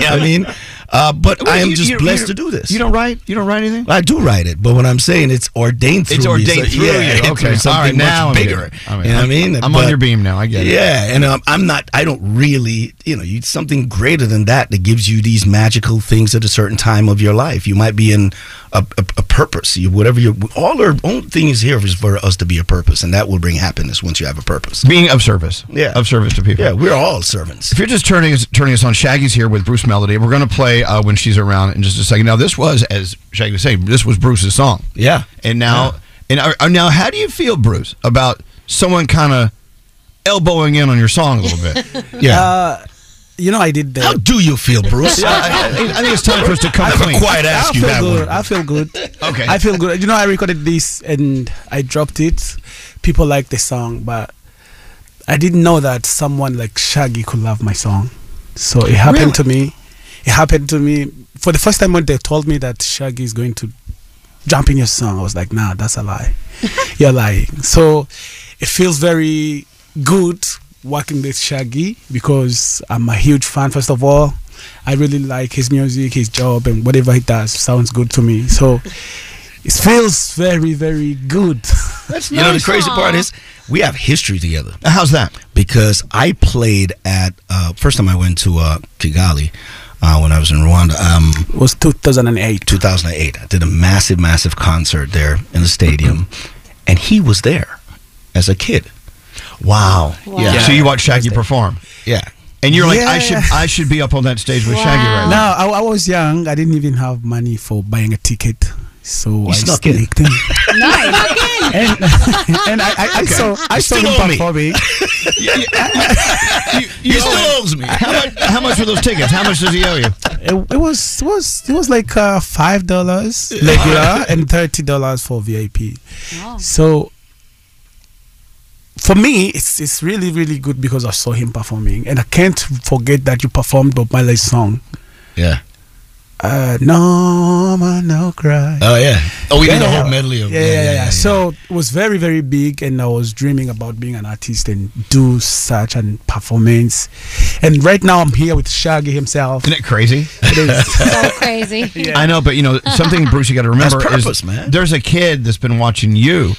Speaker 11: I mean? Uh, but I am
Speaker 4: You-
Speaker 11: just
Speaker 4: you-
Speaker 11: blessed
Speaker 4: you-
Speaker 11: to do this.
Speaker 4: You don't write. You don't write anything.
Speaker 11: I do write it, but what I'm saying, it's ordained through
Speaker 4: It's
Speaker 11: me.
Speaker 4: ordained
Speaker 11: So,
Speaker 4: through you.
Speaker 11: it's
Speaker 4: Okay.
Speaker 11: something
Speaker 4: All right,
Speaker 11: much
Speaker 4: now I'm
Speaker 11: bigger.
Speaker 4: getting it. I mean,
Speaker 11: you know what I
Speaker 4: I'm-
Speaker 11: mean?
Speaker 4: I'm on your beam now. I get it.
Speaker 11: Yeah, and um, I'm not. I don't really. You know, you something greater than that that gives you these magical things at a certain time of your life. You might be in a, a, a purpose. You whatever you. All our own things here is for us to be a purpose, and that will bring happiness once you have a purpose.
Speaker 4: Being of service.
Speaker 11: Yeah.
Speaker 4: Of service to people.
Speaker 11: Yeah, we're all servants.
Speaker 4: If you're just turning us, turning us on, Shaggy's here with Bruce Melody. We're going to play uh, when she's around in just a second. Now, this was, as Shaggy was saying, this was Bruce's song.
Speaker 11: Yeah.
Speaker 4: uh, And now, and uh, now, how do you feel, Bruce, about someone kind of elbowing in on your song a little bit. Yeah.
Speaker 13: Uh, you know, I did that. How
Speaker 4: do you feel, Bruce? I- I- I think it's time for us to come
Speaker 13: I feel-
Speaker 4: clean. Quiet ask
Speaker 13: I
Speaker 4: you
Speaker 13: feel
Speaker 4: that
Speaker 13: good.
Speaker 4: one.
Speaker 13: I feel good.
Speaker 4: Okay.
Speaker 13: I feel good. You know, I recorded this and I dropped it. People like the song, but I didn't know that someone like Shaggy could love my song. So it happened to me. It happened to me for the first time when they told me that Shaggy is going to jump in your song. I was like, nah, that's a lie. You're lying. So it feels very good working with Shaggy because I'm a huge fan, first of all. I really like his music, his job, and whatever he does sounds good to me. So it feels very, very good.
Speaker 11: you know the crazy part is we have history together.
Speaker 4: How's that?
Speaker 11: Because I played at uh, first time I went to uh, Kigali uh, when I was in Rwanda. Um,
Speaker 13: was 2008.
Speaker 11: 2008. I did a massive, massive concert there in the stadium, and he was there as a kid.
Speaker 4: Wow. Yeah. So you watch Shaggy perform.
Speaker 11: Yeah.
Speaker 4: And you're like, I
Speaker 13: Yeah.
Speaker 4: should I should be up on that stage with Shaggy right now.
Speaker 13: No, I, I was young. I didn't even have money for buying a ticket. So I
Speaker 4: snuck in.
Speaker 13: sneaked in.
Speaker 7: Nice.
Speaker 13: and and I, I, I saw I
Speaker 4: You
Speaker 13: saw
Speaker 4: still
Speaker 13: him
Speaker 4: owe me.
Speaker 13: performing.
Speaker 4: He still owes me. How much, how much were those tickets? How much does he owe you?
Speaker 13: It, it was it was it was like uh, five dollars regular and thirty dollars for VIP. So for me, it's it's really really good because I saw him performing, and I can't forget that you performed Bob Marley's song.
Speaker 11: Yeah.
Speaker 13: Uh, no man, no cry.
Speaker 11: Oh yeah. Oh, we did a
Speaker 13: Yeah.
Speaker 11: whole medley of
Speaker 13: yeah, yeah, yeah, yeah, So it was very, very big, and I was dreaming about being an artist and do such an performance. And right now, I'm here with Shaggy himself.
Speaker 4: Isn't it crazy?
Speaker 13: It is.
Speaker 5: crazy.
Speaker 4: I know, but you know something, Bruce. You got to remember
Speaker 11: That's purpose,
Speaker 4: is
Speaker 11: man. Mm-hmm.
Speaker 4: there's a kid that's been watching you.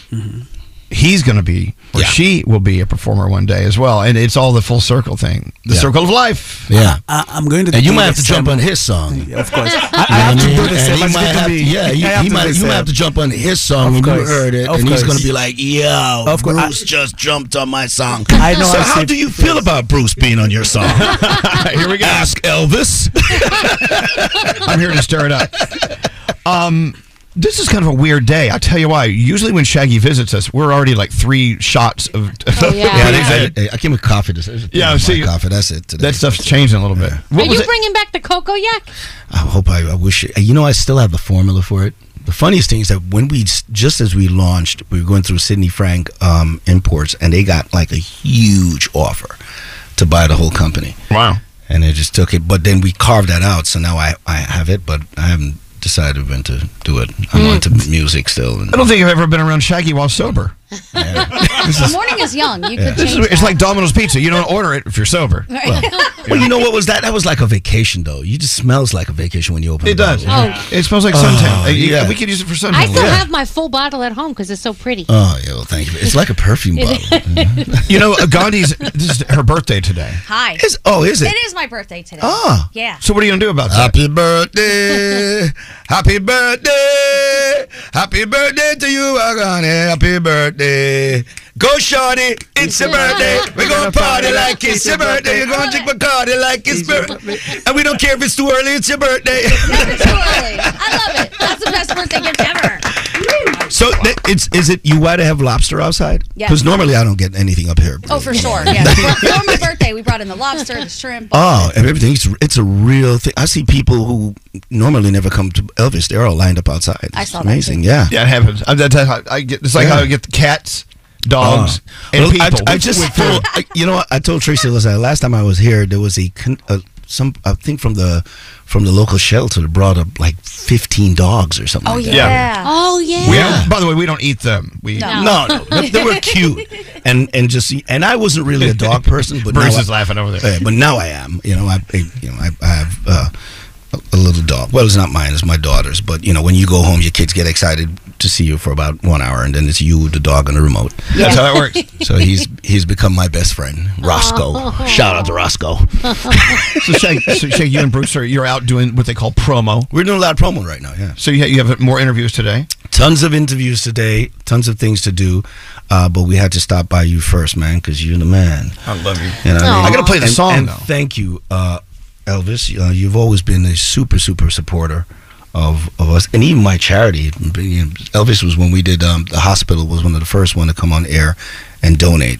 Speaker 4: He's going to be, or she will be, a performer one day as well, and it's all the full circle thing, the
Speaker 11: Yeah.
Speaker 4: circle of life.
Speaker 11: Yeah.
Speaker 13: I, Uh, I'm going to.
Speaker 11: And you
Speaker 13: do
Speaker 11: might have
Speaker 13: the
Speaker 11: to jump on
Speaker 13: same.
Speaker 11: his song.
Speaker 13: Yeah, of course. I, I
Speaker 11: You know
Speaker 13: have
Speaker 11: what
Speaker 13: to
Speaker 11: mean?
Speaker 13: do the
Speaker 11: And
Speaker 13: same.
Speaker 11: he
Speaker 13: It's
Speaker 11: might
Speaker 13: good to
Speaker 11: have to-
Speaker 13: be-
Speaker 11: yeah, you,
Speaker 13: I have
Speaker 11: he
Speaker 13: to do
Speaker 11: might,
Speaker 13: the
Speaker 11: you might
Speaker 13: same.
Speaker 11: have to jump on his
Speaker 13: Of
Speaker 11: song when
Speaker 13: course.
Speaker 11: you heard it,
Speaker 13: Of
Speaker 11: and he's
Speaker 13: course.
Speaker 11: going to be like, "Yo,
Speaker 13: Of course.
Speaker 11: Bruce just jumped on my song."
Speaker 13: I know
Speaker 11: So
Speaker 13: I
Speaker 11: how
Speaker 13: said-
Speaker 11: do you feel about Bruce being on your song? Here we go. Ask Elvis.
Speaker 4: I'm here to stir it up. Um, this is kind of a weird day. I tell you why. Usually when Shaggy visits us, we're already like three shots of.
Speaker 11: Oh, yeah. Yeah, it is. I came with coffee. This is
Speaker 4: yeah, see,
Speaker 11: coffee. That's it. Today.
Speaker 4: That stuff's changing a little bit.
Speaker 5: Are you bringing back the cocoa yak?
Speaker 11: I hope I, I wish it, you know I still have the formula for it. The funniest thing is that when we just as we launched, we were going through Sidney Frank um, imports, and they got like a huge offer to buy the whole company.
Speaker 4: Wow!
Speaker 11: And they just took it, but then we carved that out, so now I I have it, but I haven't decided when to do it. I'm
Speaker 4: Mm.
Speaker 11: onto music still. And
Speaker 4: I don't think I've ever been around Shaggy while sober. This
Speaker 6: the morning is young. You
Speaker 4: Yeah.
Speaker 6: could change.
Speaker 4: This is- it's like Domino's Pizza. You don't order it if you're sober.
Speaker 11: well, well, you know what was that? That was like a vacation, though. You just smells like a vacation when you open
Speaker 4: It does.
Speaker 11: bottle.
Speaker 5: Oh.
Speaker 4: It smells like
Speaker 11: Oh,
Speaker 4: suntan. Uh,
Speaker 11: yeah.
Speaker 4: We could use it for suntan.
Speaker 5: I still
Speaker 4: Yeah.
Speaker 5: have my full bottle at home because it's so pretty.
Speaker 11: Oh yeah, well thank you. It's like a perfume bottle. Mm-hmm.
Speaker 4: you know, uh, Gandhi's. This is her birthday today.
Speaker 6: Hi.
Speaker 11: Is- oh, is it?
Speaker 6: It is my birthday today.
Speaker 4: Ah.
Speaker 6: Yeah.
Speaker 4: So what are you gonna do about that? Happy birthday, happy birthday,
Speaker 2: Happy birthday to you, Agani. Happy birthday. Go, Shawty. It's your birthday. We're going to party like it's your birthday. You're going to drink Bacardi like it's birthday. And we don't care if it's too early. It's your birthday.
Speaker 6: That's the best birthday gift ever.
Speaker 11: So th- it's is it you why to have lobster outside?
Speaker 6: Yeah.
Speaker 11: Because normally I don't get anything up here.
Speaker 6: Oh, for sure. Yeah. For, for my birthday, we brought in the lobster, the shrimp.
Speaker 11: Oh, and everything's it's a real thing. I see people who normally never come to Elvis. They're all lined up outside. It's
Speaker 6: I saw that,
Speaker 11: amazing.
Speaker 6: too.
Speaker 11: Yeah.
Speaker 4: Yeah, it happens. I, that's how I get. It's like
Speaker 11: Yeah.
Speaker 4: how I get the cats, dogs,
Speaker 11: Oh.
Speaker 4: and
Speaker 11: Well, I-
Speaker 4: people.
Speaker 11: I, just told, I- you know what? I told Tracy listen, last time I was here there was a, con- a some I think from the from the local shelter that brought up like 15 dogs or something.
Speaker 6: Oh,
Speaker 11: like
Speaker 6: yeah.
Speaker 11: that.
Speaker 5: Oh yeah.
Speaker 4: We don't, by the way, we don't eat them. We
Speaker 11: No, no, they- they were cute, and and just and I wasn't really a dog person, but
Speaker 4: Bruce
Speaker 11: now
Speaker 4: is
Speaker 11: I,
Speaker 4: laughing over there.
Speaker 11: Yeah, but now I am. You know, I I- you know I, I have uh, a- a little dog. Well, it's not mine; it's my daughter's. But you know, when you go home, your kids get excited to see you for about one hour, and then it's you, the dog, and the remote.
Speaker 4: That's how that works.
Speaker 11: So he's he's become my best friend, Roscoe. Shout out to Roscoe.
Speaker 4: so, Shag, so Shag, you and Bruce are you're out doing what they call promo.
Speaker 11: We're doing a lot of promo right now. Yeah.
Speaker 4: So you have, you have more interviews today.
Speaker 11: Tons of interviews today. Tons of things to do. Uh, but we had to stop by you first, man, because you're the man.
Speaker 4: I love you.
Speaker 11: You know what I, mean?
Speaker 4: I gotta play the
Speaker 11: And-
Speaker 4: song
Speaker 11: and
Speaker 4: though.
Speaker 11: Thank you, uh, Elvis. Uh, you've always been a super, super supporter of, of us, and even my charity. Elvis was when we did um, the hospital was one of the first one to come on air and donate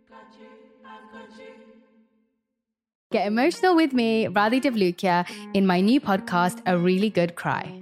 Speaker 15: Get emotional with me, Radhi Devlukia, in my new podcast, A Really Good Cry.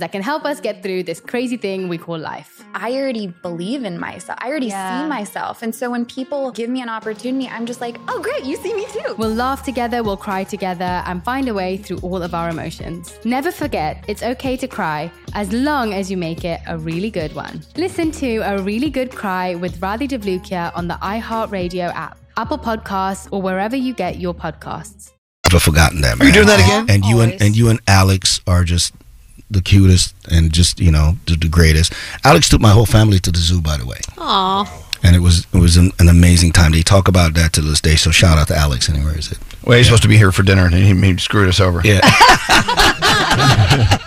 Speaker 15: that can help us get through this crazy thing we call life.
Speaker 20: I already believe in myself. I already
Speaker 15: Yeah.
Speaker 20: see myself. And so when people give me an opportunity, I'm just like, oh, great, you see me too.
Speaker 15: We'll laugh together, we'll cry together, and find a way through all of our emotions. Never forget, it's okay to cry as long as you make it a really good one. Listen to A Really Good Cry with Radhi Devlukia on the iHeartRadio app, Apple Podcasts, or wherever you get your podcasts.
Speaker 11: never forgotten that.
Speaker 26: Are you doing that again?
Speaker 11: And you and and you and Alex are just the cutest and just you know the, the greatest. Alex took my whole family to the zoo, by the way,
Speaker 5: Aw.
Speaker 11: and it was it was an, an amazing time. They talk about that to this day. So shout out to Alex. Anywhere is it?
Speaker 4: Well, he's supposed to be here for dinner, and he, he screwed us over.
Speaker 11: Yeah.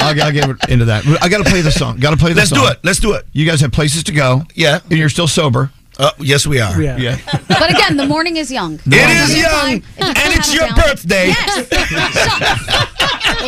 Speaker 4: I'll, I'll get into that. I got to play the song. Got to play the
Speaker 11: Let's
Speaker 4: song.
Speaker 11: do it. Let's do it.
Speaker 4: You guys have places to go.
Speaker 11: Yeah.
Speaker 4: And you're still sober.
Speaker 11: Uh, yes, we are.
Speaker 4: Yeah.
Speaker 6: But again, the morning is young.
Speaker 4: The It morning is is
Speaker 11: young,
Speaker 6: and
Speaker 11: it's your birthday.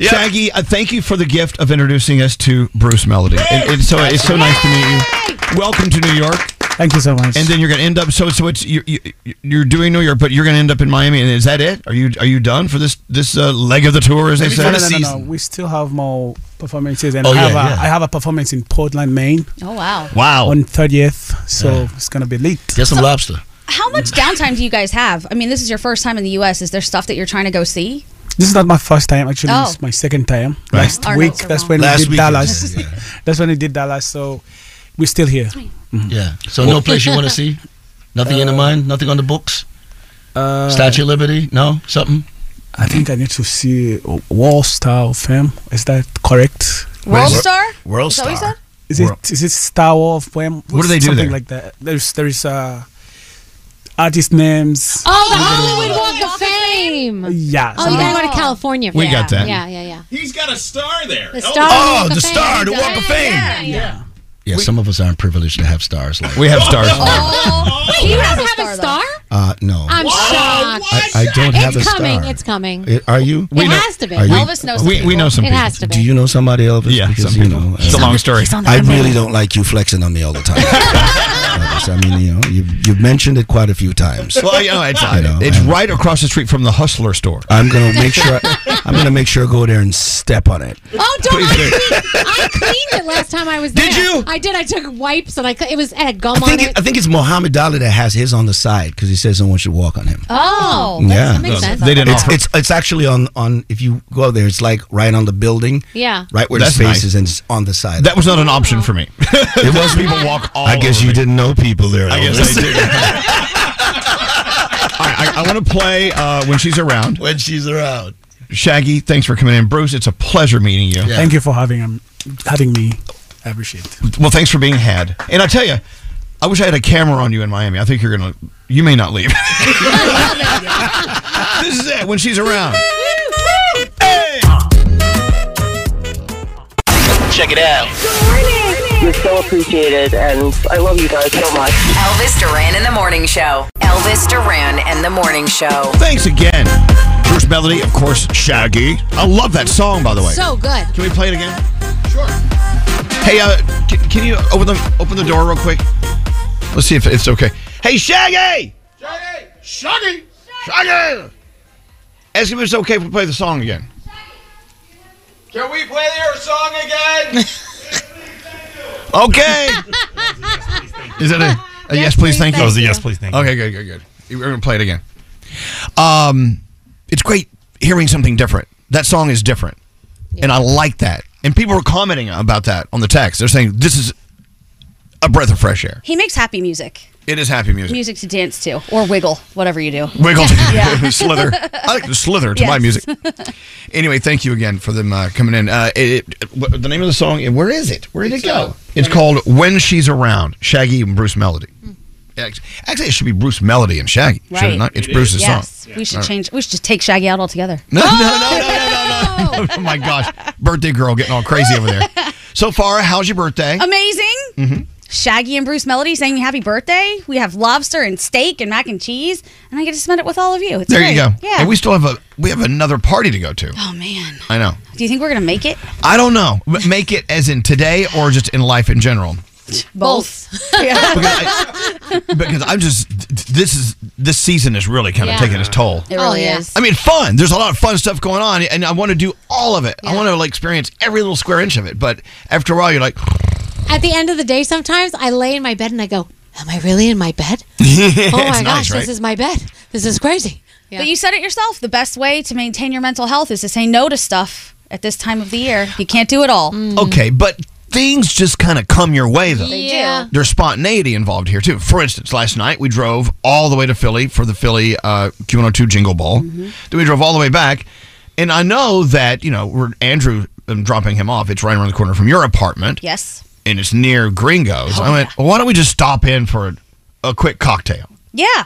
Speaker 4: Shaggy, uh, thank you for the gift of introducing us to Bruce Melody. And, and so it's so nice to meet you. Welcome to New York.
Speaker 13: Thank you so much.
Speaker 4: And then you're going to end up. So so it's you, you you're doing New York, but you're going to end up in Miami. And is that it? Are you are you done for this this uh, leg of the tour? As they say,
Speaker 13: no, no, no, no, no. We still have more performances, and
Speaker 4: Oh,
Speaker 13: I, have
Speaker 4: yeah,
Speaker 13: a,
Speaker 4: yeah.
Speaker 13: I have a performance in Portland, Maine.
Speaker 6: Oh, wow.
Speaker 4: Wow.
Speaker 13: On 30th, so it's going to be late.
Speaker 11: Get some lobster.
Speaker 6: How much downtime do you guys have? I mean, this is your first time in the U.S. Is there stuff that you're trying to go see?
Speaker 13: This is not my first time, actually.
Speaker 6: Oh.
Speaker 13: It's my second time.
Speaker 6: Right.
Speaker 13: Last
Speaker 6: Arnold's
Speaker 13: week,
Speaker 6: around.
Speaker 13: that's when
Speaker 11: Last
Speaker 13: we did
Speaker 11: week,
Speaker 13: Dallas. That's when we did Dallas, so we're still here.
Speaker 26: Mm-hmm.
Speaker 13: Mm-hmm.
Speaker 11: Yeah. So no place you want to see? Nothing in the mind? Nothing on the books?
Speaker 13: Uh,
Speaker 11: Statue of Liberty? No? Something?
Speaker 13: I think I need to see Wall Star of Fame. Is that correct?
Speaker 6: World Star?
Speaker 11: World
Speaker 6: Is that what you
Speaker 11: Star.
Speaker 6: said?
Speaker 13: Is it is it Star Wars poem?
Speaker 4: What do they do
Speaker 13: Something
Speaker 4: there?
Speaker 13: like that. There's there's uh artist names.
Speaker 5: Oh, the Hollywood Walk of Fame.
Speaker 13: Yeah.
Speaker 5: Oh, you gotta go to California. for
Speaker 13: We got that.
Speaker 5: Yeah, yeah, yeah.
Speaker 8: He's got a star there.
Speaker 5: The star.
Speaker 11: Oh,
Speaker 5: Walk of
Speaker 11: the
Speaker 5: Fame.
Speaker 11: star, the Walk of Fame.
Speaker 5: Yeah, yeah.
Speaker 4: Uh,
Speaker 11: Yeah, some of us aren't privileged to have stars. Like
Speaker 4: We have stars.
Speaker 5: Oh, Wait, you don't have a star?
Speaker 11: Uh, no.
Speaker 5: I'm shocked.
Speaker 11: I, I don't have
Speaker 5: it's
Speaker 11: a
Speaker 5: coming.
Speaker 11: star.
Speaker 5: It's coming.
Speaker 11: It- are you?
Speaker 5: We It know- has to be.
Speaker 11: Are you-
Speaker 5: Elvis knows some We- we people. know some It people. has to be.
Speaker 11: Do you know somebody, Elvis?
Speaker 4: Yeah, some people. It's a long story. He's on the
Speaker 11: uh, I
Speaker 4: committee.
Speaker 11: really don't like you flexing on me all the time. Elvis, I mean, you know, you've, you've mentioned it quite a few times.
Speaker 4: Well, you know, it's,
Speaker 11: You know,
Speaker 4: it's
Speaker 11: and
Speaker 4: right across the street from the Hustler store.
Speaker 11: I'm gonna make sure. I, am gonna make sure I go there and step on it.
Speaker 5: Oh, don't!
Speaker 11: Please
Speaker 5: I
Speaker 11: do.
Speaker 5: cleaned, I cleaned it last time I was there. Did you? I did. I took wipes and I cl- it was it had gum
Speaker 11: I think
Speaker 5: on it.
Speaker 11: it, uh, I think it's Muhammad Ali that has his on the side because he says no one should walk on him.
Speaker 5: oh,
Speaker 11: yeah,
Speaker 5: that makes sense.
Speaker 11: It's, it's it's actually on on if you go out there, it's like right on the building.
Speaker 5: Yeah. Oh.
Speaker 11: right where
Speaker 4: That's
Speaker 11: the space
Speaker 4: nice.
Speaker 11: is, and it's on the side.
Speaker 4: That was not an option for me. it was people walk all.
Speaker 11: I guess
Speaker 4: over
Speaker 11: you
Speaker 4: me.
Speaker 11: didn't know people there.
Speaker 4: I guess
Speaker 11: Elvis.
Speaker 4: I did. All right, I, I want to play uh, when she's around.
Speaker 11: When she's around.
Speaker 4: Shaggy, thanks for coming in, Bruce. It's a pleasure meeting you.
Speaker 13: Thank you for having um, having me. I appreciate it.
Speaker 4: Well, thanks for being had. And I tell you, I wish I had a camera on you in Miami. I think you're gonna. You may not leave. this is it. When she's around.
Speaker 16: Check it out. You're so appreciated, and I love you guys so much.
Speaker 1: Elvis Duran and the Morning Show. Elvis Duran and the Morning Show.
Speaker 4: Thanks again, Bruce Melody. Of course, Shaggy. I love that song, by the way.
Speaker 5: So good.
Speaker 4: Can we play it again? Hey, uh, can, can you open the open the door real quick? Let's see if it's okay. Hey, Shaggy!
Speaker 18: Shaggy!
Speaker 4: Shaggy! Ask if it's okay if we play the song again.
Speaker 8: Can we play your song again?
Speaker 4: Okay. Is that a, a yes, please, thank you?
Speaker 25: Oh,
Speaker 3: That was a yes, please, thank you.
Speaker 4: Okay, good, good, good. We're going to play it again. Um, it's great hearing something different. That song is different. And I like that. And people are commenting about that on the text. They're saying, this is a breath of fresh air.
Speaker 6: He makes happy music.
Speaker 4: It is happy music.
Speaker 6: Music to dance to or wiggle, whatever you do.
Speaker 4: Wiggle,
Speaker 6: Yeah.
Speaker 4: slither. I like to slither to my music.
Speaker 6: Yes.
Speaker 4: Anyway, thank you again for them uh, coming in. Uh, it, it- what- the name of the song, and where is it? Where did it go? It's uh, called When She's Around, Shaggy and Bruce Melody. Act- Actually, it should be Bruce Melody and Shaggy. should it
Speaker 6: Right.
Speaker 4: not? It's Bruce's
Speaker 6: yes.
Speaker 4: song.
Speaker 6: We should
Speaker 4: All right.
Speaker 6: change. We should just take Shaggy out altogether.
Speaker 4: No, no, no, no, no, no, no. Oh my gosh. Birthday girl getting all crazy over there. So, Farah, how's your birthday?
Speaker 6: Amazing.
Speaker 4: Mm-hmm.
Speaker 6: Shaggy and Bruce Melody saying happy birthday. We have lobster and steak and mac and cheese, and I get to spend it with all of you. It's
Speaker 4: There you go.
Speaker 6: great. Yeah.
Speaker 4: And we still have a we have another party to go to.
Speaker 6: oh man.
Speaker 4: I know.
Speaker 6: Do you think we're gonna make it?
Speaker 4: I don't know. M- Make it as in today or just in life in general.
Speaker 6: Both.
Speaker 4: Because I'm just this is this season is really kind of
Speaker 6: Yeah.
Speaker 4: taking its toll.
Speaker 6: It really Oh, yeah. is.
Speaker 4: I mean, fun. There's a lot of fun stuff going on, and I want to do all of it. I want to like experience every little square inch of it. But after a while, you're like,
Speaker 5: At the end of the day, sometimes I lay in my bed and I go, "Am I really in my bed?
Speaker 4: It's
Speaker 5: oh my
Speaker 4: nice,
Speaker 5: gosh,
Speaker 4: right?
Speaker 5: this is my bed. This is crazy."
Speaker 6: But you said it yourself. The best way to maintain your mental health is to say no to stuff at this time of the year. You can't do it all.
Speaker 4: Okay, but things just kind of come your way though.
Speaker 6: They Yeah. do.
Speaker 4: There's spontaneity involved here too. For instance, last night we drove all the way to Philly for the Philly uh, Q102 Jingle Ball.
Speaker 6: Mm-hmm.
Speaker 4: Then we drove all the way back, and I know that you know we're Andrew. I'm dropping him off. It's right around the corner from your apartment.
Speaker 6: Yes. Oh,
Speaker 4: And it's near Gringo's. I went, well, why don't we just stop in for a, a quick cocktail?
Speaker 6: Yeah.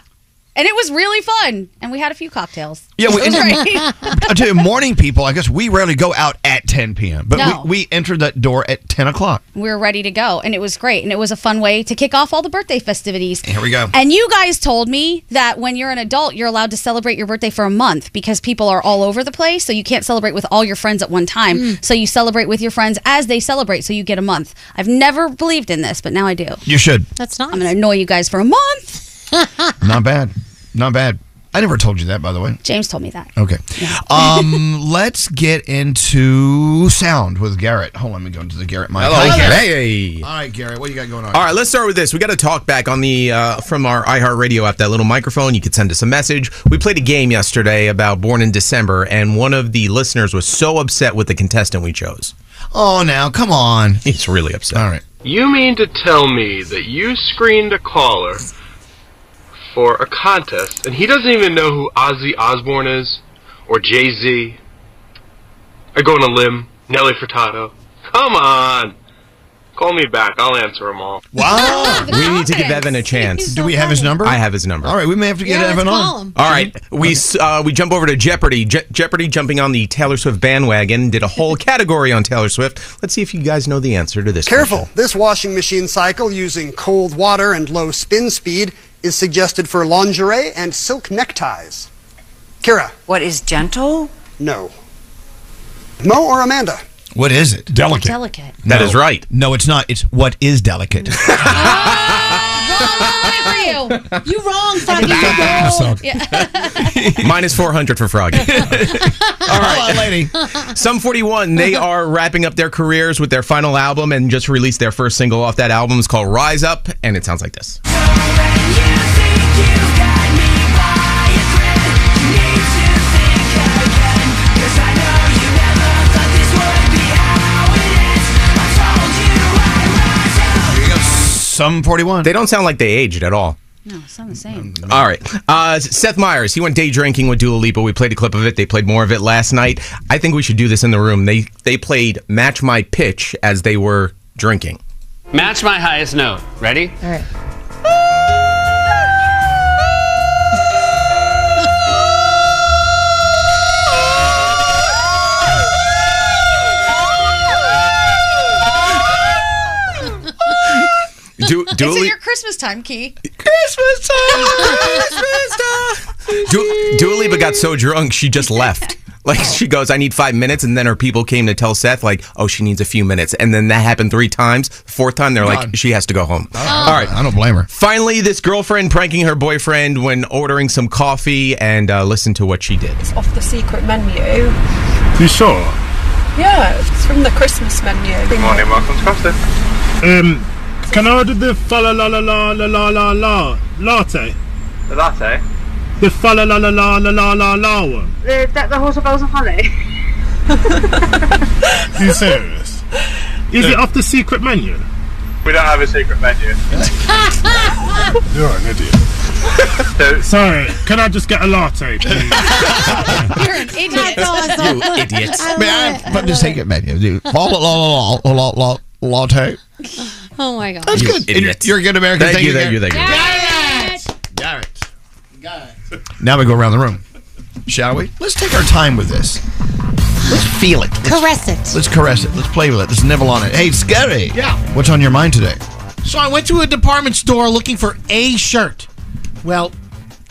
Speaker 6: And it was really fun. And we had a few cocktails.
Speaker 4: Yeah, we,
Speaker 6: It was
Speaker 4: and,
Speaker 6: great.
Speaker 4: I tell you, morning people, I guess we rarely go out at 10 p.m., but
Speaker 6: No.
Speaker 4: we, we entered that door at 10 o'clock.
Speaker 6: we were ready to go. And it was great. And it was a fun way to kick off all the birthday festivities.
Speaker 4: Here we go.
Speaker 6: And you guys told me that when you're an adult, you're allowed to celebrate your birthday for a month because people are all over the place. So you can't celebrate with all your friends at one time.
Speaker 4: Mm.
Speaker 6: So you celebrate with your friends as they celebrate. So you get a month. I've never believed in this, but now I do.
Speaker 4: You should.
Speaker 5: That's not.
Speaker 6: I'm going to annoy you guys for a month.
Speaker 4: Not bad. Not bad. I never told you that, by the way.
Speaker 6: James told me that.
Speaker 4: Okay. Um, let's get into sound with Garrett. Hold on, let me go into the Garrett mic.
Speaker 9: Hello,
Speaker 4: Hi, Garrett.
Speaker 9: Hey.
Speaker 4: All right, Garrett, what you got going on?
Speaker 9: All right, let's start with this. We got a talk back on the uh, from our iHeartRadio app. That little microphone, you could send us a message. We played a game yesterday about Born in December, and one of the listeners was so upset with the contestant we chose.
Speaker 4: Oh, now come on.
Speaker 9: He's really upset.
Speaker 4: All right.
Speaker 10: You mean to tell me that you screened a caller for a contest and he doesn't even know who Ozzy Osbourne is or Jay Z? I go on a limb, Nelly Furtado. Come on! Call me back, I'll answer them all.
Speaker 4: Wow.
Speaker 9: we need to give Evan a chance.
Speaker 4: Do we have his number?
Speaker 9: I have his number.
Speaker 4: All right, we may have to get Evan on.
Speaker 9: All right, we s uh, we jump over to Jeopardy. Je- Jeopardy jumping on the Taylor Swift bandwagon did a whole category on Taylor Swift. Let's see if you guys know the answer to this.
Speaker 12: Careful! This washing machine cycle using cold water and low spin speed is suggested for lingerie and silk neckties. Kira. What is gentle? No. Mo or Amanda?
Speaker 4: What is it? Delicate.
Speaker 12: Delicate.
Speaker 4: That is right. No, it's not. It's what is delicate.
Speaker 6: no. You wrong,
Speaker 9: think it's
Speaker 6: Froggy. You're
Speaker 9: up to
Speaker 6: wrong.
Speaker 9: Amazon.
Speaker 6: Yeah.
Speaker 9: Minus 400 for Froggy. All right,
Speaker 4: lady.
Speaker 9: Some 41, they are wrapping up their careers with their final album and just released their first single off that album. It's called Rise Up, and it sounds like this.
Speaker 4: Some 41.
Speaker 9: They don't sound like they aged at all.
Speaker 6: No, sound the same.
Speaker 9: All right. Uh, Seth Meyers, he went day drinking with Dua Lipa. We played a clip of it. They played more of it last night. I think we should do this in the room. They they played Match My Pitch as they were drinking.
Speaker 27: Match my highest note. Ready? All right.
Speaker 9: Du- Dua,
Speaker 6: it's in
Speaker 9: Li-
Speaker 6: your Christmas time key.
Speaker 9: Christmas
Speaker 6: time. Christmas time.
Speaker 9: Du- Dua Lipa got so drunk, she just left. Like she goes, I need five minutes, and then her people came to tell Seth, like, oh, she needs a few minutes, and then that happened three times. Fourth time, they're
Speaker 4: God.
Speaker 9: like, she has to go home.
Speaker 4: Oh.
Speaker 9: All right,
Speaker 4: I don't blame her.
Speaker 9: Finally, this girlfriend pranking her boyfriend when ordering some coffee, and uh, listen to what she did.
Speaker 19: off the secret menu.
Speaker 9: You sure?
Speaker 19: Yeah, it's from the Christmas menu. Good morning, welcome to Costa.
Speaker 7: Um, can I order the fa la la la la la la la la latte? The latte? The fa la la la la la la la la one.
Speaker 2: The, the, the horse of bells and honey.
Speaker 7: Are you serious? Is it off the secret menu?
Speaker 28: We don't have a secret menu.
Speaker 7: You're an idiot. Sorry, can I just get a latte, please?
Speaker 6: You're an idiot.
Speaker 4: You idiot. May I put the secret menu? dude? La la la la la la la latte.
Speaker 5: Oh my god.
Speaker 4: That's good. You're a good American.
Speaker 9: Thank you, thank you, thank you.
Speaker 4: Now we go around the room, shall we? Let's take our time with this. Let's feel it.
Speaker 5: Caress it.
Speaker 4: Let's caress it. Let's play with it. Let's nibble on it. Hey, Scary.
Speaker 12: Yeah.
Speaker 4: What's on your mind today?
Speaker 12: So I went to a department store looking for a shirt. Well,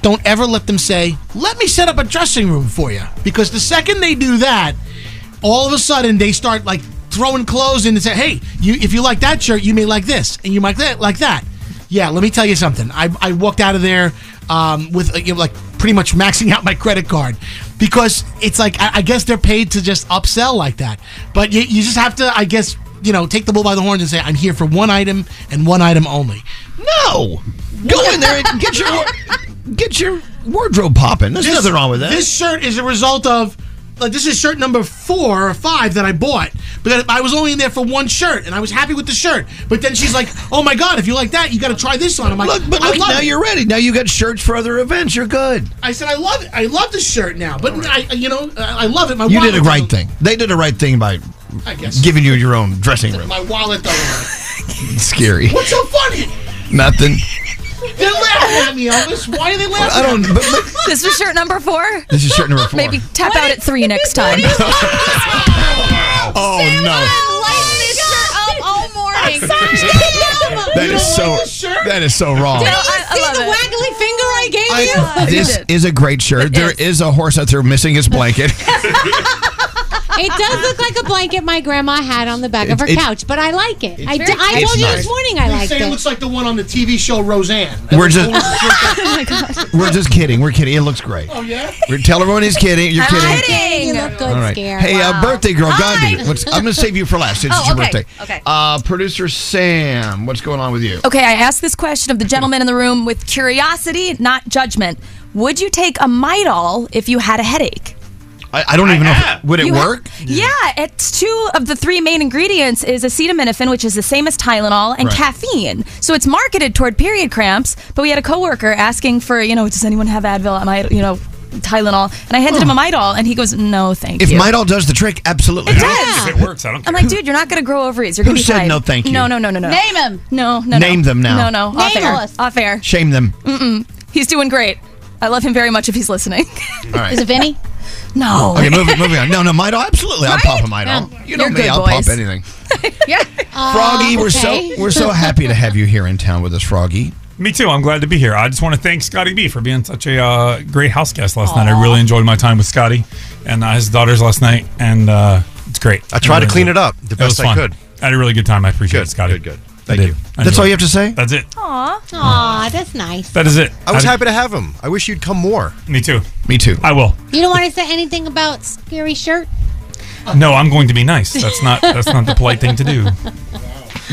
Speaker 12: don't ever let them say, let me set up a dressing room for you. Because the second they do that, all of a sudden they start like throwing clothes in and say, hey, you, if you like that shirt, you may like this, and you might like that, like that. Yeah, let me tell you something. I, I walked out of there um, with uh, you know, like pretty much maxing out my credit card because it's like I, I guess they're paid to just upsell like that. But you, you just have to, I guess, you know, take the bull by the horns and say, I'm here for one item and one item only.
Speaker 4: No, go in there and get your get your wardrobe popping. There's nothing wrong with that.
Speaker 12: This shirt is a result of like this is shirt number four or five that I bought, but then I was only in there for one shirt and I was happy with the shirt. But then she's like, "Oh my god, if you like that, you got to try this on." I'm like,
Speaker 4: look, but
Speaker 12: "I
Speaker 4: look,
Speaker 12: love
Speaker 4: now
Speaker 12: it."
Speaker 4: you're ready. Now you got shirts for other events. You're good.
Speaker 12: I said, "I love it. I love this shirt now." But I, you know, I I love it. My
Speaker 4: you
Speaker 12: wallet
Speaker 4: did a right thing. They did a right thing by
Speaker 12: I guess.
Speaker 4: giving you your own dressing
Speaker 12: doesn't-
Speaker 4: room.
Speaker 12: My wallet doesn't.
Speaker 4: Scary.
Speaker 12: What's so funny?
Speaker 4: Nothing.
Speaker 12: They're laughing at me, Elvis. Why are they laughing?
Speaker 4: I don't. But, but
Speaker 10: This was shirt number four.
Speaker 4: this is shirt number four.
Speaker 10: Maybe tap out at three next time.
Speaker 4: Oh no.
Speaker 6: morning.
Speaker 4: That is so. that is so wrong.
Speaker 5: see the waggly finger I gave
Speaker 4: I- this is a great shirt. There is a horse out there missing his blanket.
Speaker 5: it does look like a blanket my grandma had on the back of her
Speaker 4: It's- it's-
Speaker 5: couch, but I like it. I,
Speaker 12: very
Speaker 5: d- I
Speaker 4: cute.
Speaker 5: told
Speaker 4: It's
Speaker 5: you
Speaker 4: nice.
Speaker 5: this morning I
Speaker 12: They
Speaker 5: liked
Speaker 12: say
Speaker 5: it.
Speaker 12: it looks like the one on the TV show Roseanne.
Speaker 4: We're just-
Speaker 5: oh my god.
Speaker 4: We're just kidding. We're kidding. It looks great.
Speaker 12: Oh yeah.
Speaker 4: We're tell everyone he's kidding. You're kidding.
Speaker 5: You look good,
Speaker 4: All right.
Speaker 5: Scare.
Speaker 4: Hey, uh,
Speaker 5: Wow.
Speaker 4: birthday girl
Speaker 10: Hi.
Speaker 4: Gandhi. What's, I'm going to save you for last since
Speaker 10: Oh,
Speaker 4: it's your
Speaker 10: okay,
Speaker 4: birthday.
Speaker 10: okay.
Speaker 4: Uh, Producer Sam, what's going on with you?
Speaker 10: Okay, I asked this question of the gentleman in the room with curiosity, not judgment. Would you take a Midol if you had a headache?
Speaker 4: I, I don't even know. If, would it
Speaker 10: You have-
Speaker 4: work?
Speaker 10: yeah. it's two of the three main ingredients is acetaminophen, which is the same as Tylenol, and
Speaker 4: Right.
Speaker 10: caffeine. So it's marketed toward period cramps. But we had a coworker asking for, you know, does anyone have Advil? Am I, you know, Tylenol? And I handed him a Midol, and he goes, no, thank
Speaker 4: Oh. if
Speaker 10: you.
Speaker 4: Midol does the trick, absolutely.
Speaker 10: It does.
Speaker 4: If it works, I don't
Speaker 10: I'm like, dude, you're not going to grow ovaries. You're
Speaker 4: Who
Speaker 10: going to be
Speaker 4: said
Speaker 10: fine.
Speaker 4: no, thank you?
Speaker 10: No, no, no, no, no. Name him. No, no, no.
Speaker 4: Name them now.
Speaker 10: No, no. off
Speaker 6: Name
Speaker 10: air.
Speaker 6: us.
Speaker 10: Off air.
Speaker 4: Shame them.
Speaker 10: Mm-mm. He's doing great. I love him very much if he's listening.
Speaker 4: All right. Is it
Speaker 10: Vinny? No.
Speaker 4: Okay, moving, moving on. No, no, Midol, absolutely. I'll pop a
Speaker 10: Right?
Speaker 4: Midol.
Speaker 10: Yeah.
Speaker 4: You know
Speaker 10: You're
Speaker 4: me,
Speaker 10: good
Speaker 4: I'll
Speaker 10: boys.
Speaker 4: pop anything.
Speaker 5: Uh,
Speaker 6: Ah,
Speaker 4: Froggy, we're
Speaker 5: okay.
Speaker 4: so we're so happy to have you here in town with us, Froggy.
Speaker 3: Me too. I'm glad to be here. I just want to thank Scotty B for being such a uh, great house guest last night. I really enjoyed my time with Scotty and uh, his daughters last night, and uh, it's great.
Speaker 4: I tried to clean it up the
Speaker 3: It was
Speaker 4: best I
Speaker 3: fun.
Speaker 4: could.
Speaker 3: I had a really good time. I appreciate it, Scotty.
Speaker 4: Good, good.
Speaker 3: Thank you.
Speaker 4: That's all you have to say?
Speaker 3: That's it.
Speaker 5: Aw. Aw, that's nice.
Speaker 3: That is it.
Speaker 4: I was
Speaker 3: How
Speaker 4: happy to have him. I wish you'd come more.
Speaker 3: Me too.
Speaker 4: Me too.
Speaker 3: I will.
Speaker 5: You don't want to say anything about scary shirt?
Speaker 3: No, I'm going to be nice. That's not that's not the polite thing to do.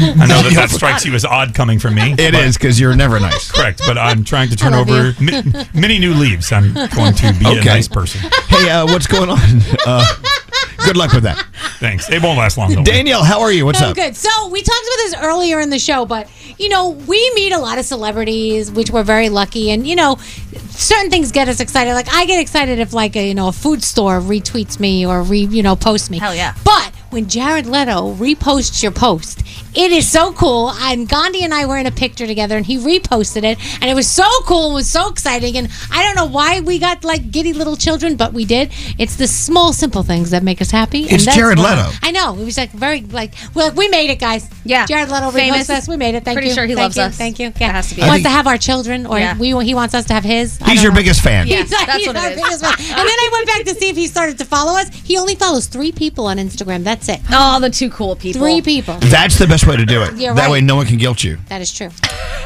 Speaker 3: I know that that strikes you as odd coming from me.
Speaker 4: It
Speaker 3: but-
Speaker 4: is because you're never nice.
Speaker 3: Correct, but I'm trying to turn
Speaker 4: I love
Speaker 3: over
Speaker 4: you.
Speaker 3: mi- many new leaves. I'm going to be a
Speaker 4: Okay.
Speaker 3: nice person.
Speaker 4: Hey, uh, what's going on? Uh, good luck with that.
Speaker 3: Thanks. It won't last long. Don't worry.
Speaker 4: Danielle, how are you? What's
Speaker 5: Oh,
Speaker 4: up?
Speaker 5: good. So we talked about this earlier in the show, but you know, we meet a lot of celebrities, which we're very lucky, and you know, certain things get us excited. Like I get excited if, like, a, you know, a food store retweets me or re, you know, posts me. Hell yeah! But when Jared Leto reposts your post, it is so cool. And Gandhi and I were in a picture together, and he reposted it, and it was so cool and was so exciting. And I don't know why we got like giddy little children, but we did. It's the small, simple things that make us happy. and
Speaker 4: It's
Speaker 5: that's
Speaker 4: Jared Leto.
Speaker 5: why- I know. It was like very like well, we made it, guys. Yeah, Jared Leto
Speaker 6: Famous.
Speaker 5: famous. us. We made it. Thank
Speaker 6: Pretty
Speaker 5: you.
Speaker 6: sure he
Speaker 5: Thank
Speaker 6: loves
Speaker 5: you.
Speaker 6: us.
Speaker 5: Thank you. Yeah, has to
Speaker 4: be
Speaker 5: He
Speaker 4: it. I
Speaker 5: wants to
Speaker 4: think-
Speaker 5: have our children, or
Speaker 6: Yeah.
Speaker 5: we he wants us to have his. I
Speaker 4: He's
Speaker 5: don't
Speaker 4: your
Speaker 5: know.
Speaker 4: biggest fan.
Speaker 5: Yeah,
Speaker 4: Yes,
Speaker 6: that's
Speaker 5: he's
Speaker 6: what it
Speaker 5: our
Speaker 6: is.
Speaker 5: biggest fan. And then I went back to see if he started to follow us. He only follows three people on Instagram. That's it.
Speaker 6: Oh, the two cool people.
Speaker 5: Three people.
Speaker 4: That's the best way to do it.
Speaker 5: You're
Speaker 4: that
Speaker 5: right.
Speaker 4: way, no one can guilt you.
Speaker 5: That is true.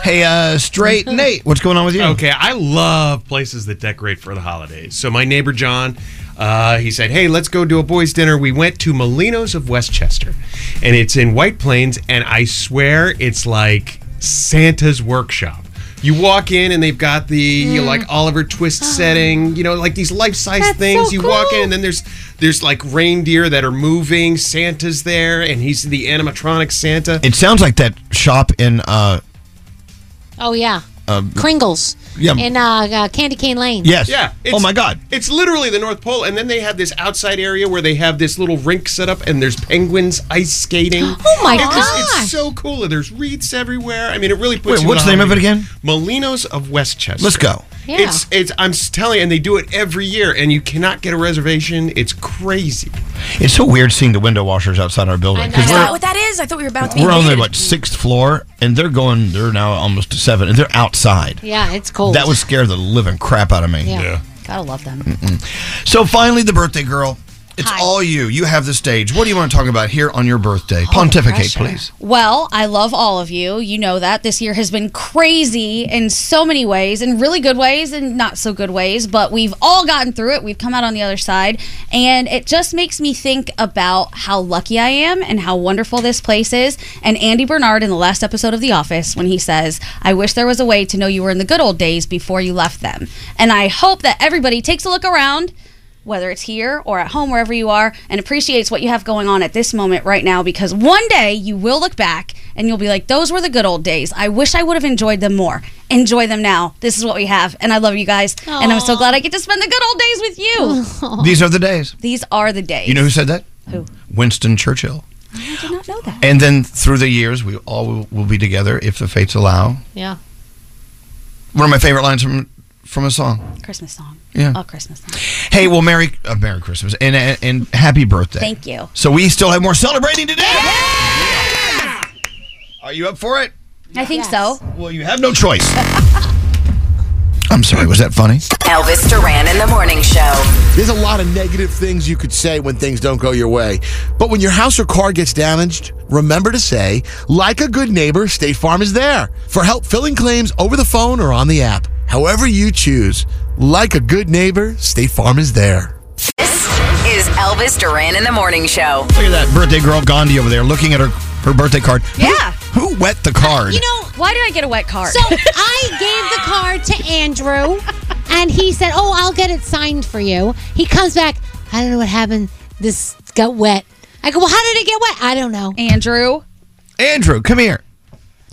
Speaker 4: Hey, uh, straight Nate, what's going on with you?
Speaker 8: Okay, I love places that decorate for the holidays. So my neighbor John, uh, he said, "Hey, let's go do a boys' dinner." We went to Molino's of Westchester, and it's in White Plains, and I swear it's like Santa's workshop. You walk in and they've got the you know, like Oliver Twist setting, you know, like these life-size things. you walk in and then there's there's like reindeer that are moving. Santa's there, and he's the animatronic Santa.
Speaker 4: It sounds like that shop in uh,
Speaker 5: Oh yeah,
Speaker 4: uh
Speaker 5: Kringles.
Speaker 4: Yeah.
Speaker 5: in uh, uh, Candy Cane Lane.
Speaker 8: Yeah.
Speaker 4: Oh, my God.
Speaker 8: It's literally the North Pole, and then they have this outside area where they have this little rink set up, and there's penguins ice skating.
Speaker 5: oh
Speaker 8: it was- It's so cool. and There's wreaths everywhere. I mean, it really puts.
Speaker 4: Wait,
Speaker 8: you
Speaker 4: what's the name of it again?
Speaker 8: Molinos of Westchester.
Speaker 4: Let's go.
Speaker 5: Yeah.
Speaker 8: It's it's. I'm s- telling you, and they do it every year, and you cannot get a reservation. It's crazy.
Speaker 4: It's so weird seeing the window washers outside our building
Speaker 8: I know.
Speaker 4: because
Speaker 8: Is
Speaker 4: we're,
Speaker 8: that
Speaker 10: what that is? I thought we were about to be.
Speaker 4: we're only
Speaker 10: invaded.
Speaker 4: what sixth floor, and they're going. They're now almost to seven, and they're outside.
Speaker 5: Yeah, it's cold.
Speaker 4: That would scare the living crap out of me.
Speaker 5: yeah. Gotta love them.
Speaker 4: Mm-mm. So finally, the birthday girl. It's all you. You have the stage. What do you want to talk about here on your birthday?
Speaker 6: Oh,
Speaker 4: Pontificate, please.
Speaker 6: Well, I love all of you. You know that. This year has been crazy in so many ways, in really good ways and not so good ways, but we've all gotten through it. We've come out on the other side. And it just makes me think about how lucky I am and how wonderful this place is. And Andy Bernard in the last episode of The Office, when he says, I wish there was a way to know you were in the good old days before you left them. And I hope that everybody takes a look around whether it's here or at home, wherever you are, and appreciates what you have going on at this moment right now because one day you will look back and you'll be like, those were the good old days. I wish I would have enjoyed them more. Enjoy them now. This is what we have. And I love you guys. And I'm so glad I get to spend the good old days with you.
Speaker 4: These are the days.
Speaker 6: These are the days.
Speaker 4: You know who said that?
Speaker 6: Who?
Speaker 4: Winston Churchill.
Speaker 6: I did not know that.
Speaker 4: And then through the years, we all will, will be together if the fates allow.
Speaker 5: Yeah.
Speaker 4: One of my favorite lines from from a song.
Speaker 6: Christmas song.
Speaker 4: Yeah.
Speaker 6: Oh, Christmas song.
Speaker 4: Hey, well, Merry uh, Merry Christmas and, and and Happy Birthday.
Speaker 6: Thank you.
Speaker 4: So we still have more celebrating today. Are you up for it?
Speaker 6: I think so.
Speaker 4: Well, you have no choice. I'm sorry. Was that funny?
Speaker 1: Elvis Duran in the morning show.
Speaker 12: There's a lot of negative things you could say when things don't go your way. But when your house or car gets damaged, remember to say, like a good neighbor, State Farm is there for help filling claims over the phone or on the app. However you choose, like a good neighbor, State Farm is there.
Speaker 1: This is Elvis Duran in the morning show.
Speaker 4: Look at that birthday girl Gandhi over there looking at her her birthday card.
Speaker 6: Yeah.
Speaker 4: Who, who wet the card?
Speaker 6: You know, why did I get a wet card?
Speaker 5: So I gave the card to Andrew, and he said, "Oh, I'll get it signed for you." He comes back. I don't know what happened. This got wet. I go, "Well, how did it get wet?" I don't know.
Speaker 6: Andrew.
Speaker 4: Andrew, come here.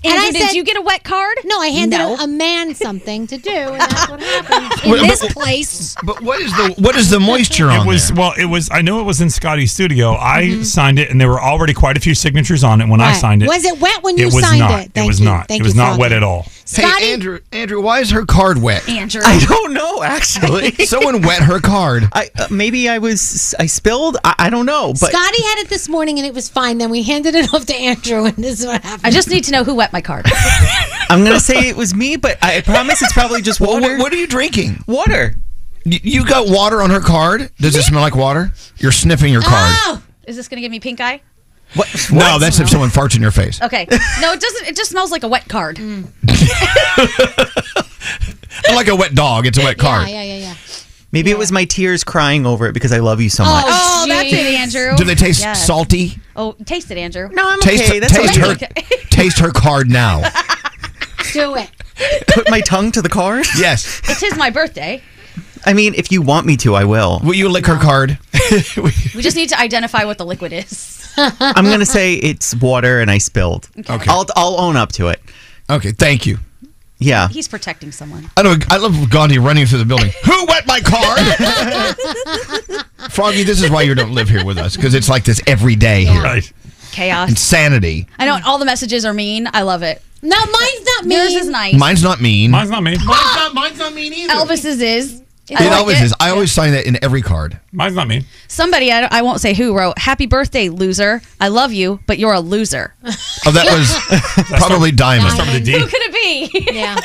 Speaker 5: and I
Speaker 6: Andrew, did you get a wet card?
Speaker 5: No, I handed
Speaker 6: No.
Speaker 5: a man something to do, and that's what happened in
Speaker 4: Well, but-
Speaker 5: this place.
Speaker 4: But what is the what is the moisture
Speaker 3: it
Speaker 4: on
Speaker 3: was
Speaker 4: there?
Speaker 3: well it was i knew it was in scotty's studio i
Speaker 5: Mhm.
Speaker 3: signed it and there were already quite a few signatures on it when i
Speaker 5: Right.
Speaker 3: signed it
Speaker 5: Was it wet when you
Speaker 3: was
Speaker 5: signed
Speaker 3: not.
Speaker 5: it? Thank
Speaker 3: was
Speaker 5: you.
Speaker 3: not
Speaker 5: Thank
Speaker 3: it was
Speaker 5: you,
Speaker 3: not
Speaker 5: Froggy.
Speaker 3: wet at all
Speaker 4: Hey, Andrew, Andrew, why is her card wet?
Speaker 6: Andrew.
Speaker 29: I don't know, actually.
Speaker 4: Someone wet her card.
Speaker 29: I uh, maybe I was I spilled. I, I don't know, but
Speaker 5: Scotty had it this morning, and it was fine. Then we handed it off to Andrew, and this is what happened.
Speaker 6: I just need to know who wet my card.
Speaker 29: I'm gonna say it was me. But I promise it's probably just water. What,
Speaker 4: are you drinking?
Speaker 29: Water.
Speaker 4: Y- You got
Speaker 6: Ah. Oh!
Speaker 4: water on her card? Does it smell like water? You're sniffing your card.
Speaker 6: Is this going to give me pink eye?
Speaker 4: No, that's if someone farts in your face.
Speaker 6: Okay. No, it doesn't. It just smells like a wet card.
Speaker 4: like a wet dog. It's a wet
Speaker 6: Yeah, yeah, yeah, yeah.
Speaker 29: Maybe it was my tears crying over it because I love you so much.
Speaker 6: Oh, that's it, Andrew.
Speaker 4: Do they taste
Speaker 6: Yes.
Speaker 4: salty?
Speaker 6: Oh, taste it, Andrew.
Speaker 29: No, I'm
Speaker 4: Taste, taste her, taste her card now.
Speaker 6: Do it.
Speaker 29: Put my tongue to the card?
Speaker 4: Yes.
Speaker 6: It is my birthday.
Speaker 29: I mean, if you want me to, I will.
Speaker 4: Will you lick her card?
Speaker 6: We just need to identify what the liquid is.
Speaker 29: I'm going to say it's water and I spilled.
Speaker 6: Okay.
Speaker 29: I'll, I'll own up to it.
Speaker 4: Okay. Thank you.
Speaker 29: Yeah.
Speaker 6: He's protecting someone.
Speaker 4: I know. I love Gandhi running through the building. Who wet my card? Froggy, this is why you don't live here with us because it's like this every day here.
Speaker 30: Right.
Speaker 6: Chaos.
Speaker 4: Insanity.
Speaker 6: I know and all the messages are mean. I love it.
Speaker 5: No, mine's not
Speaker 6: mean. Yours is nice.
Speaker 4: Mine's not mean. Mine's
Speaker 30: not mean.
Speaker 6: Mine's not, mine's not mean either. Elvis's is.
Speaker 4: It always is. I always sign that in every card.
Speaker 30: Mine's not mean.
Speaker 6: Somebody, I, don't- I won't say who, wrote, Happy birthday, loser. I love you, but you're a loser.
Speaker 4: Oh, that was probably Diamond.
Speaker 6: Who could it be? Yeah.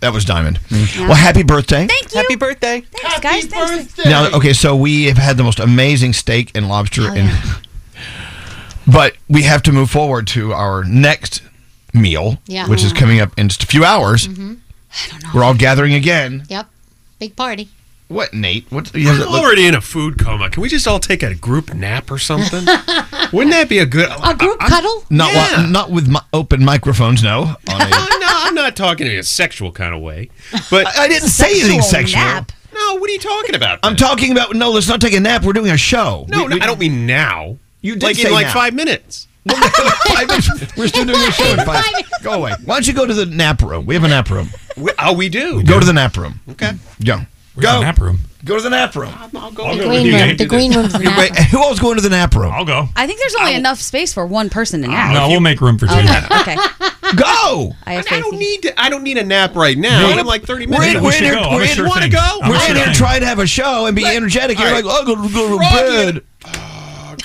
Speaker 4: That was Diamond. Well, happy birthday.
Speaker 6: Thank you.
Speaker 29: Happy birthday.
Speaker 6: Thanks, guys. Thanks.
Speaker 4: Now, okay, so we have had the most amazing steak and lobster,
Speaker 6: Oh,
Speaker 4: and but we have to move forward to our next meal,
Speaker 5: Yeah.
Speaker 4: which is coming up in just a few hours.
Speaker 5: hmm
Speaker 4: We're all gathering again.
Speaker 5: Yep. Big party.
Speaker 4: What, Nate? What?
Speaker 8: I'm already in a food coma. Can we just all take a group nap or something? Wouldn't that be a good
Speaker 4: Oh,
Speaker 5: A group cuddle?
Speaker 4: Not while- not with mi- open microphones. No. On a-
Speaker 8: no, I'm not talking in a sexual kind of way. But
Speaker 4: I, I didn't say anything sexual.
Speaker 8: No, what are you talking about?
Speaker 4: I'm talking about no. Let's not take a nap. We're doing a show.
Speaker 8: No, no, I don't mean now.
Speaker 4: You did
Speaker 8: like
Speaker 4: say
Speaker 8: in like
Speaker 4: now.
Speaker 8: five minutes.
Speaker 4: five minutes. We're still doing a show in five. Go away. Why don't you go to the nap room? We have a nap room.
Speaker 8: We, oh, we do.
Speaker 4: Go to the nap room.
Speaker 8: Okay.
Speaker 4: Go. Go.
Speaker 30: nap room.
Speaker 4: Go to the nap room.
Speaker 8: I'll go.
Speaker 5: The green room. The green room's the nap
Speaker 4: Wait, who all's going to the nap room?
Speaker 30: I'll go.
Speaker 6: I think there's only enough space for one person to nap.
Speaker 30: No, we'll make room for two.
Speaker 6: Okay. okay.
Speaker 4: Go.
Speaker 6: I have
Speaker 8: I
Speaker 6: faith.
Speaker 8: don't need to. I don't need a nap right now.
Speaker 4: Nope.
Speaker 8: And I'm like 30
Speaker 4: We're
Speaker 8: minutes.
Speaker 4: in, we're in here. We're in,
Speaker 8: Want to go?
Speaker 4: We're in here trying to have a show and be energetic. You're
Speaker 8: All right.
Speaker 4: like, oh, go, go
Speaker 8: Froggy.
Speaker 4: to bed.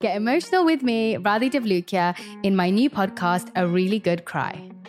Speaker 15: Get emotional with me, Radhi Devlukia, in my new podcast, A Really Good Cry.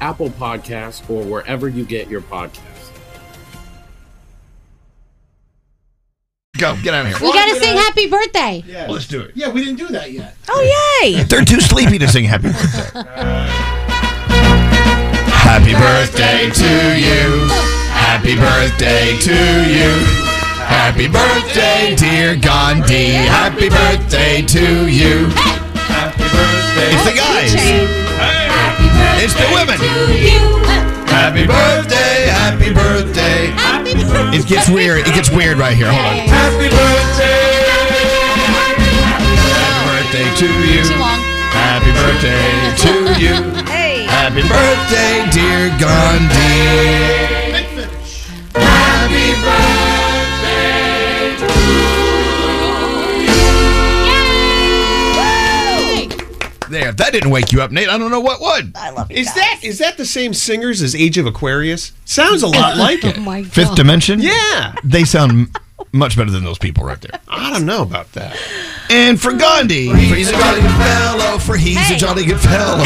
Speaker 13: Apple Podcasts, or wherever you get your podcasts.
Speaker 4: Go, get out of
Speaker 5: We
Speaker 4: here.
Speaker 5: got to sing happy birthday.
Speaker 4: Let's do it.
Speaker 31: Yeah, we didn't do that yet.
Speaker 5: Oh, yay.
Speaker 4: They're too sleepy to sing happy birthday. happy birthday to you. Happy birthday to you. Happy birthday, dear Gandhi. Happy birthday to you. Happy birthday. It's the guys. It's the women. Happy birthday, happy birthday. It gets weird. It gets weird right here. Hold on. Happy birthday to you. Happy birthday to you. Happy birthday, dear Gandhi. Happy birthday to you. There, that didn't wake you up, Nate. I don't know what would. I love
Speaker 8: Is that is that the same singers as Age of Aquarius? Sounds a lot like it.
Speaker 5: Oh my
Speaker 4: Fifth Dimension?
Speaker 8: Yeah.
Speaker 4: They sound m- much better than those people right there.
Speaker 8: I don't know about that.
Speaker 4: And for Gandhi, for he's a jolly good fellow, for he's a jolly good fellow,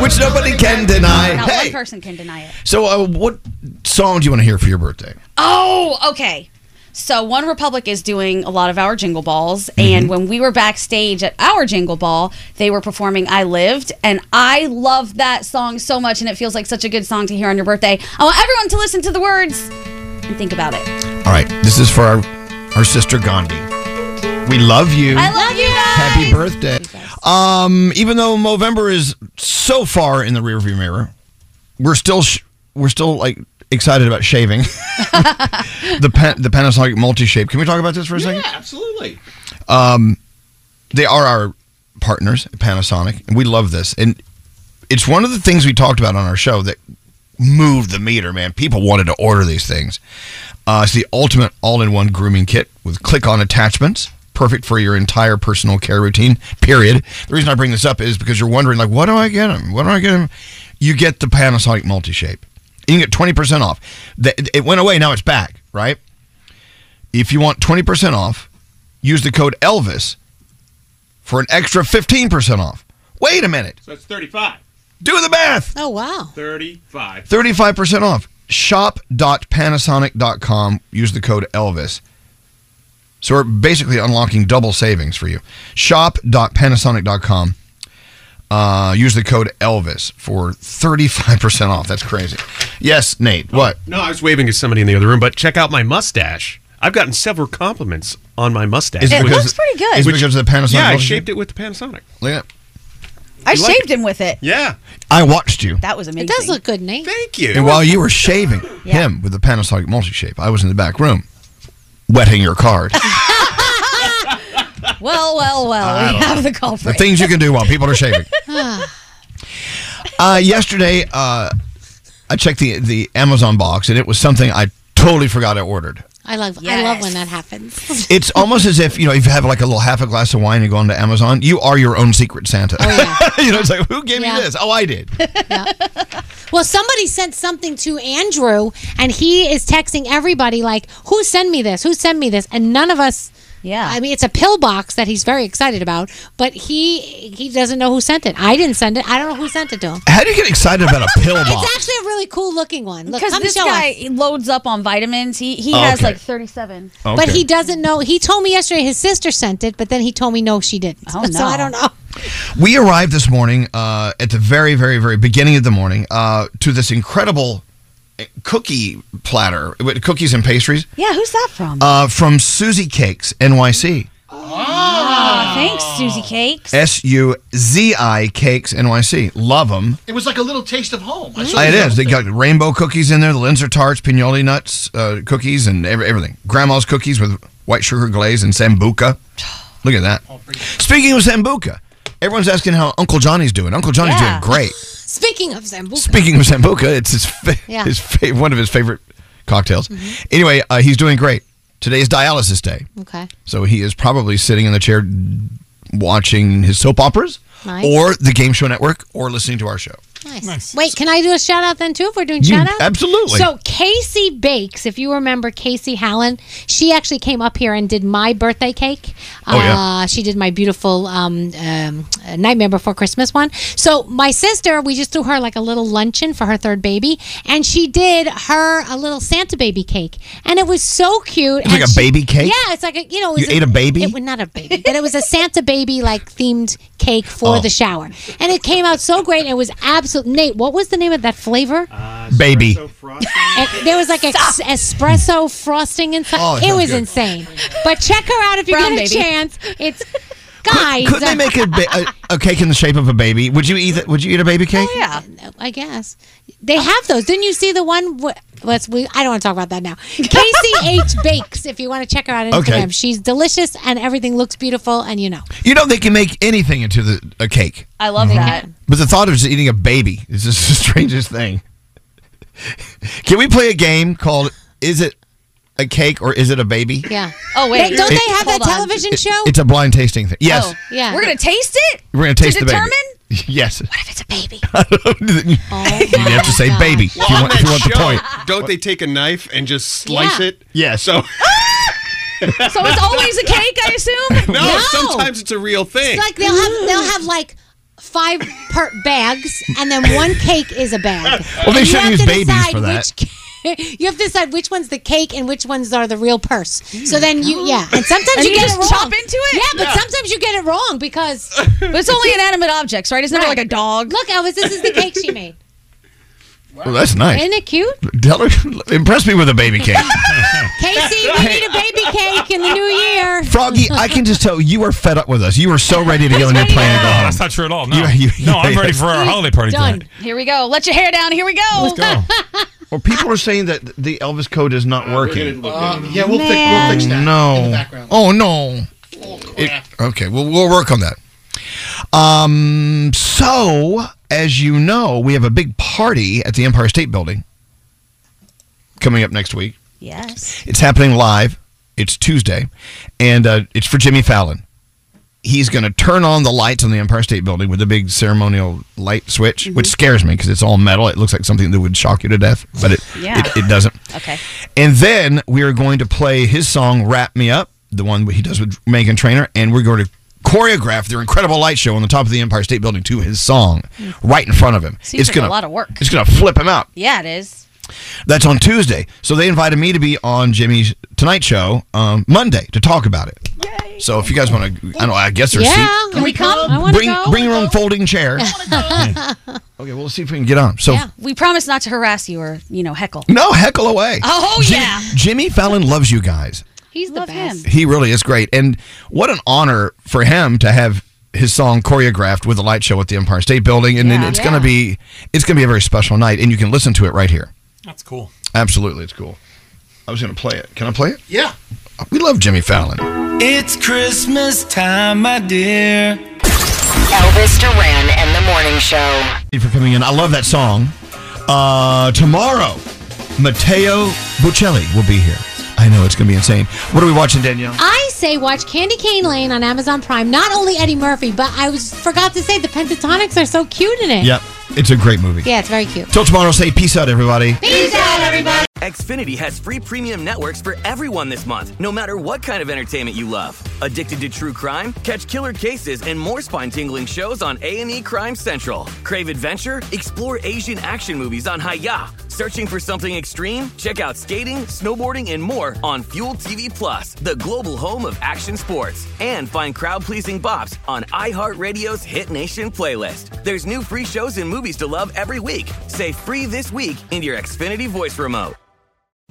Speaker 4: which nobody can deny.
Speaker 6: Not
Speaker 4: Hey,
Speaker 6: one person can deny it.
Speaker 4: so uh, what song do you want to hear for your birthday?
Speaker 6: Oh, okay. So One Republic is doing a lot of our jingle balls,
Speaker 4: Mm-hmm.
Speaker 6: and when we were backstage at our jingle ball, they were performing "I Lived," and I love that song so much, and it feels like such a good song to hear on your birthday. I want everyone to listen to the words and think about it.
Speaker 4: All right, this is for our, our sister Gandhi. We love you.
Speaker 6: I love you guys.
Speaker 4: Happy birthday. Um, even though Movember is so far in the rearview mirror, we're still sh- we're still like excited about shaving the pan- the Panasonic multi shape. Can we talk about this for a second?
Speaker 8: absolutely.
Speaker 4: Um, they are our partners at Panasonic, and we love this. And it's one of the things we talked about on our show that moved the meter, man. People wanted to order these things. Uh, it's the ultimate all in one grooming kit with click on attachments. Perfect for your entire personal care routine, period. The reason I bring this up is because you're wondering, like, what do I get him? What do I get him? You get the Panasonic multi shape. You can get 20% off. The- It went away, now it's back, right? If you want 20% off, use the code Elvis for an extra 15% off. Wait a minute.
Speaker 32: So that's 35.
Speaker 4: Do the math.
Speaker 5: Oh, wow.
Speaker 32: 35.
Speaker 4: 35% off. Shop.panasonic.com. Use the code Elvis. So we're basically unlocking double savings for you. Shop.panasonic.com. Uh, use the code Elvis for 35% off. That's crazy. Yes, Nate. What?
Speaker 8: Oh, No, I was waving at somebody in the other room, but check out my mustache. I've gotten several compliments on my mustache.
Speaker 4: Is it It because- looks pretty good. is it because of the Panasonic
Speaker 8: Yeah, I
Speaker 4: multi-shape?
Speaker 8: shaped it with the Panasonic.
Speaker 4: Look at
Speaker 6: I
Speaker 8: You like
Speaker 6: shaved him with it.
Speaker 8: Yeah.
Speaker 4: I watched you.
Speaker 6: That was amazing.
Speaker 5: It does look good, Nate. Thank
Speaker 4: And while you were shaving him with the Panasonic multi shape, I was in the back room wetting your card.
Speaker 6: Well, well,
Speaker 4: I
Speaker 6: well. We
Speaker 4: don't
Speaker 6: have the
Speaker 4: the
Speaker 6: culprit.
Speaker 4: things you can do while people are shaving.
Speaker 5: Ah.
Speaker 4: Uh, yesterday, uh, I checked the the Amazon box, and it was something I totally forgot I ordered.
Speaker 5: I love I love when that happens.
Speaker 4: It's almost as if you know if you have like a little half a glass of wine and go onto Amazon, you are your own secret Santa.
Speaker 6: Oh,
Speaker 4: you know, it's like who gave
Speaker 5: Yeah.
Speaker 4: me this? Oh, I did.
Speaker 5: Well, somebody sent something to Andrew, and he is texting everybody like, "Who sent me this? Who sent me this?" And none of us.
Speaker 6: Yeah.
Speaker 5: I mean, it's a pillbox that he's very excited about, but he he doesn't know who sent it. I didn't send it. I don't know who sent it to him.
Speaker 4: How do you get excited about a pill box?
Speaker 5: It's actually a really cool looking one. Look,
Speaker 6: Because
Speaker 5: come
Speaker 6: this
Speaker 5: show
Speaker 6: guy
Speaker 5: us.
Speaker 6: he loads up on vitamins. He he
Speaker 4: Oh,
Speaker 6: has
Speaker 4: okay.
Speaker 6: like 37.
Speaker 5: But
Speaker 4: Okay.
Speaker 5: he doesn't know. He told me yesterday his sister sent it, but then he told me no, she didn't. Oh, So
Speaker 6: no.
Speaker 5: I don't know.
Speaker 4: We arrived this morning uh, at the very, very, very beginning of the morning uh, to this incredible eh, cookie platter with cookies and pastries
Speaker 6: Yeah, who's that from?
Speaker 4: uh, from Susie Cakes NYC.
Speaker 6: Ah, thanks, Susie Cake.
Speaker 4: S U Z I Cakes NYC. Love them.
Speaker 18: It was like a little taste of home. I saw
Speaker 4: Oh, It
Speaker 18: these
Speaker 4: is. They got rainbow cookies in there, the Linzer tarts, pinoli nuts uh, cookies, and every, everything. Grandma's cookies with white sugar glaze and sambuca. Look at that. Speaking of sambuca, everyone's asking how Uncle Johnny's doing. Uncle Johnny's
Speaker 5: Yeah.
Speaker 4: doing great.
Speaker 5: Speaking of Zambuca.
Speaker 4: Speaking of sambuca, it's his fa-
Speaker 5: Yeah. Mm-hmm.
Speaker 4: his fa- one of his favorite cocktails. Anyway, uh, he's doing great. Today is dialysis day,
Speaker 5: Okay.
Speaker 4: so he is probably sitting in the chair watching his soap operas,
Speaker 5: Nice.
Speaker 4: or the game show network, or listening to our show.
Speaker 5: Nice. Wait, can I do a shout out then too if we're doing
Speaker 4: You-
Speaker 5: shout out?
Speaker 4: absolutely.
Speaker 5: So Casey Bakes, if you remember Casey Hallen, she actually came up here and did my birthday cake.
Speaker 1: Oh, yeah.
Speaker 5: uh, she did my beautiful um, um, uh, Nightmare Before Christmas one. So my sister, we just threw her like a little luncheon for her third baby, and she did her a little Santa baby cake, and it was so cute.
Speaker 4: It's like
Speaker 5: and
Speaker 4: a
Speaker 5: she-
Speaker 4: baby cake?
Speaker 5: Yeah, it's like a you know. it
Speaker 4: You
Speaker 5: was
Speaker 4: ate a baby?
Speaker 5: It, not a baby, but it was a Santa baby like themed cake for
Speaker 4: Oh.
Speaker 5: the shower, and it came out so great. And it was absolute. Nate, what was the name of that flavor?
Speaker 4: Baby,
Speaker 5: And there was like ex- espresso frosting inside.
Speaker 4: Oh, it
Speaker 5: it
Speaker 4: sounds
Speaker 5: was
Speaker 4: good.
Speaker 5: insane. But check her out if you
Speaker 6: Brown
Speaker 5: get a
Speaker 6: baby.
Speaker 5: chance. It's guys. uh, oh,
Speaker 4: could they make a, ba- a, a cake in the shape of a baby? Would you eat? it- Would you eat a baby cake?
Speaker 5: yeah, I guess they have those. Didn't you see the one? wh- Let's. We, I don't want to talk about that now. Casey H Bakes. If you want to check her out on
Speaker 4: Okay.
Speaker 5: Instagram, she's delicious and everything looks beautiful. And you know,
Speaker 4: You know they can make anything into the, a cake.
Speaker 6: I love
Speaker 5: Mm-hmm.
Speaker 6: that.
Speaker 4: But the thought of just eating a baby is just the strangest thing. Can we play a game called Is It a Cake or Is It a Baby?
Speaker 5: yeah.
Speaker 6: Oh wait,
Speaker 5: They- don't
Speaker 4: It-
Speaker 5: they have that
Speaker 6: hold on.
Speaker 5: television
Speaker 4: It-
Speaker 5: show?
Speaker 4: It's a blind tasting thing. Yes.
Speaker 6: Oh,
Speaker 5: yeah.
Speaker 6: We're gonna taste it.
Speaker 4: We're going to taste
Speaker 6: to
Speaker 4: the
Speaker 6: determine.
Speaker 4: baby. Yes. What
Speaker 5: if it's a baby? Oh
Speaker 4: you have to say baby if you want, if you want the point.
Speaker 23: Don't they take a knife and just slice
Speaker 6: Yeah.
Speaker 23: it? Yeah. So
Speaker 6: So it's always a cake, I assume.
Speaker 23: no, sometimes it's a real thing.
Speaker 5: It's like they'll have they'll have like five per bags, and then one cake is a bag.
Speaker 4: Well, they
Speaker 5: And you
Speaker 4: shouldn't
Speaker 5: have
Speaker 4: use
Speaker 5: to
Speaker 4: babies
Speaker 5: decide
Speaker 4: for that.
Speaker 5: which ca- You have to decide which one's the cake and which ones are the real purse. So then you, yeah, and sometimes
Speaker 6: Oh And
Speaker 5: you,
Speaker 6: you
Speaker 5: get
Speaker 6: just
Speaker 5: it wrong.
Speaker 6: chop into it?
Speaker 5: Yeah, but
Speaker 6: Yeah.
Speaker 5: sometimes you get it wrong because
Speaker 6: But it's only inanimate objects, right? It's never like a dog.
Speaker 5: look, Elvis, this is the cake she made.
Speaker 4: Well, that's nice.
Speaker 5: Isn't it cute?
Speaker 4: Tell her, impress me with a baby cake.
Speaker 5: Casey, we need a baby cake in the new year.
Speaker 4: Froggy, I can just tell you are fed up with us. You are so ready to get on your plane and go home. That's
Speaker 3: not true at all. No, No, I'm ready for our holiday party
Speaker 6: Done.
Speaker 4: tonight.
Speaker 6: Here we go. Let your hair down. Here we go. Let's
Speaker 4: go. Well, people are saying that the Elvis code is not working.
Speaker 18: things. Yeah, we'll, fix, we'll fix that.
Speaker 4: no. Oh no.
Speaker 18: Oh,
Speaker 4: It- okay, well we'll work on that. Um so as you know, we have a big party at the Empire State Building coming up next week.
Speaker 6: Yes.
Speaker 4: It's happening live. It's Tuesday, and uh, it's for Jimmy Fallon. He's going to turn on the lights on the Empire State Building with a big ceremonial light switch,
Speaker 6: Mm-hmm.
Speaker 4: which scares me because it's all metal. It looks like something that would shock you to death, but it
Speaker 6: Yeah.
Speaker 4: it, it doesn't.
Speaker 6: Okay.
Speaker 4: And then we are going to play his song "Wrap Me Up," the one he does with Megan Trainor, and we're going to choreograph their incredible light show on the top of the Empire State Building to his song, right in front of him.
Speaker 6: Mm. Seems like a
Speaker 4: gonna
Speaker 6: lot of work.
Speaker 4: It's going to flip him out.
Speaker 6: Yeah, it is.
Speaker 4: That's on Tuesday. So they invited me to be on Jimmy's Tonight Show um, Monday to talk about it. So if you guys want to, I don't know. I guess there's
Speaker 5: Yeah,
Speaker 4: seats.
Speaker 5: can we come? I wanna
Speaker 4: Bring
Speaker 5: go.
Speaker 4: bring your own folding chair. okay, we'll see if we can get on. So
Speaker 6: We promise not to harass you or you know heckle.
Speaker 4: no heckle away.
Speaker 6: Oh
Speaker 4: Jim-
Speaker 6: yeah.
Speaker 4: Jimmy Fallon loves you guys.
Speaker 5: He's the best.
Speaker 4: He really is great, and what an honor for him to have his song choreographed with a light show at the Empire State Building, and then
Speaker 3: Yeah.
Speaker 4: it's gonna
Speaker 3: Yeah.
Speaker 4: be it's gonna be a very special night, and you can listen to it right here.
Speaker 3: That's cool.
Speaker 4: Absolutely, it's cool. I was gonna play it. Can I play it?
Speaker 3: Yeah.
Speaker 4: We love Jimmy Fallon.
Speaker 9: It's Christmas time, my dear.
Speaker 22: Elvis Duran and the Morning Show.
Speaker 4: Thank you for coming in. I love that song. Uh, tomorrow, Matteo Bocelli will be here. I know it's going to be insane. What are we watching, Danielle?
Speaker 5: I say watch Candy Cane Lane on Amazon Prime. Not only Eddie Murphy, but I was forgot to say the Pentatonics are so cute in it.
Speaker 4: Yep, it's a great movie.
Speaker 5: Yeah, it's very cute.
Speaker 4: Till tomorrow, say peace out, everybody.
Speaker 5: Peace out, everybody.
Speaker 23: Xfinity has free premium networks for everyone this month, no matter what kind of entertainment you love. Addicted to true crime? Catch killer cases and more spine-tingling shows on A&E Crime Central. Crave adventure? Explore Asian action movies on Hayya. Searching for something extreme? Check out skating, snowboarding, and more on Fuel TV Plus, the global home of action sports. And find crowd-pleasing bops on iHeartRadio's Hit Nation playlist. There's new free shows and movies to love every week. Say free this week in your Xfinity voice remote.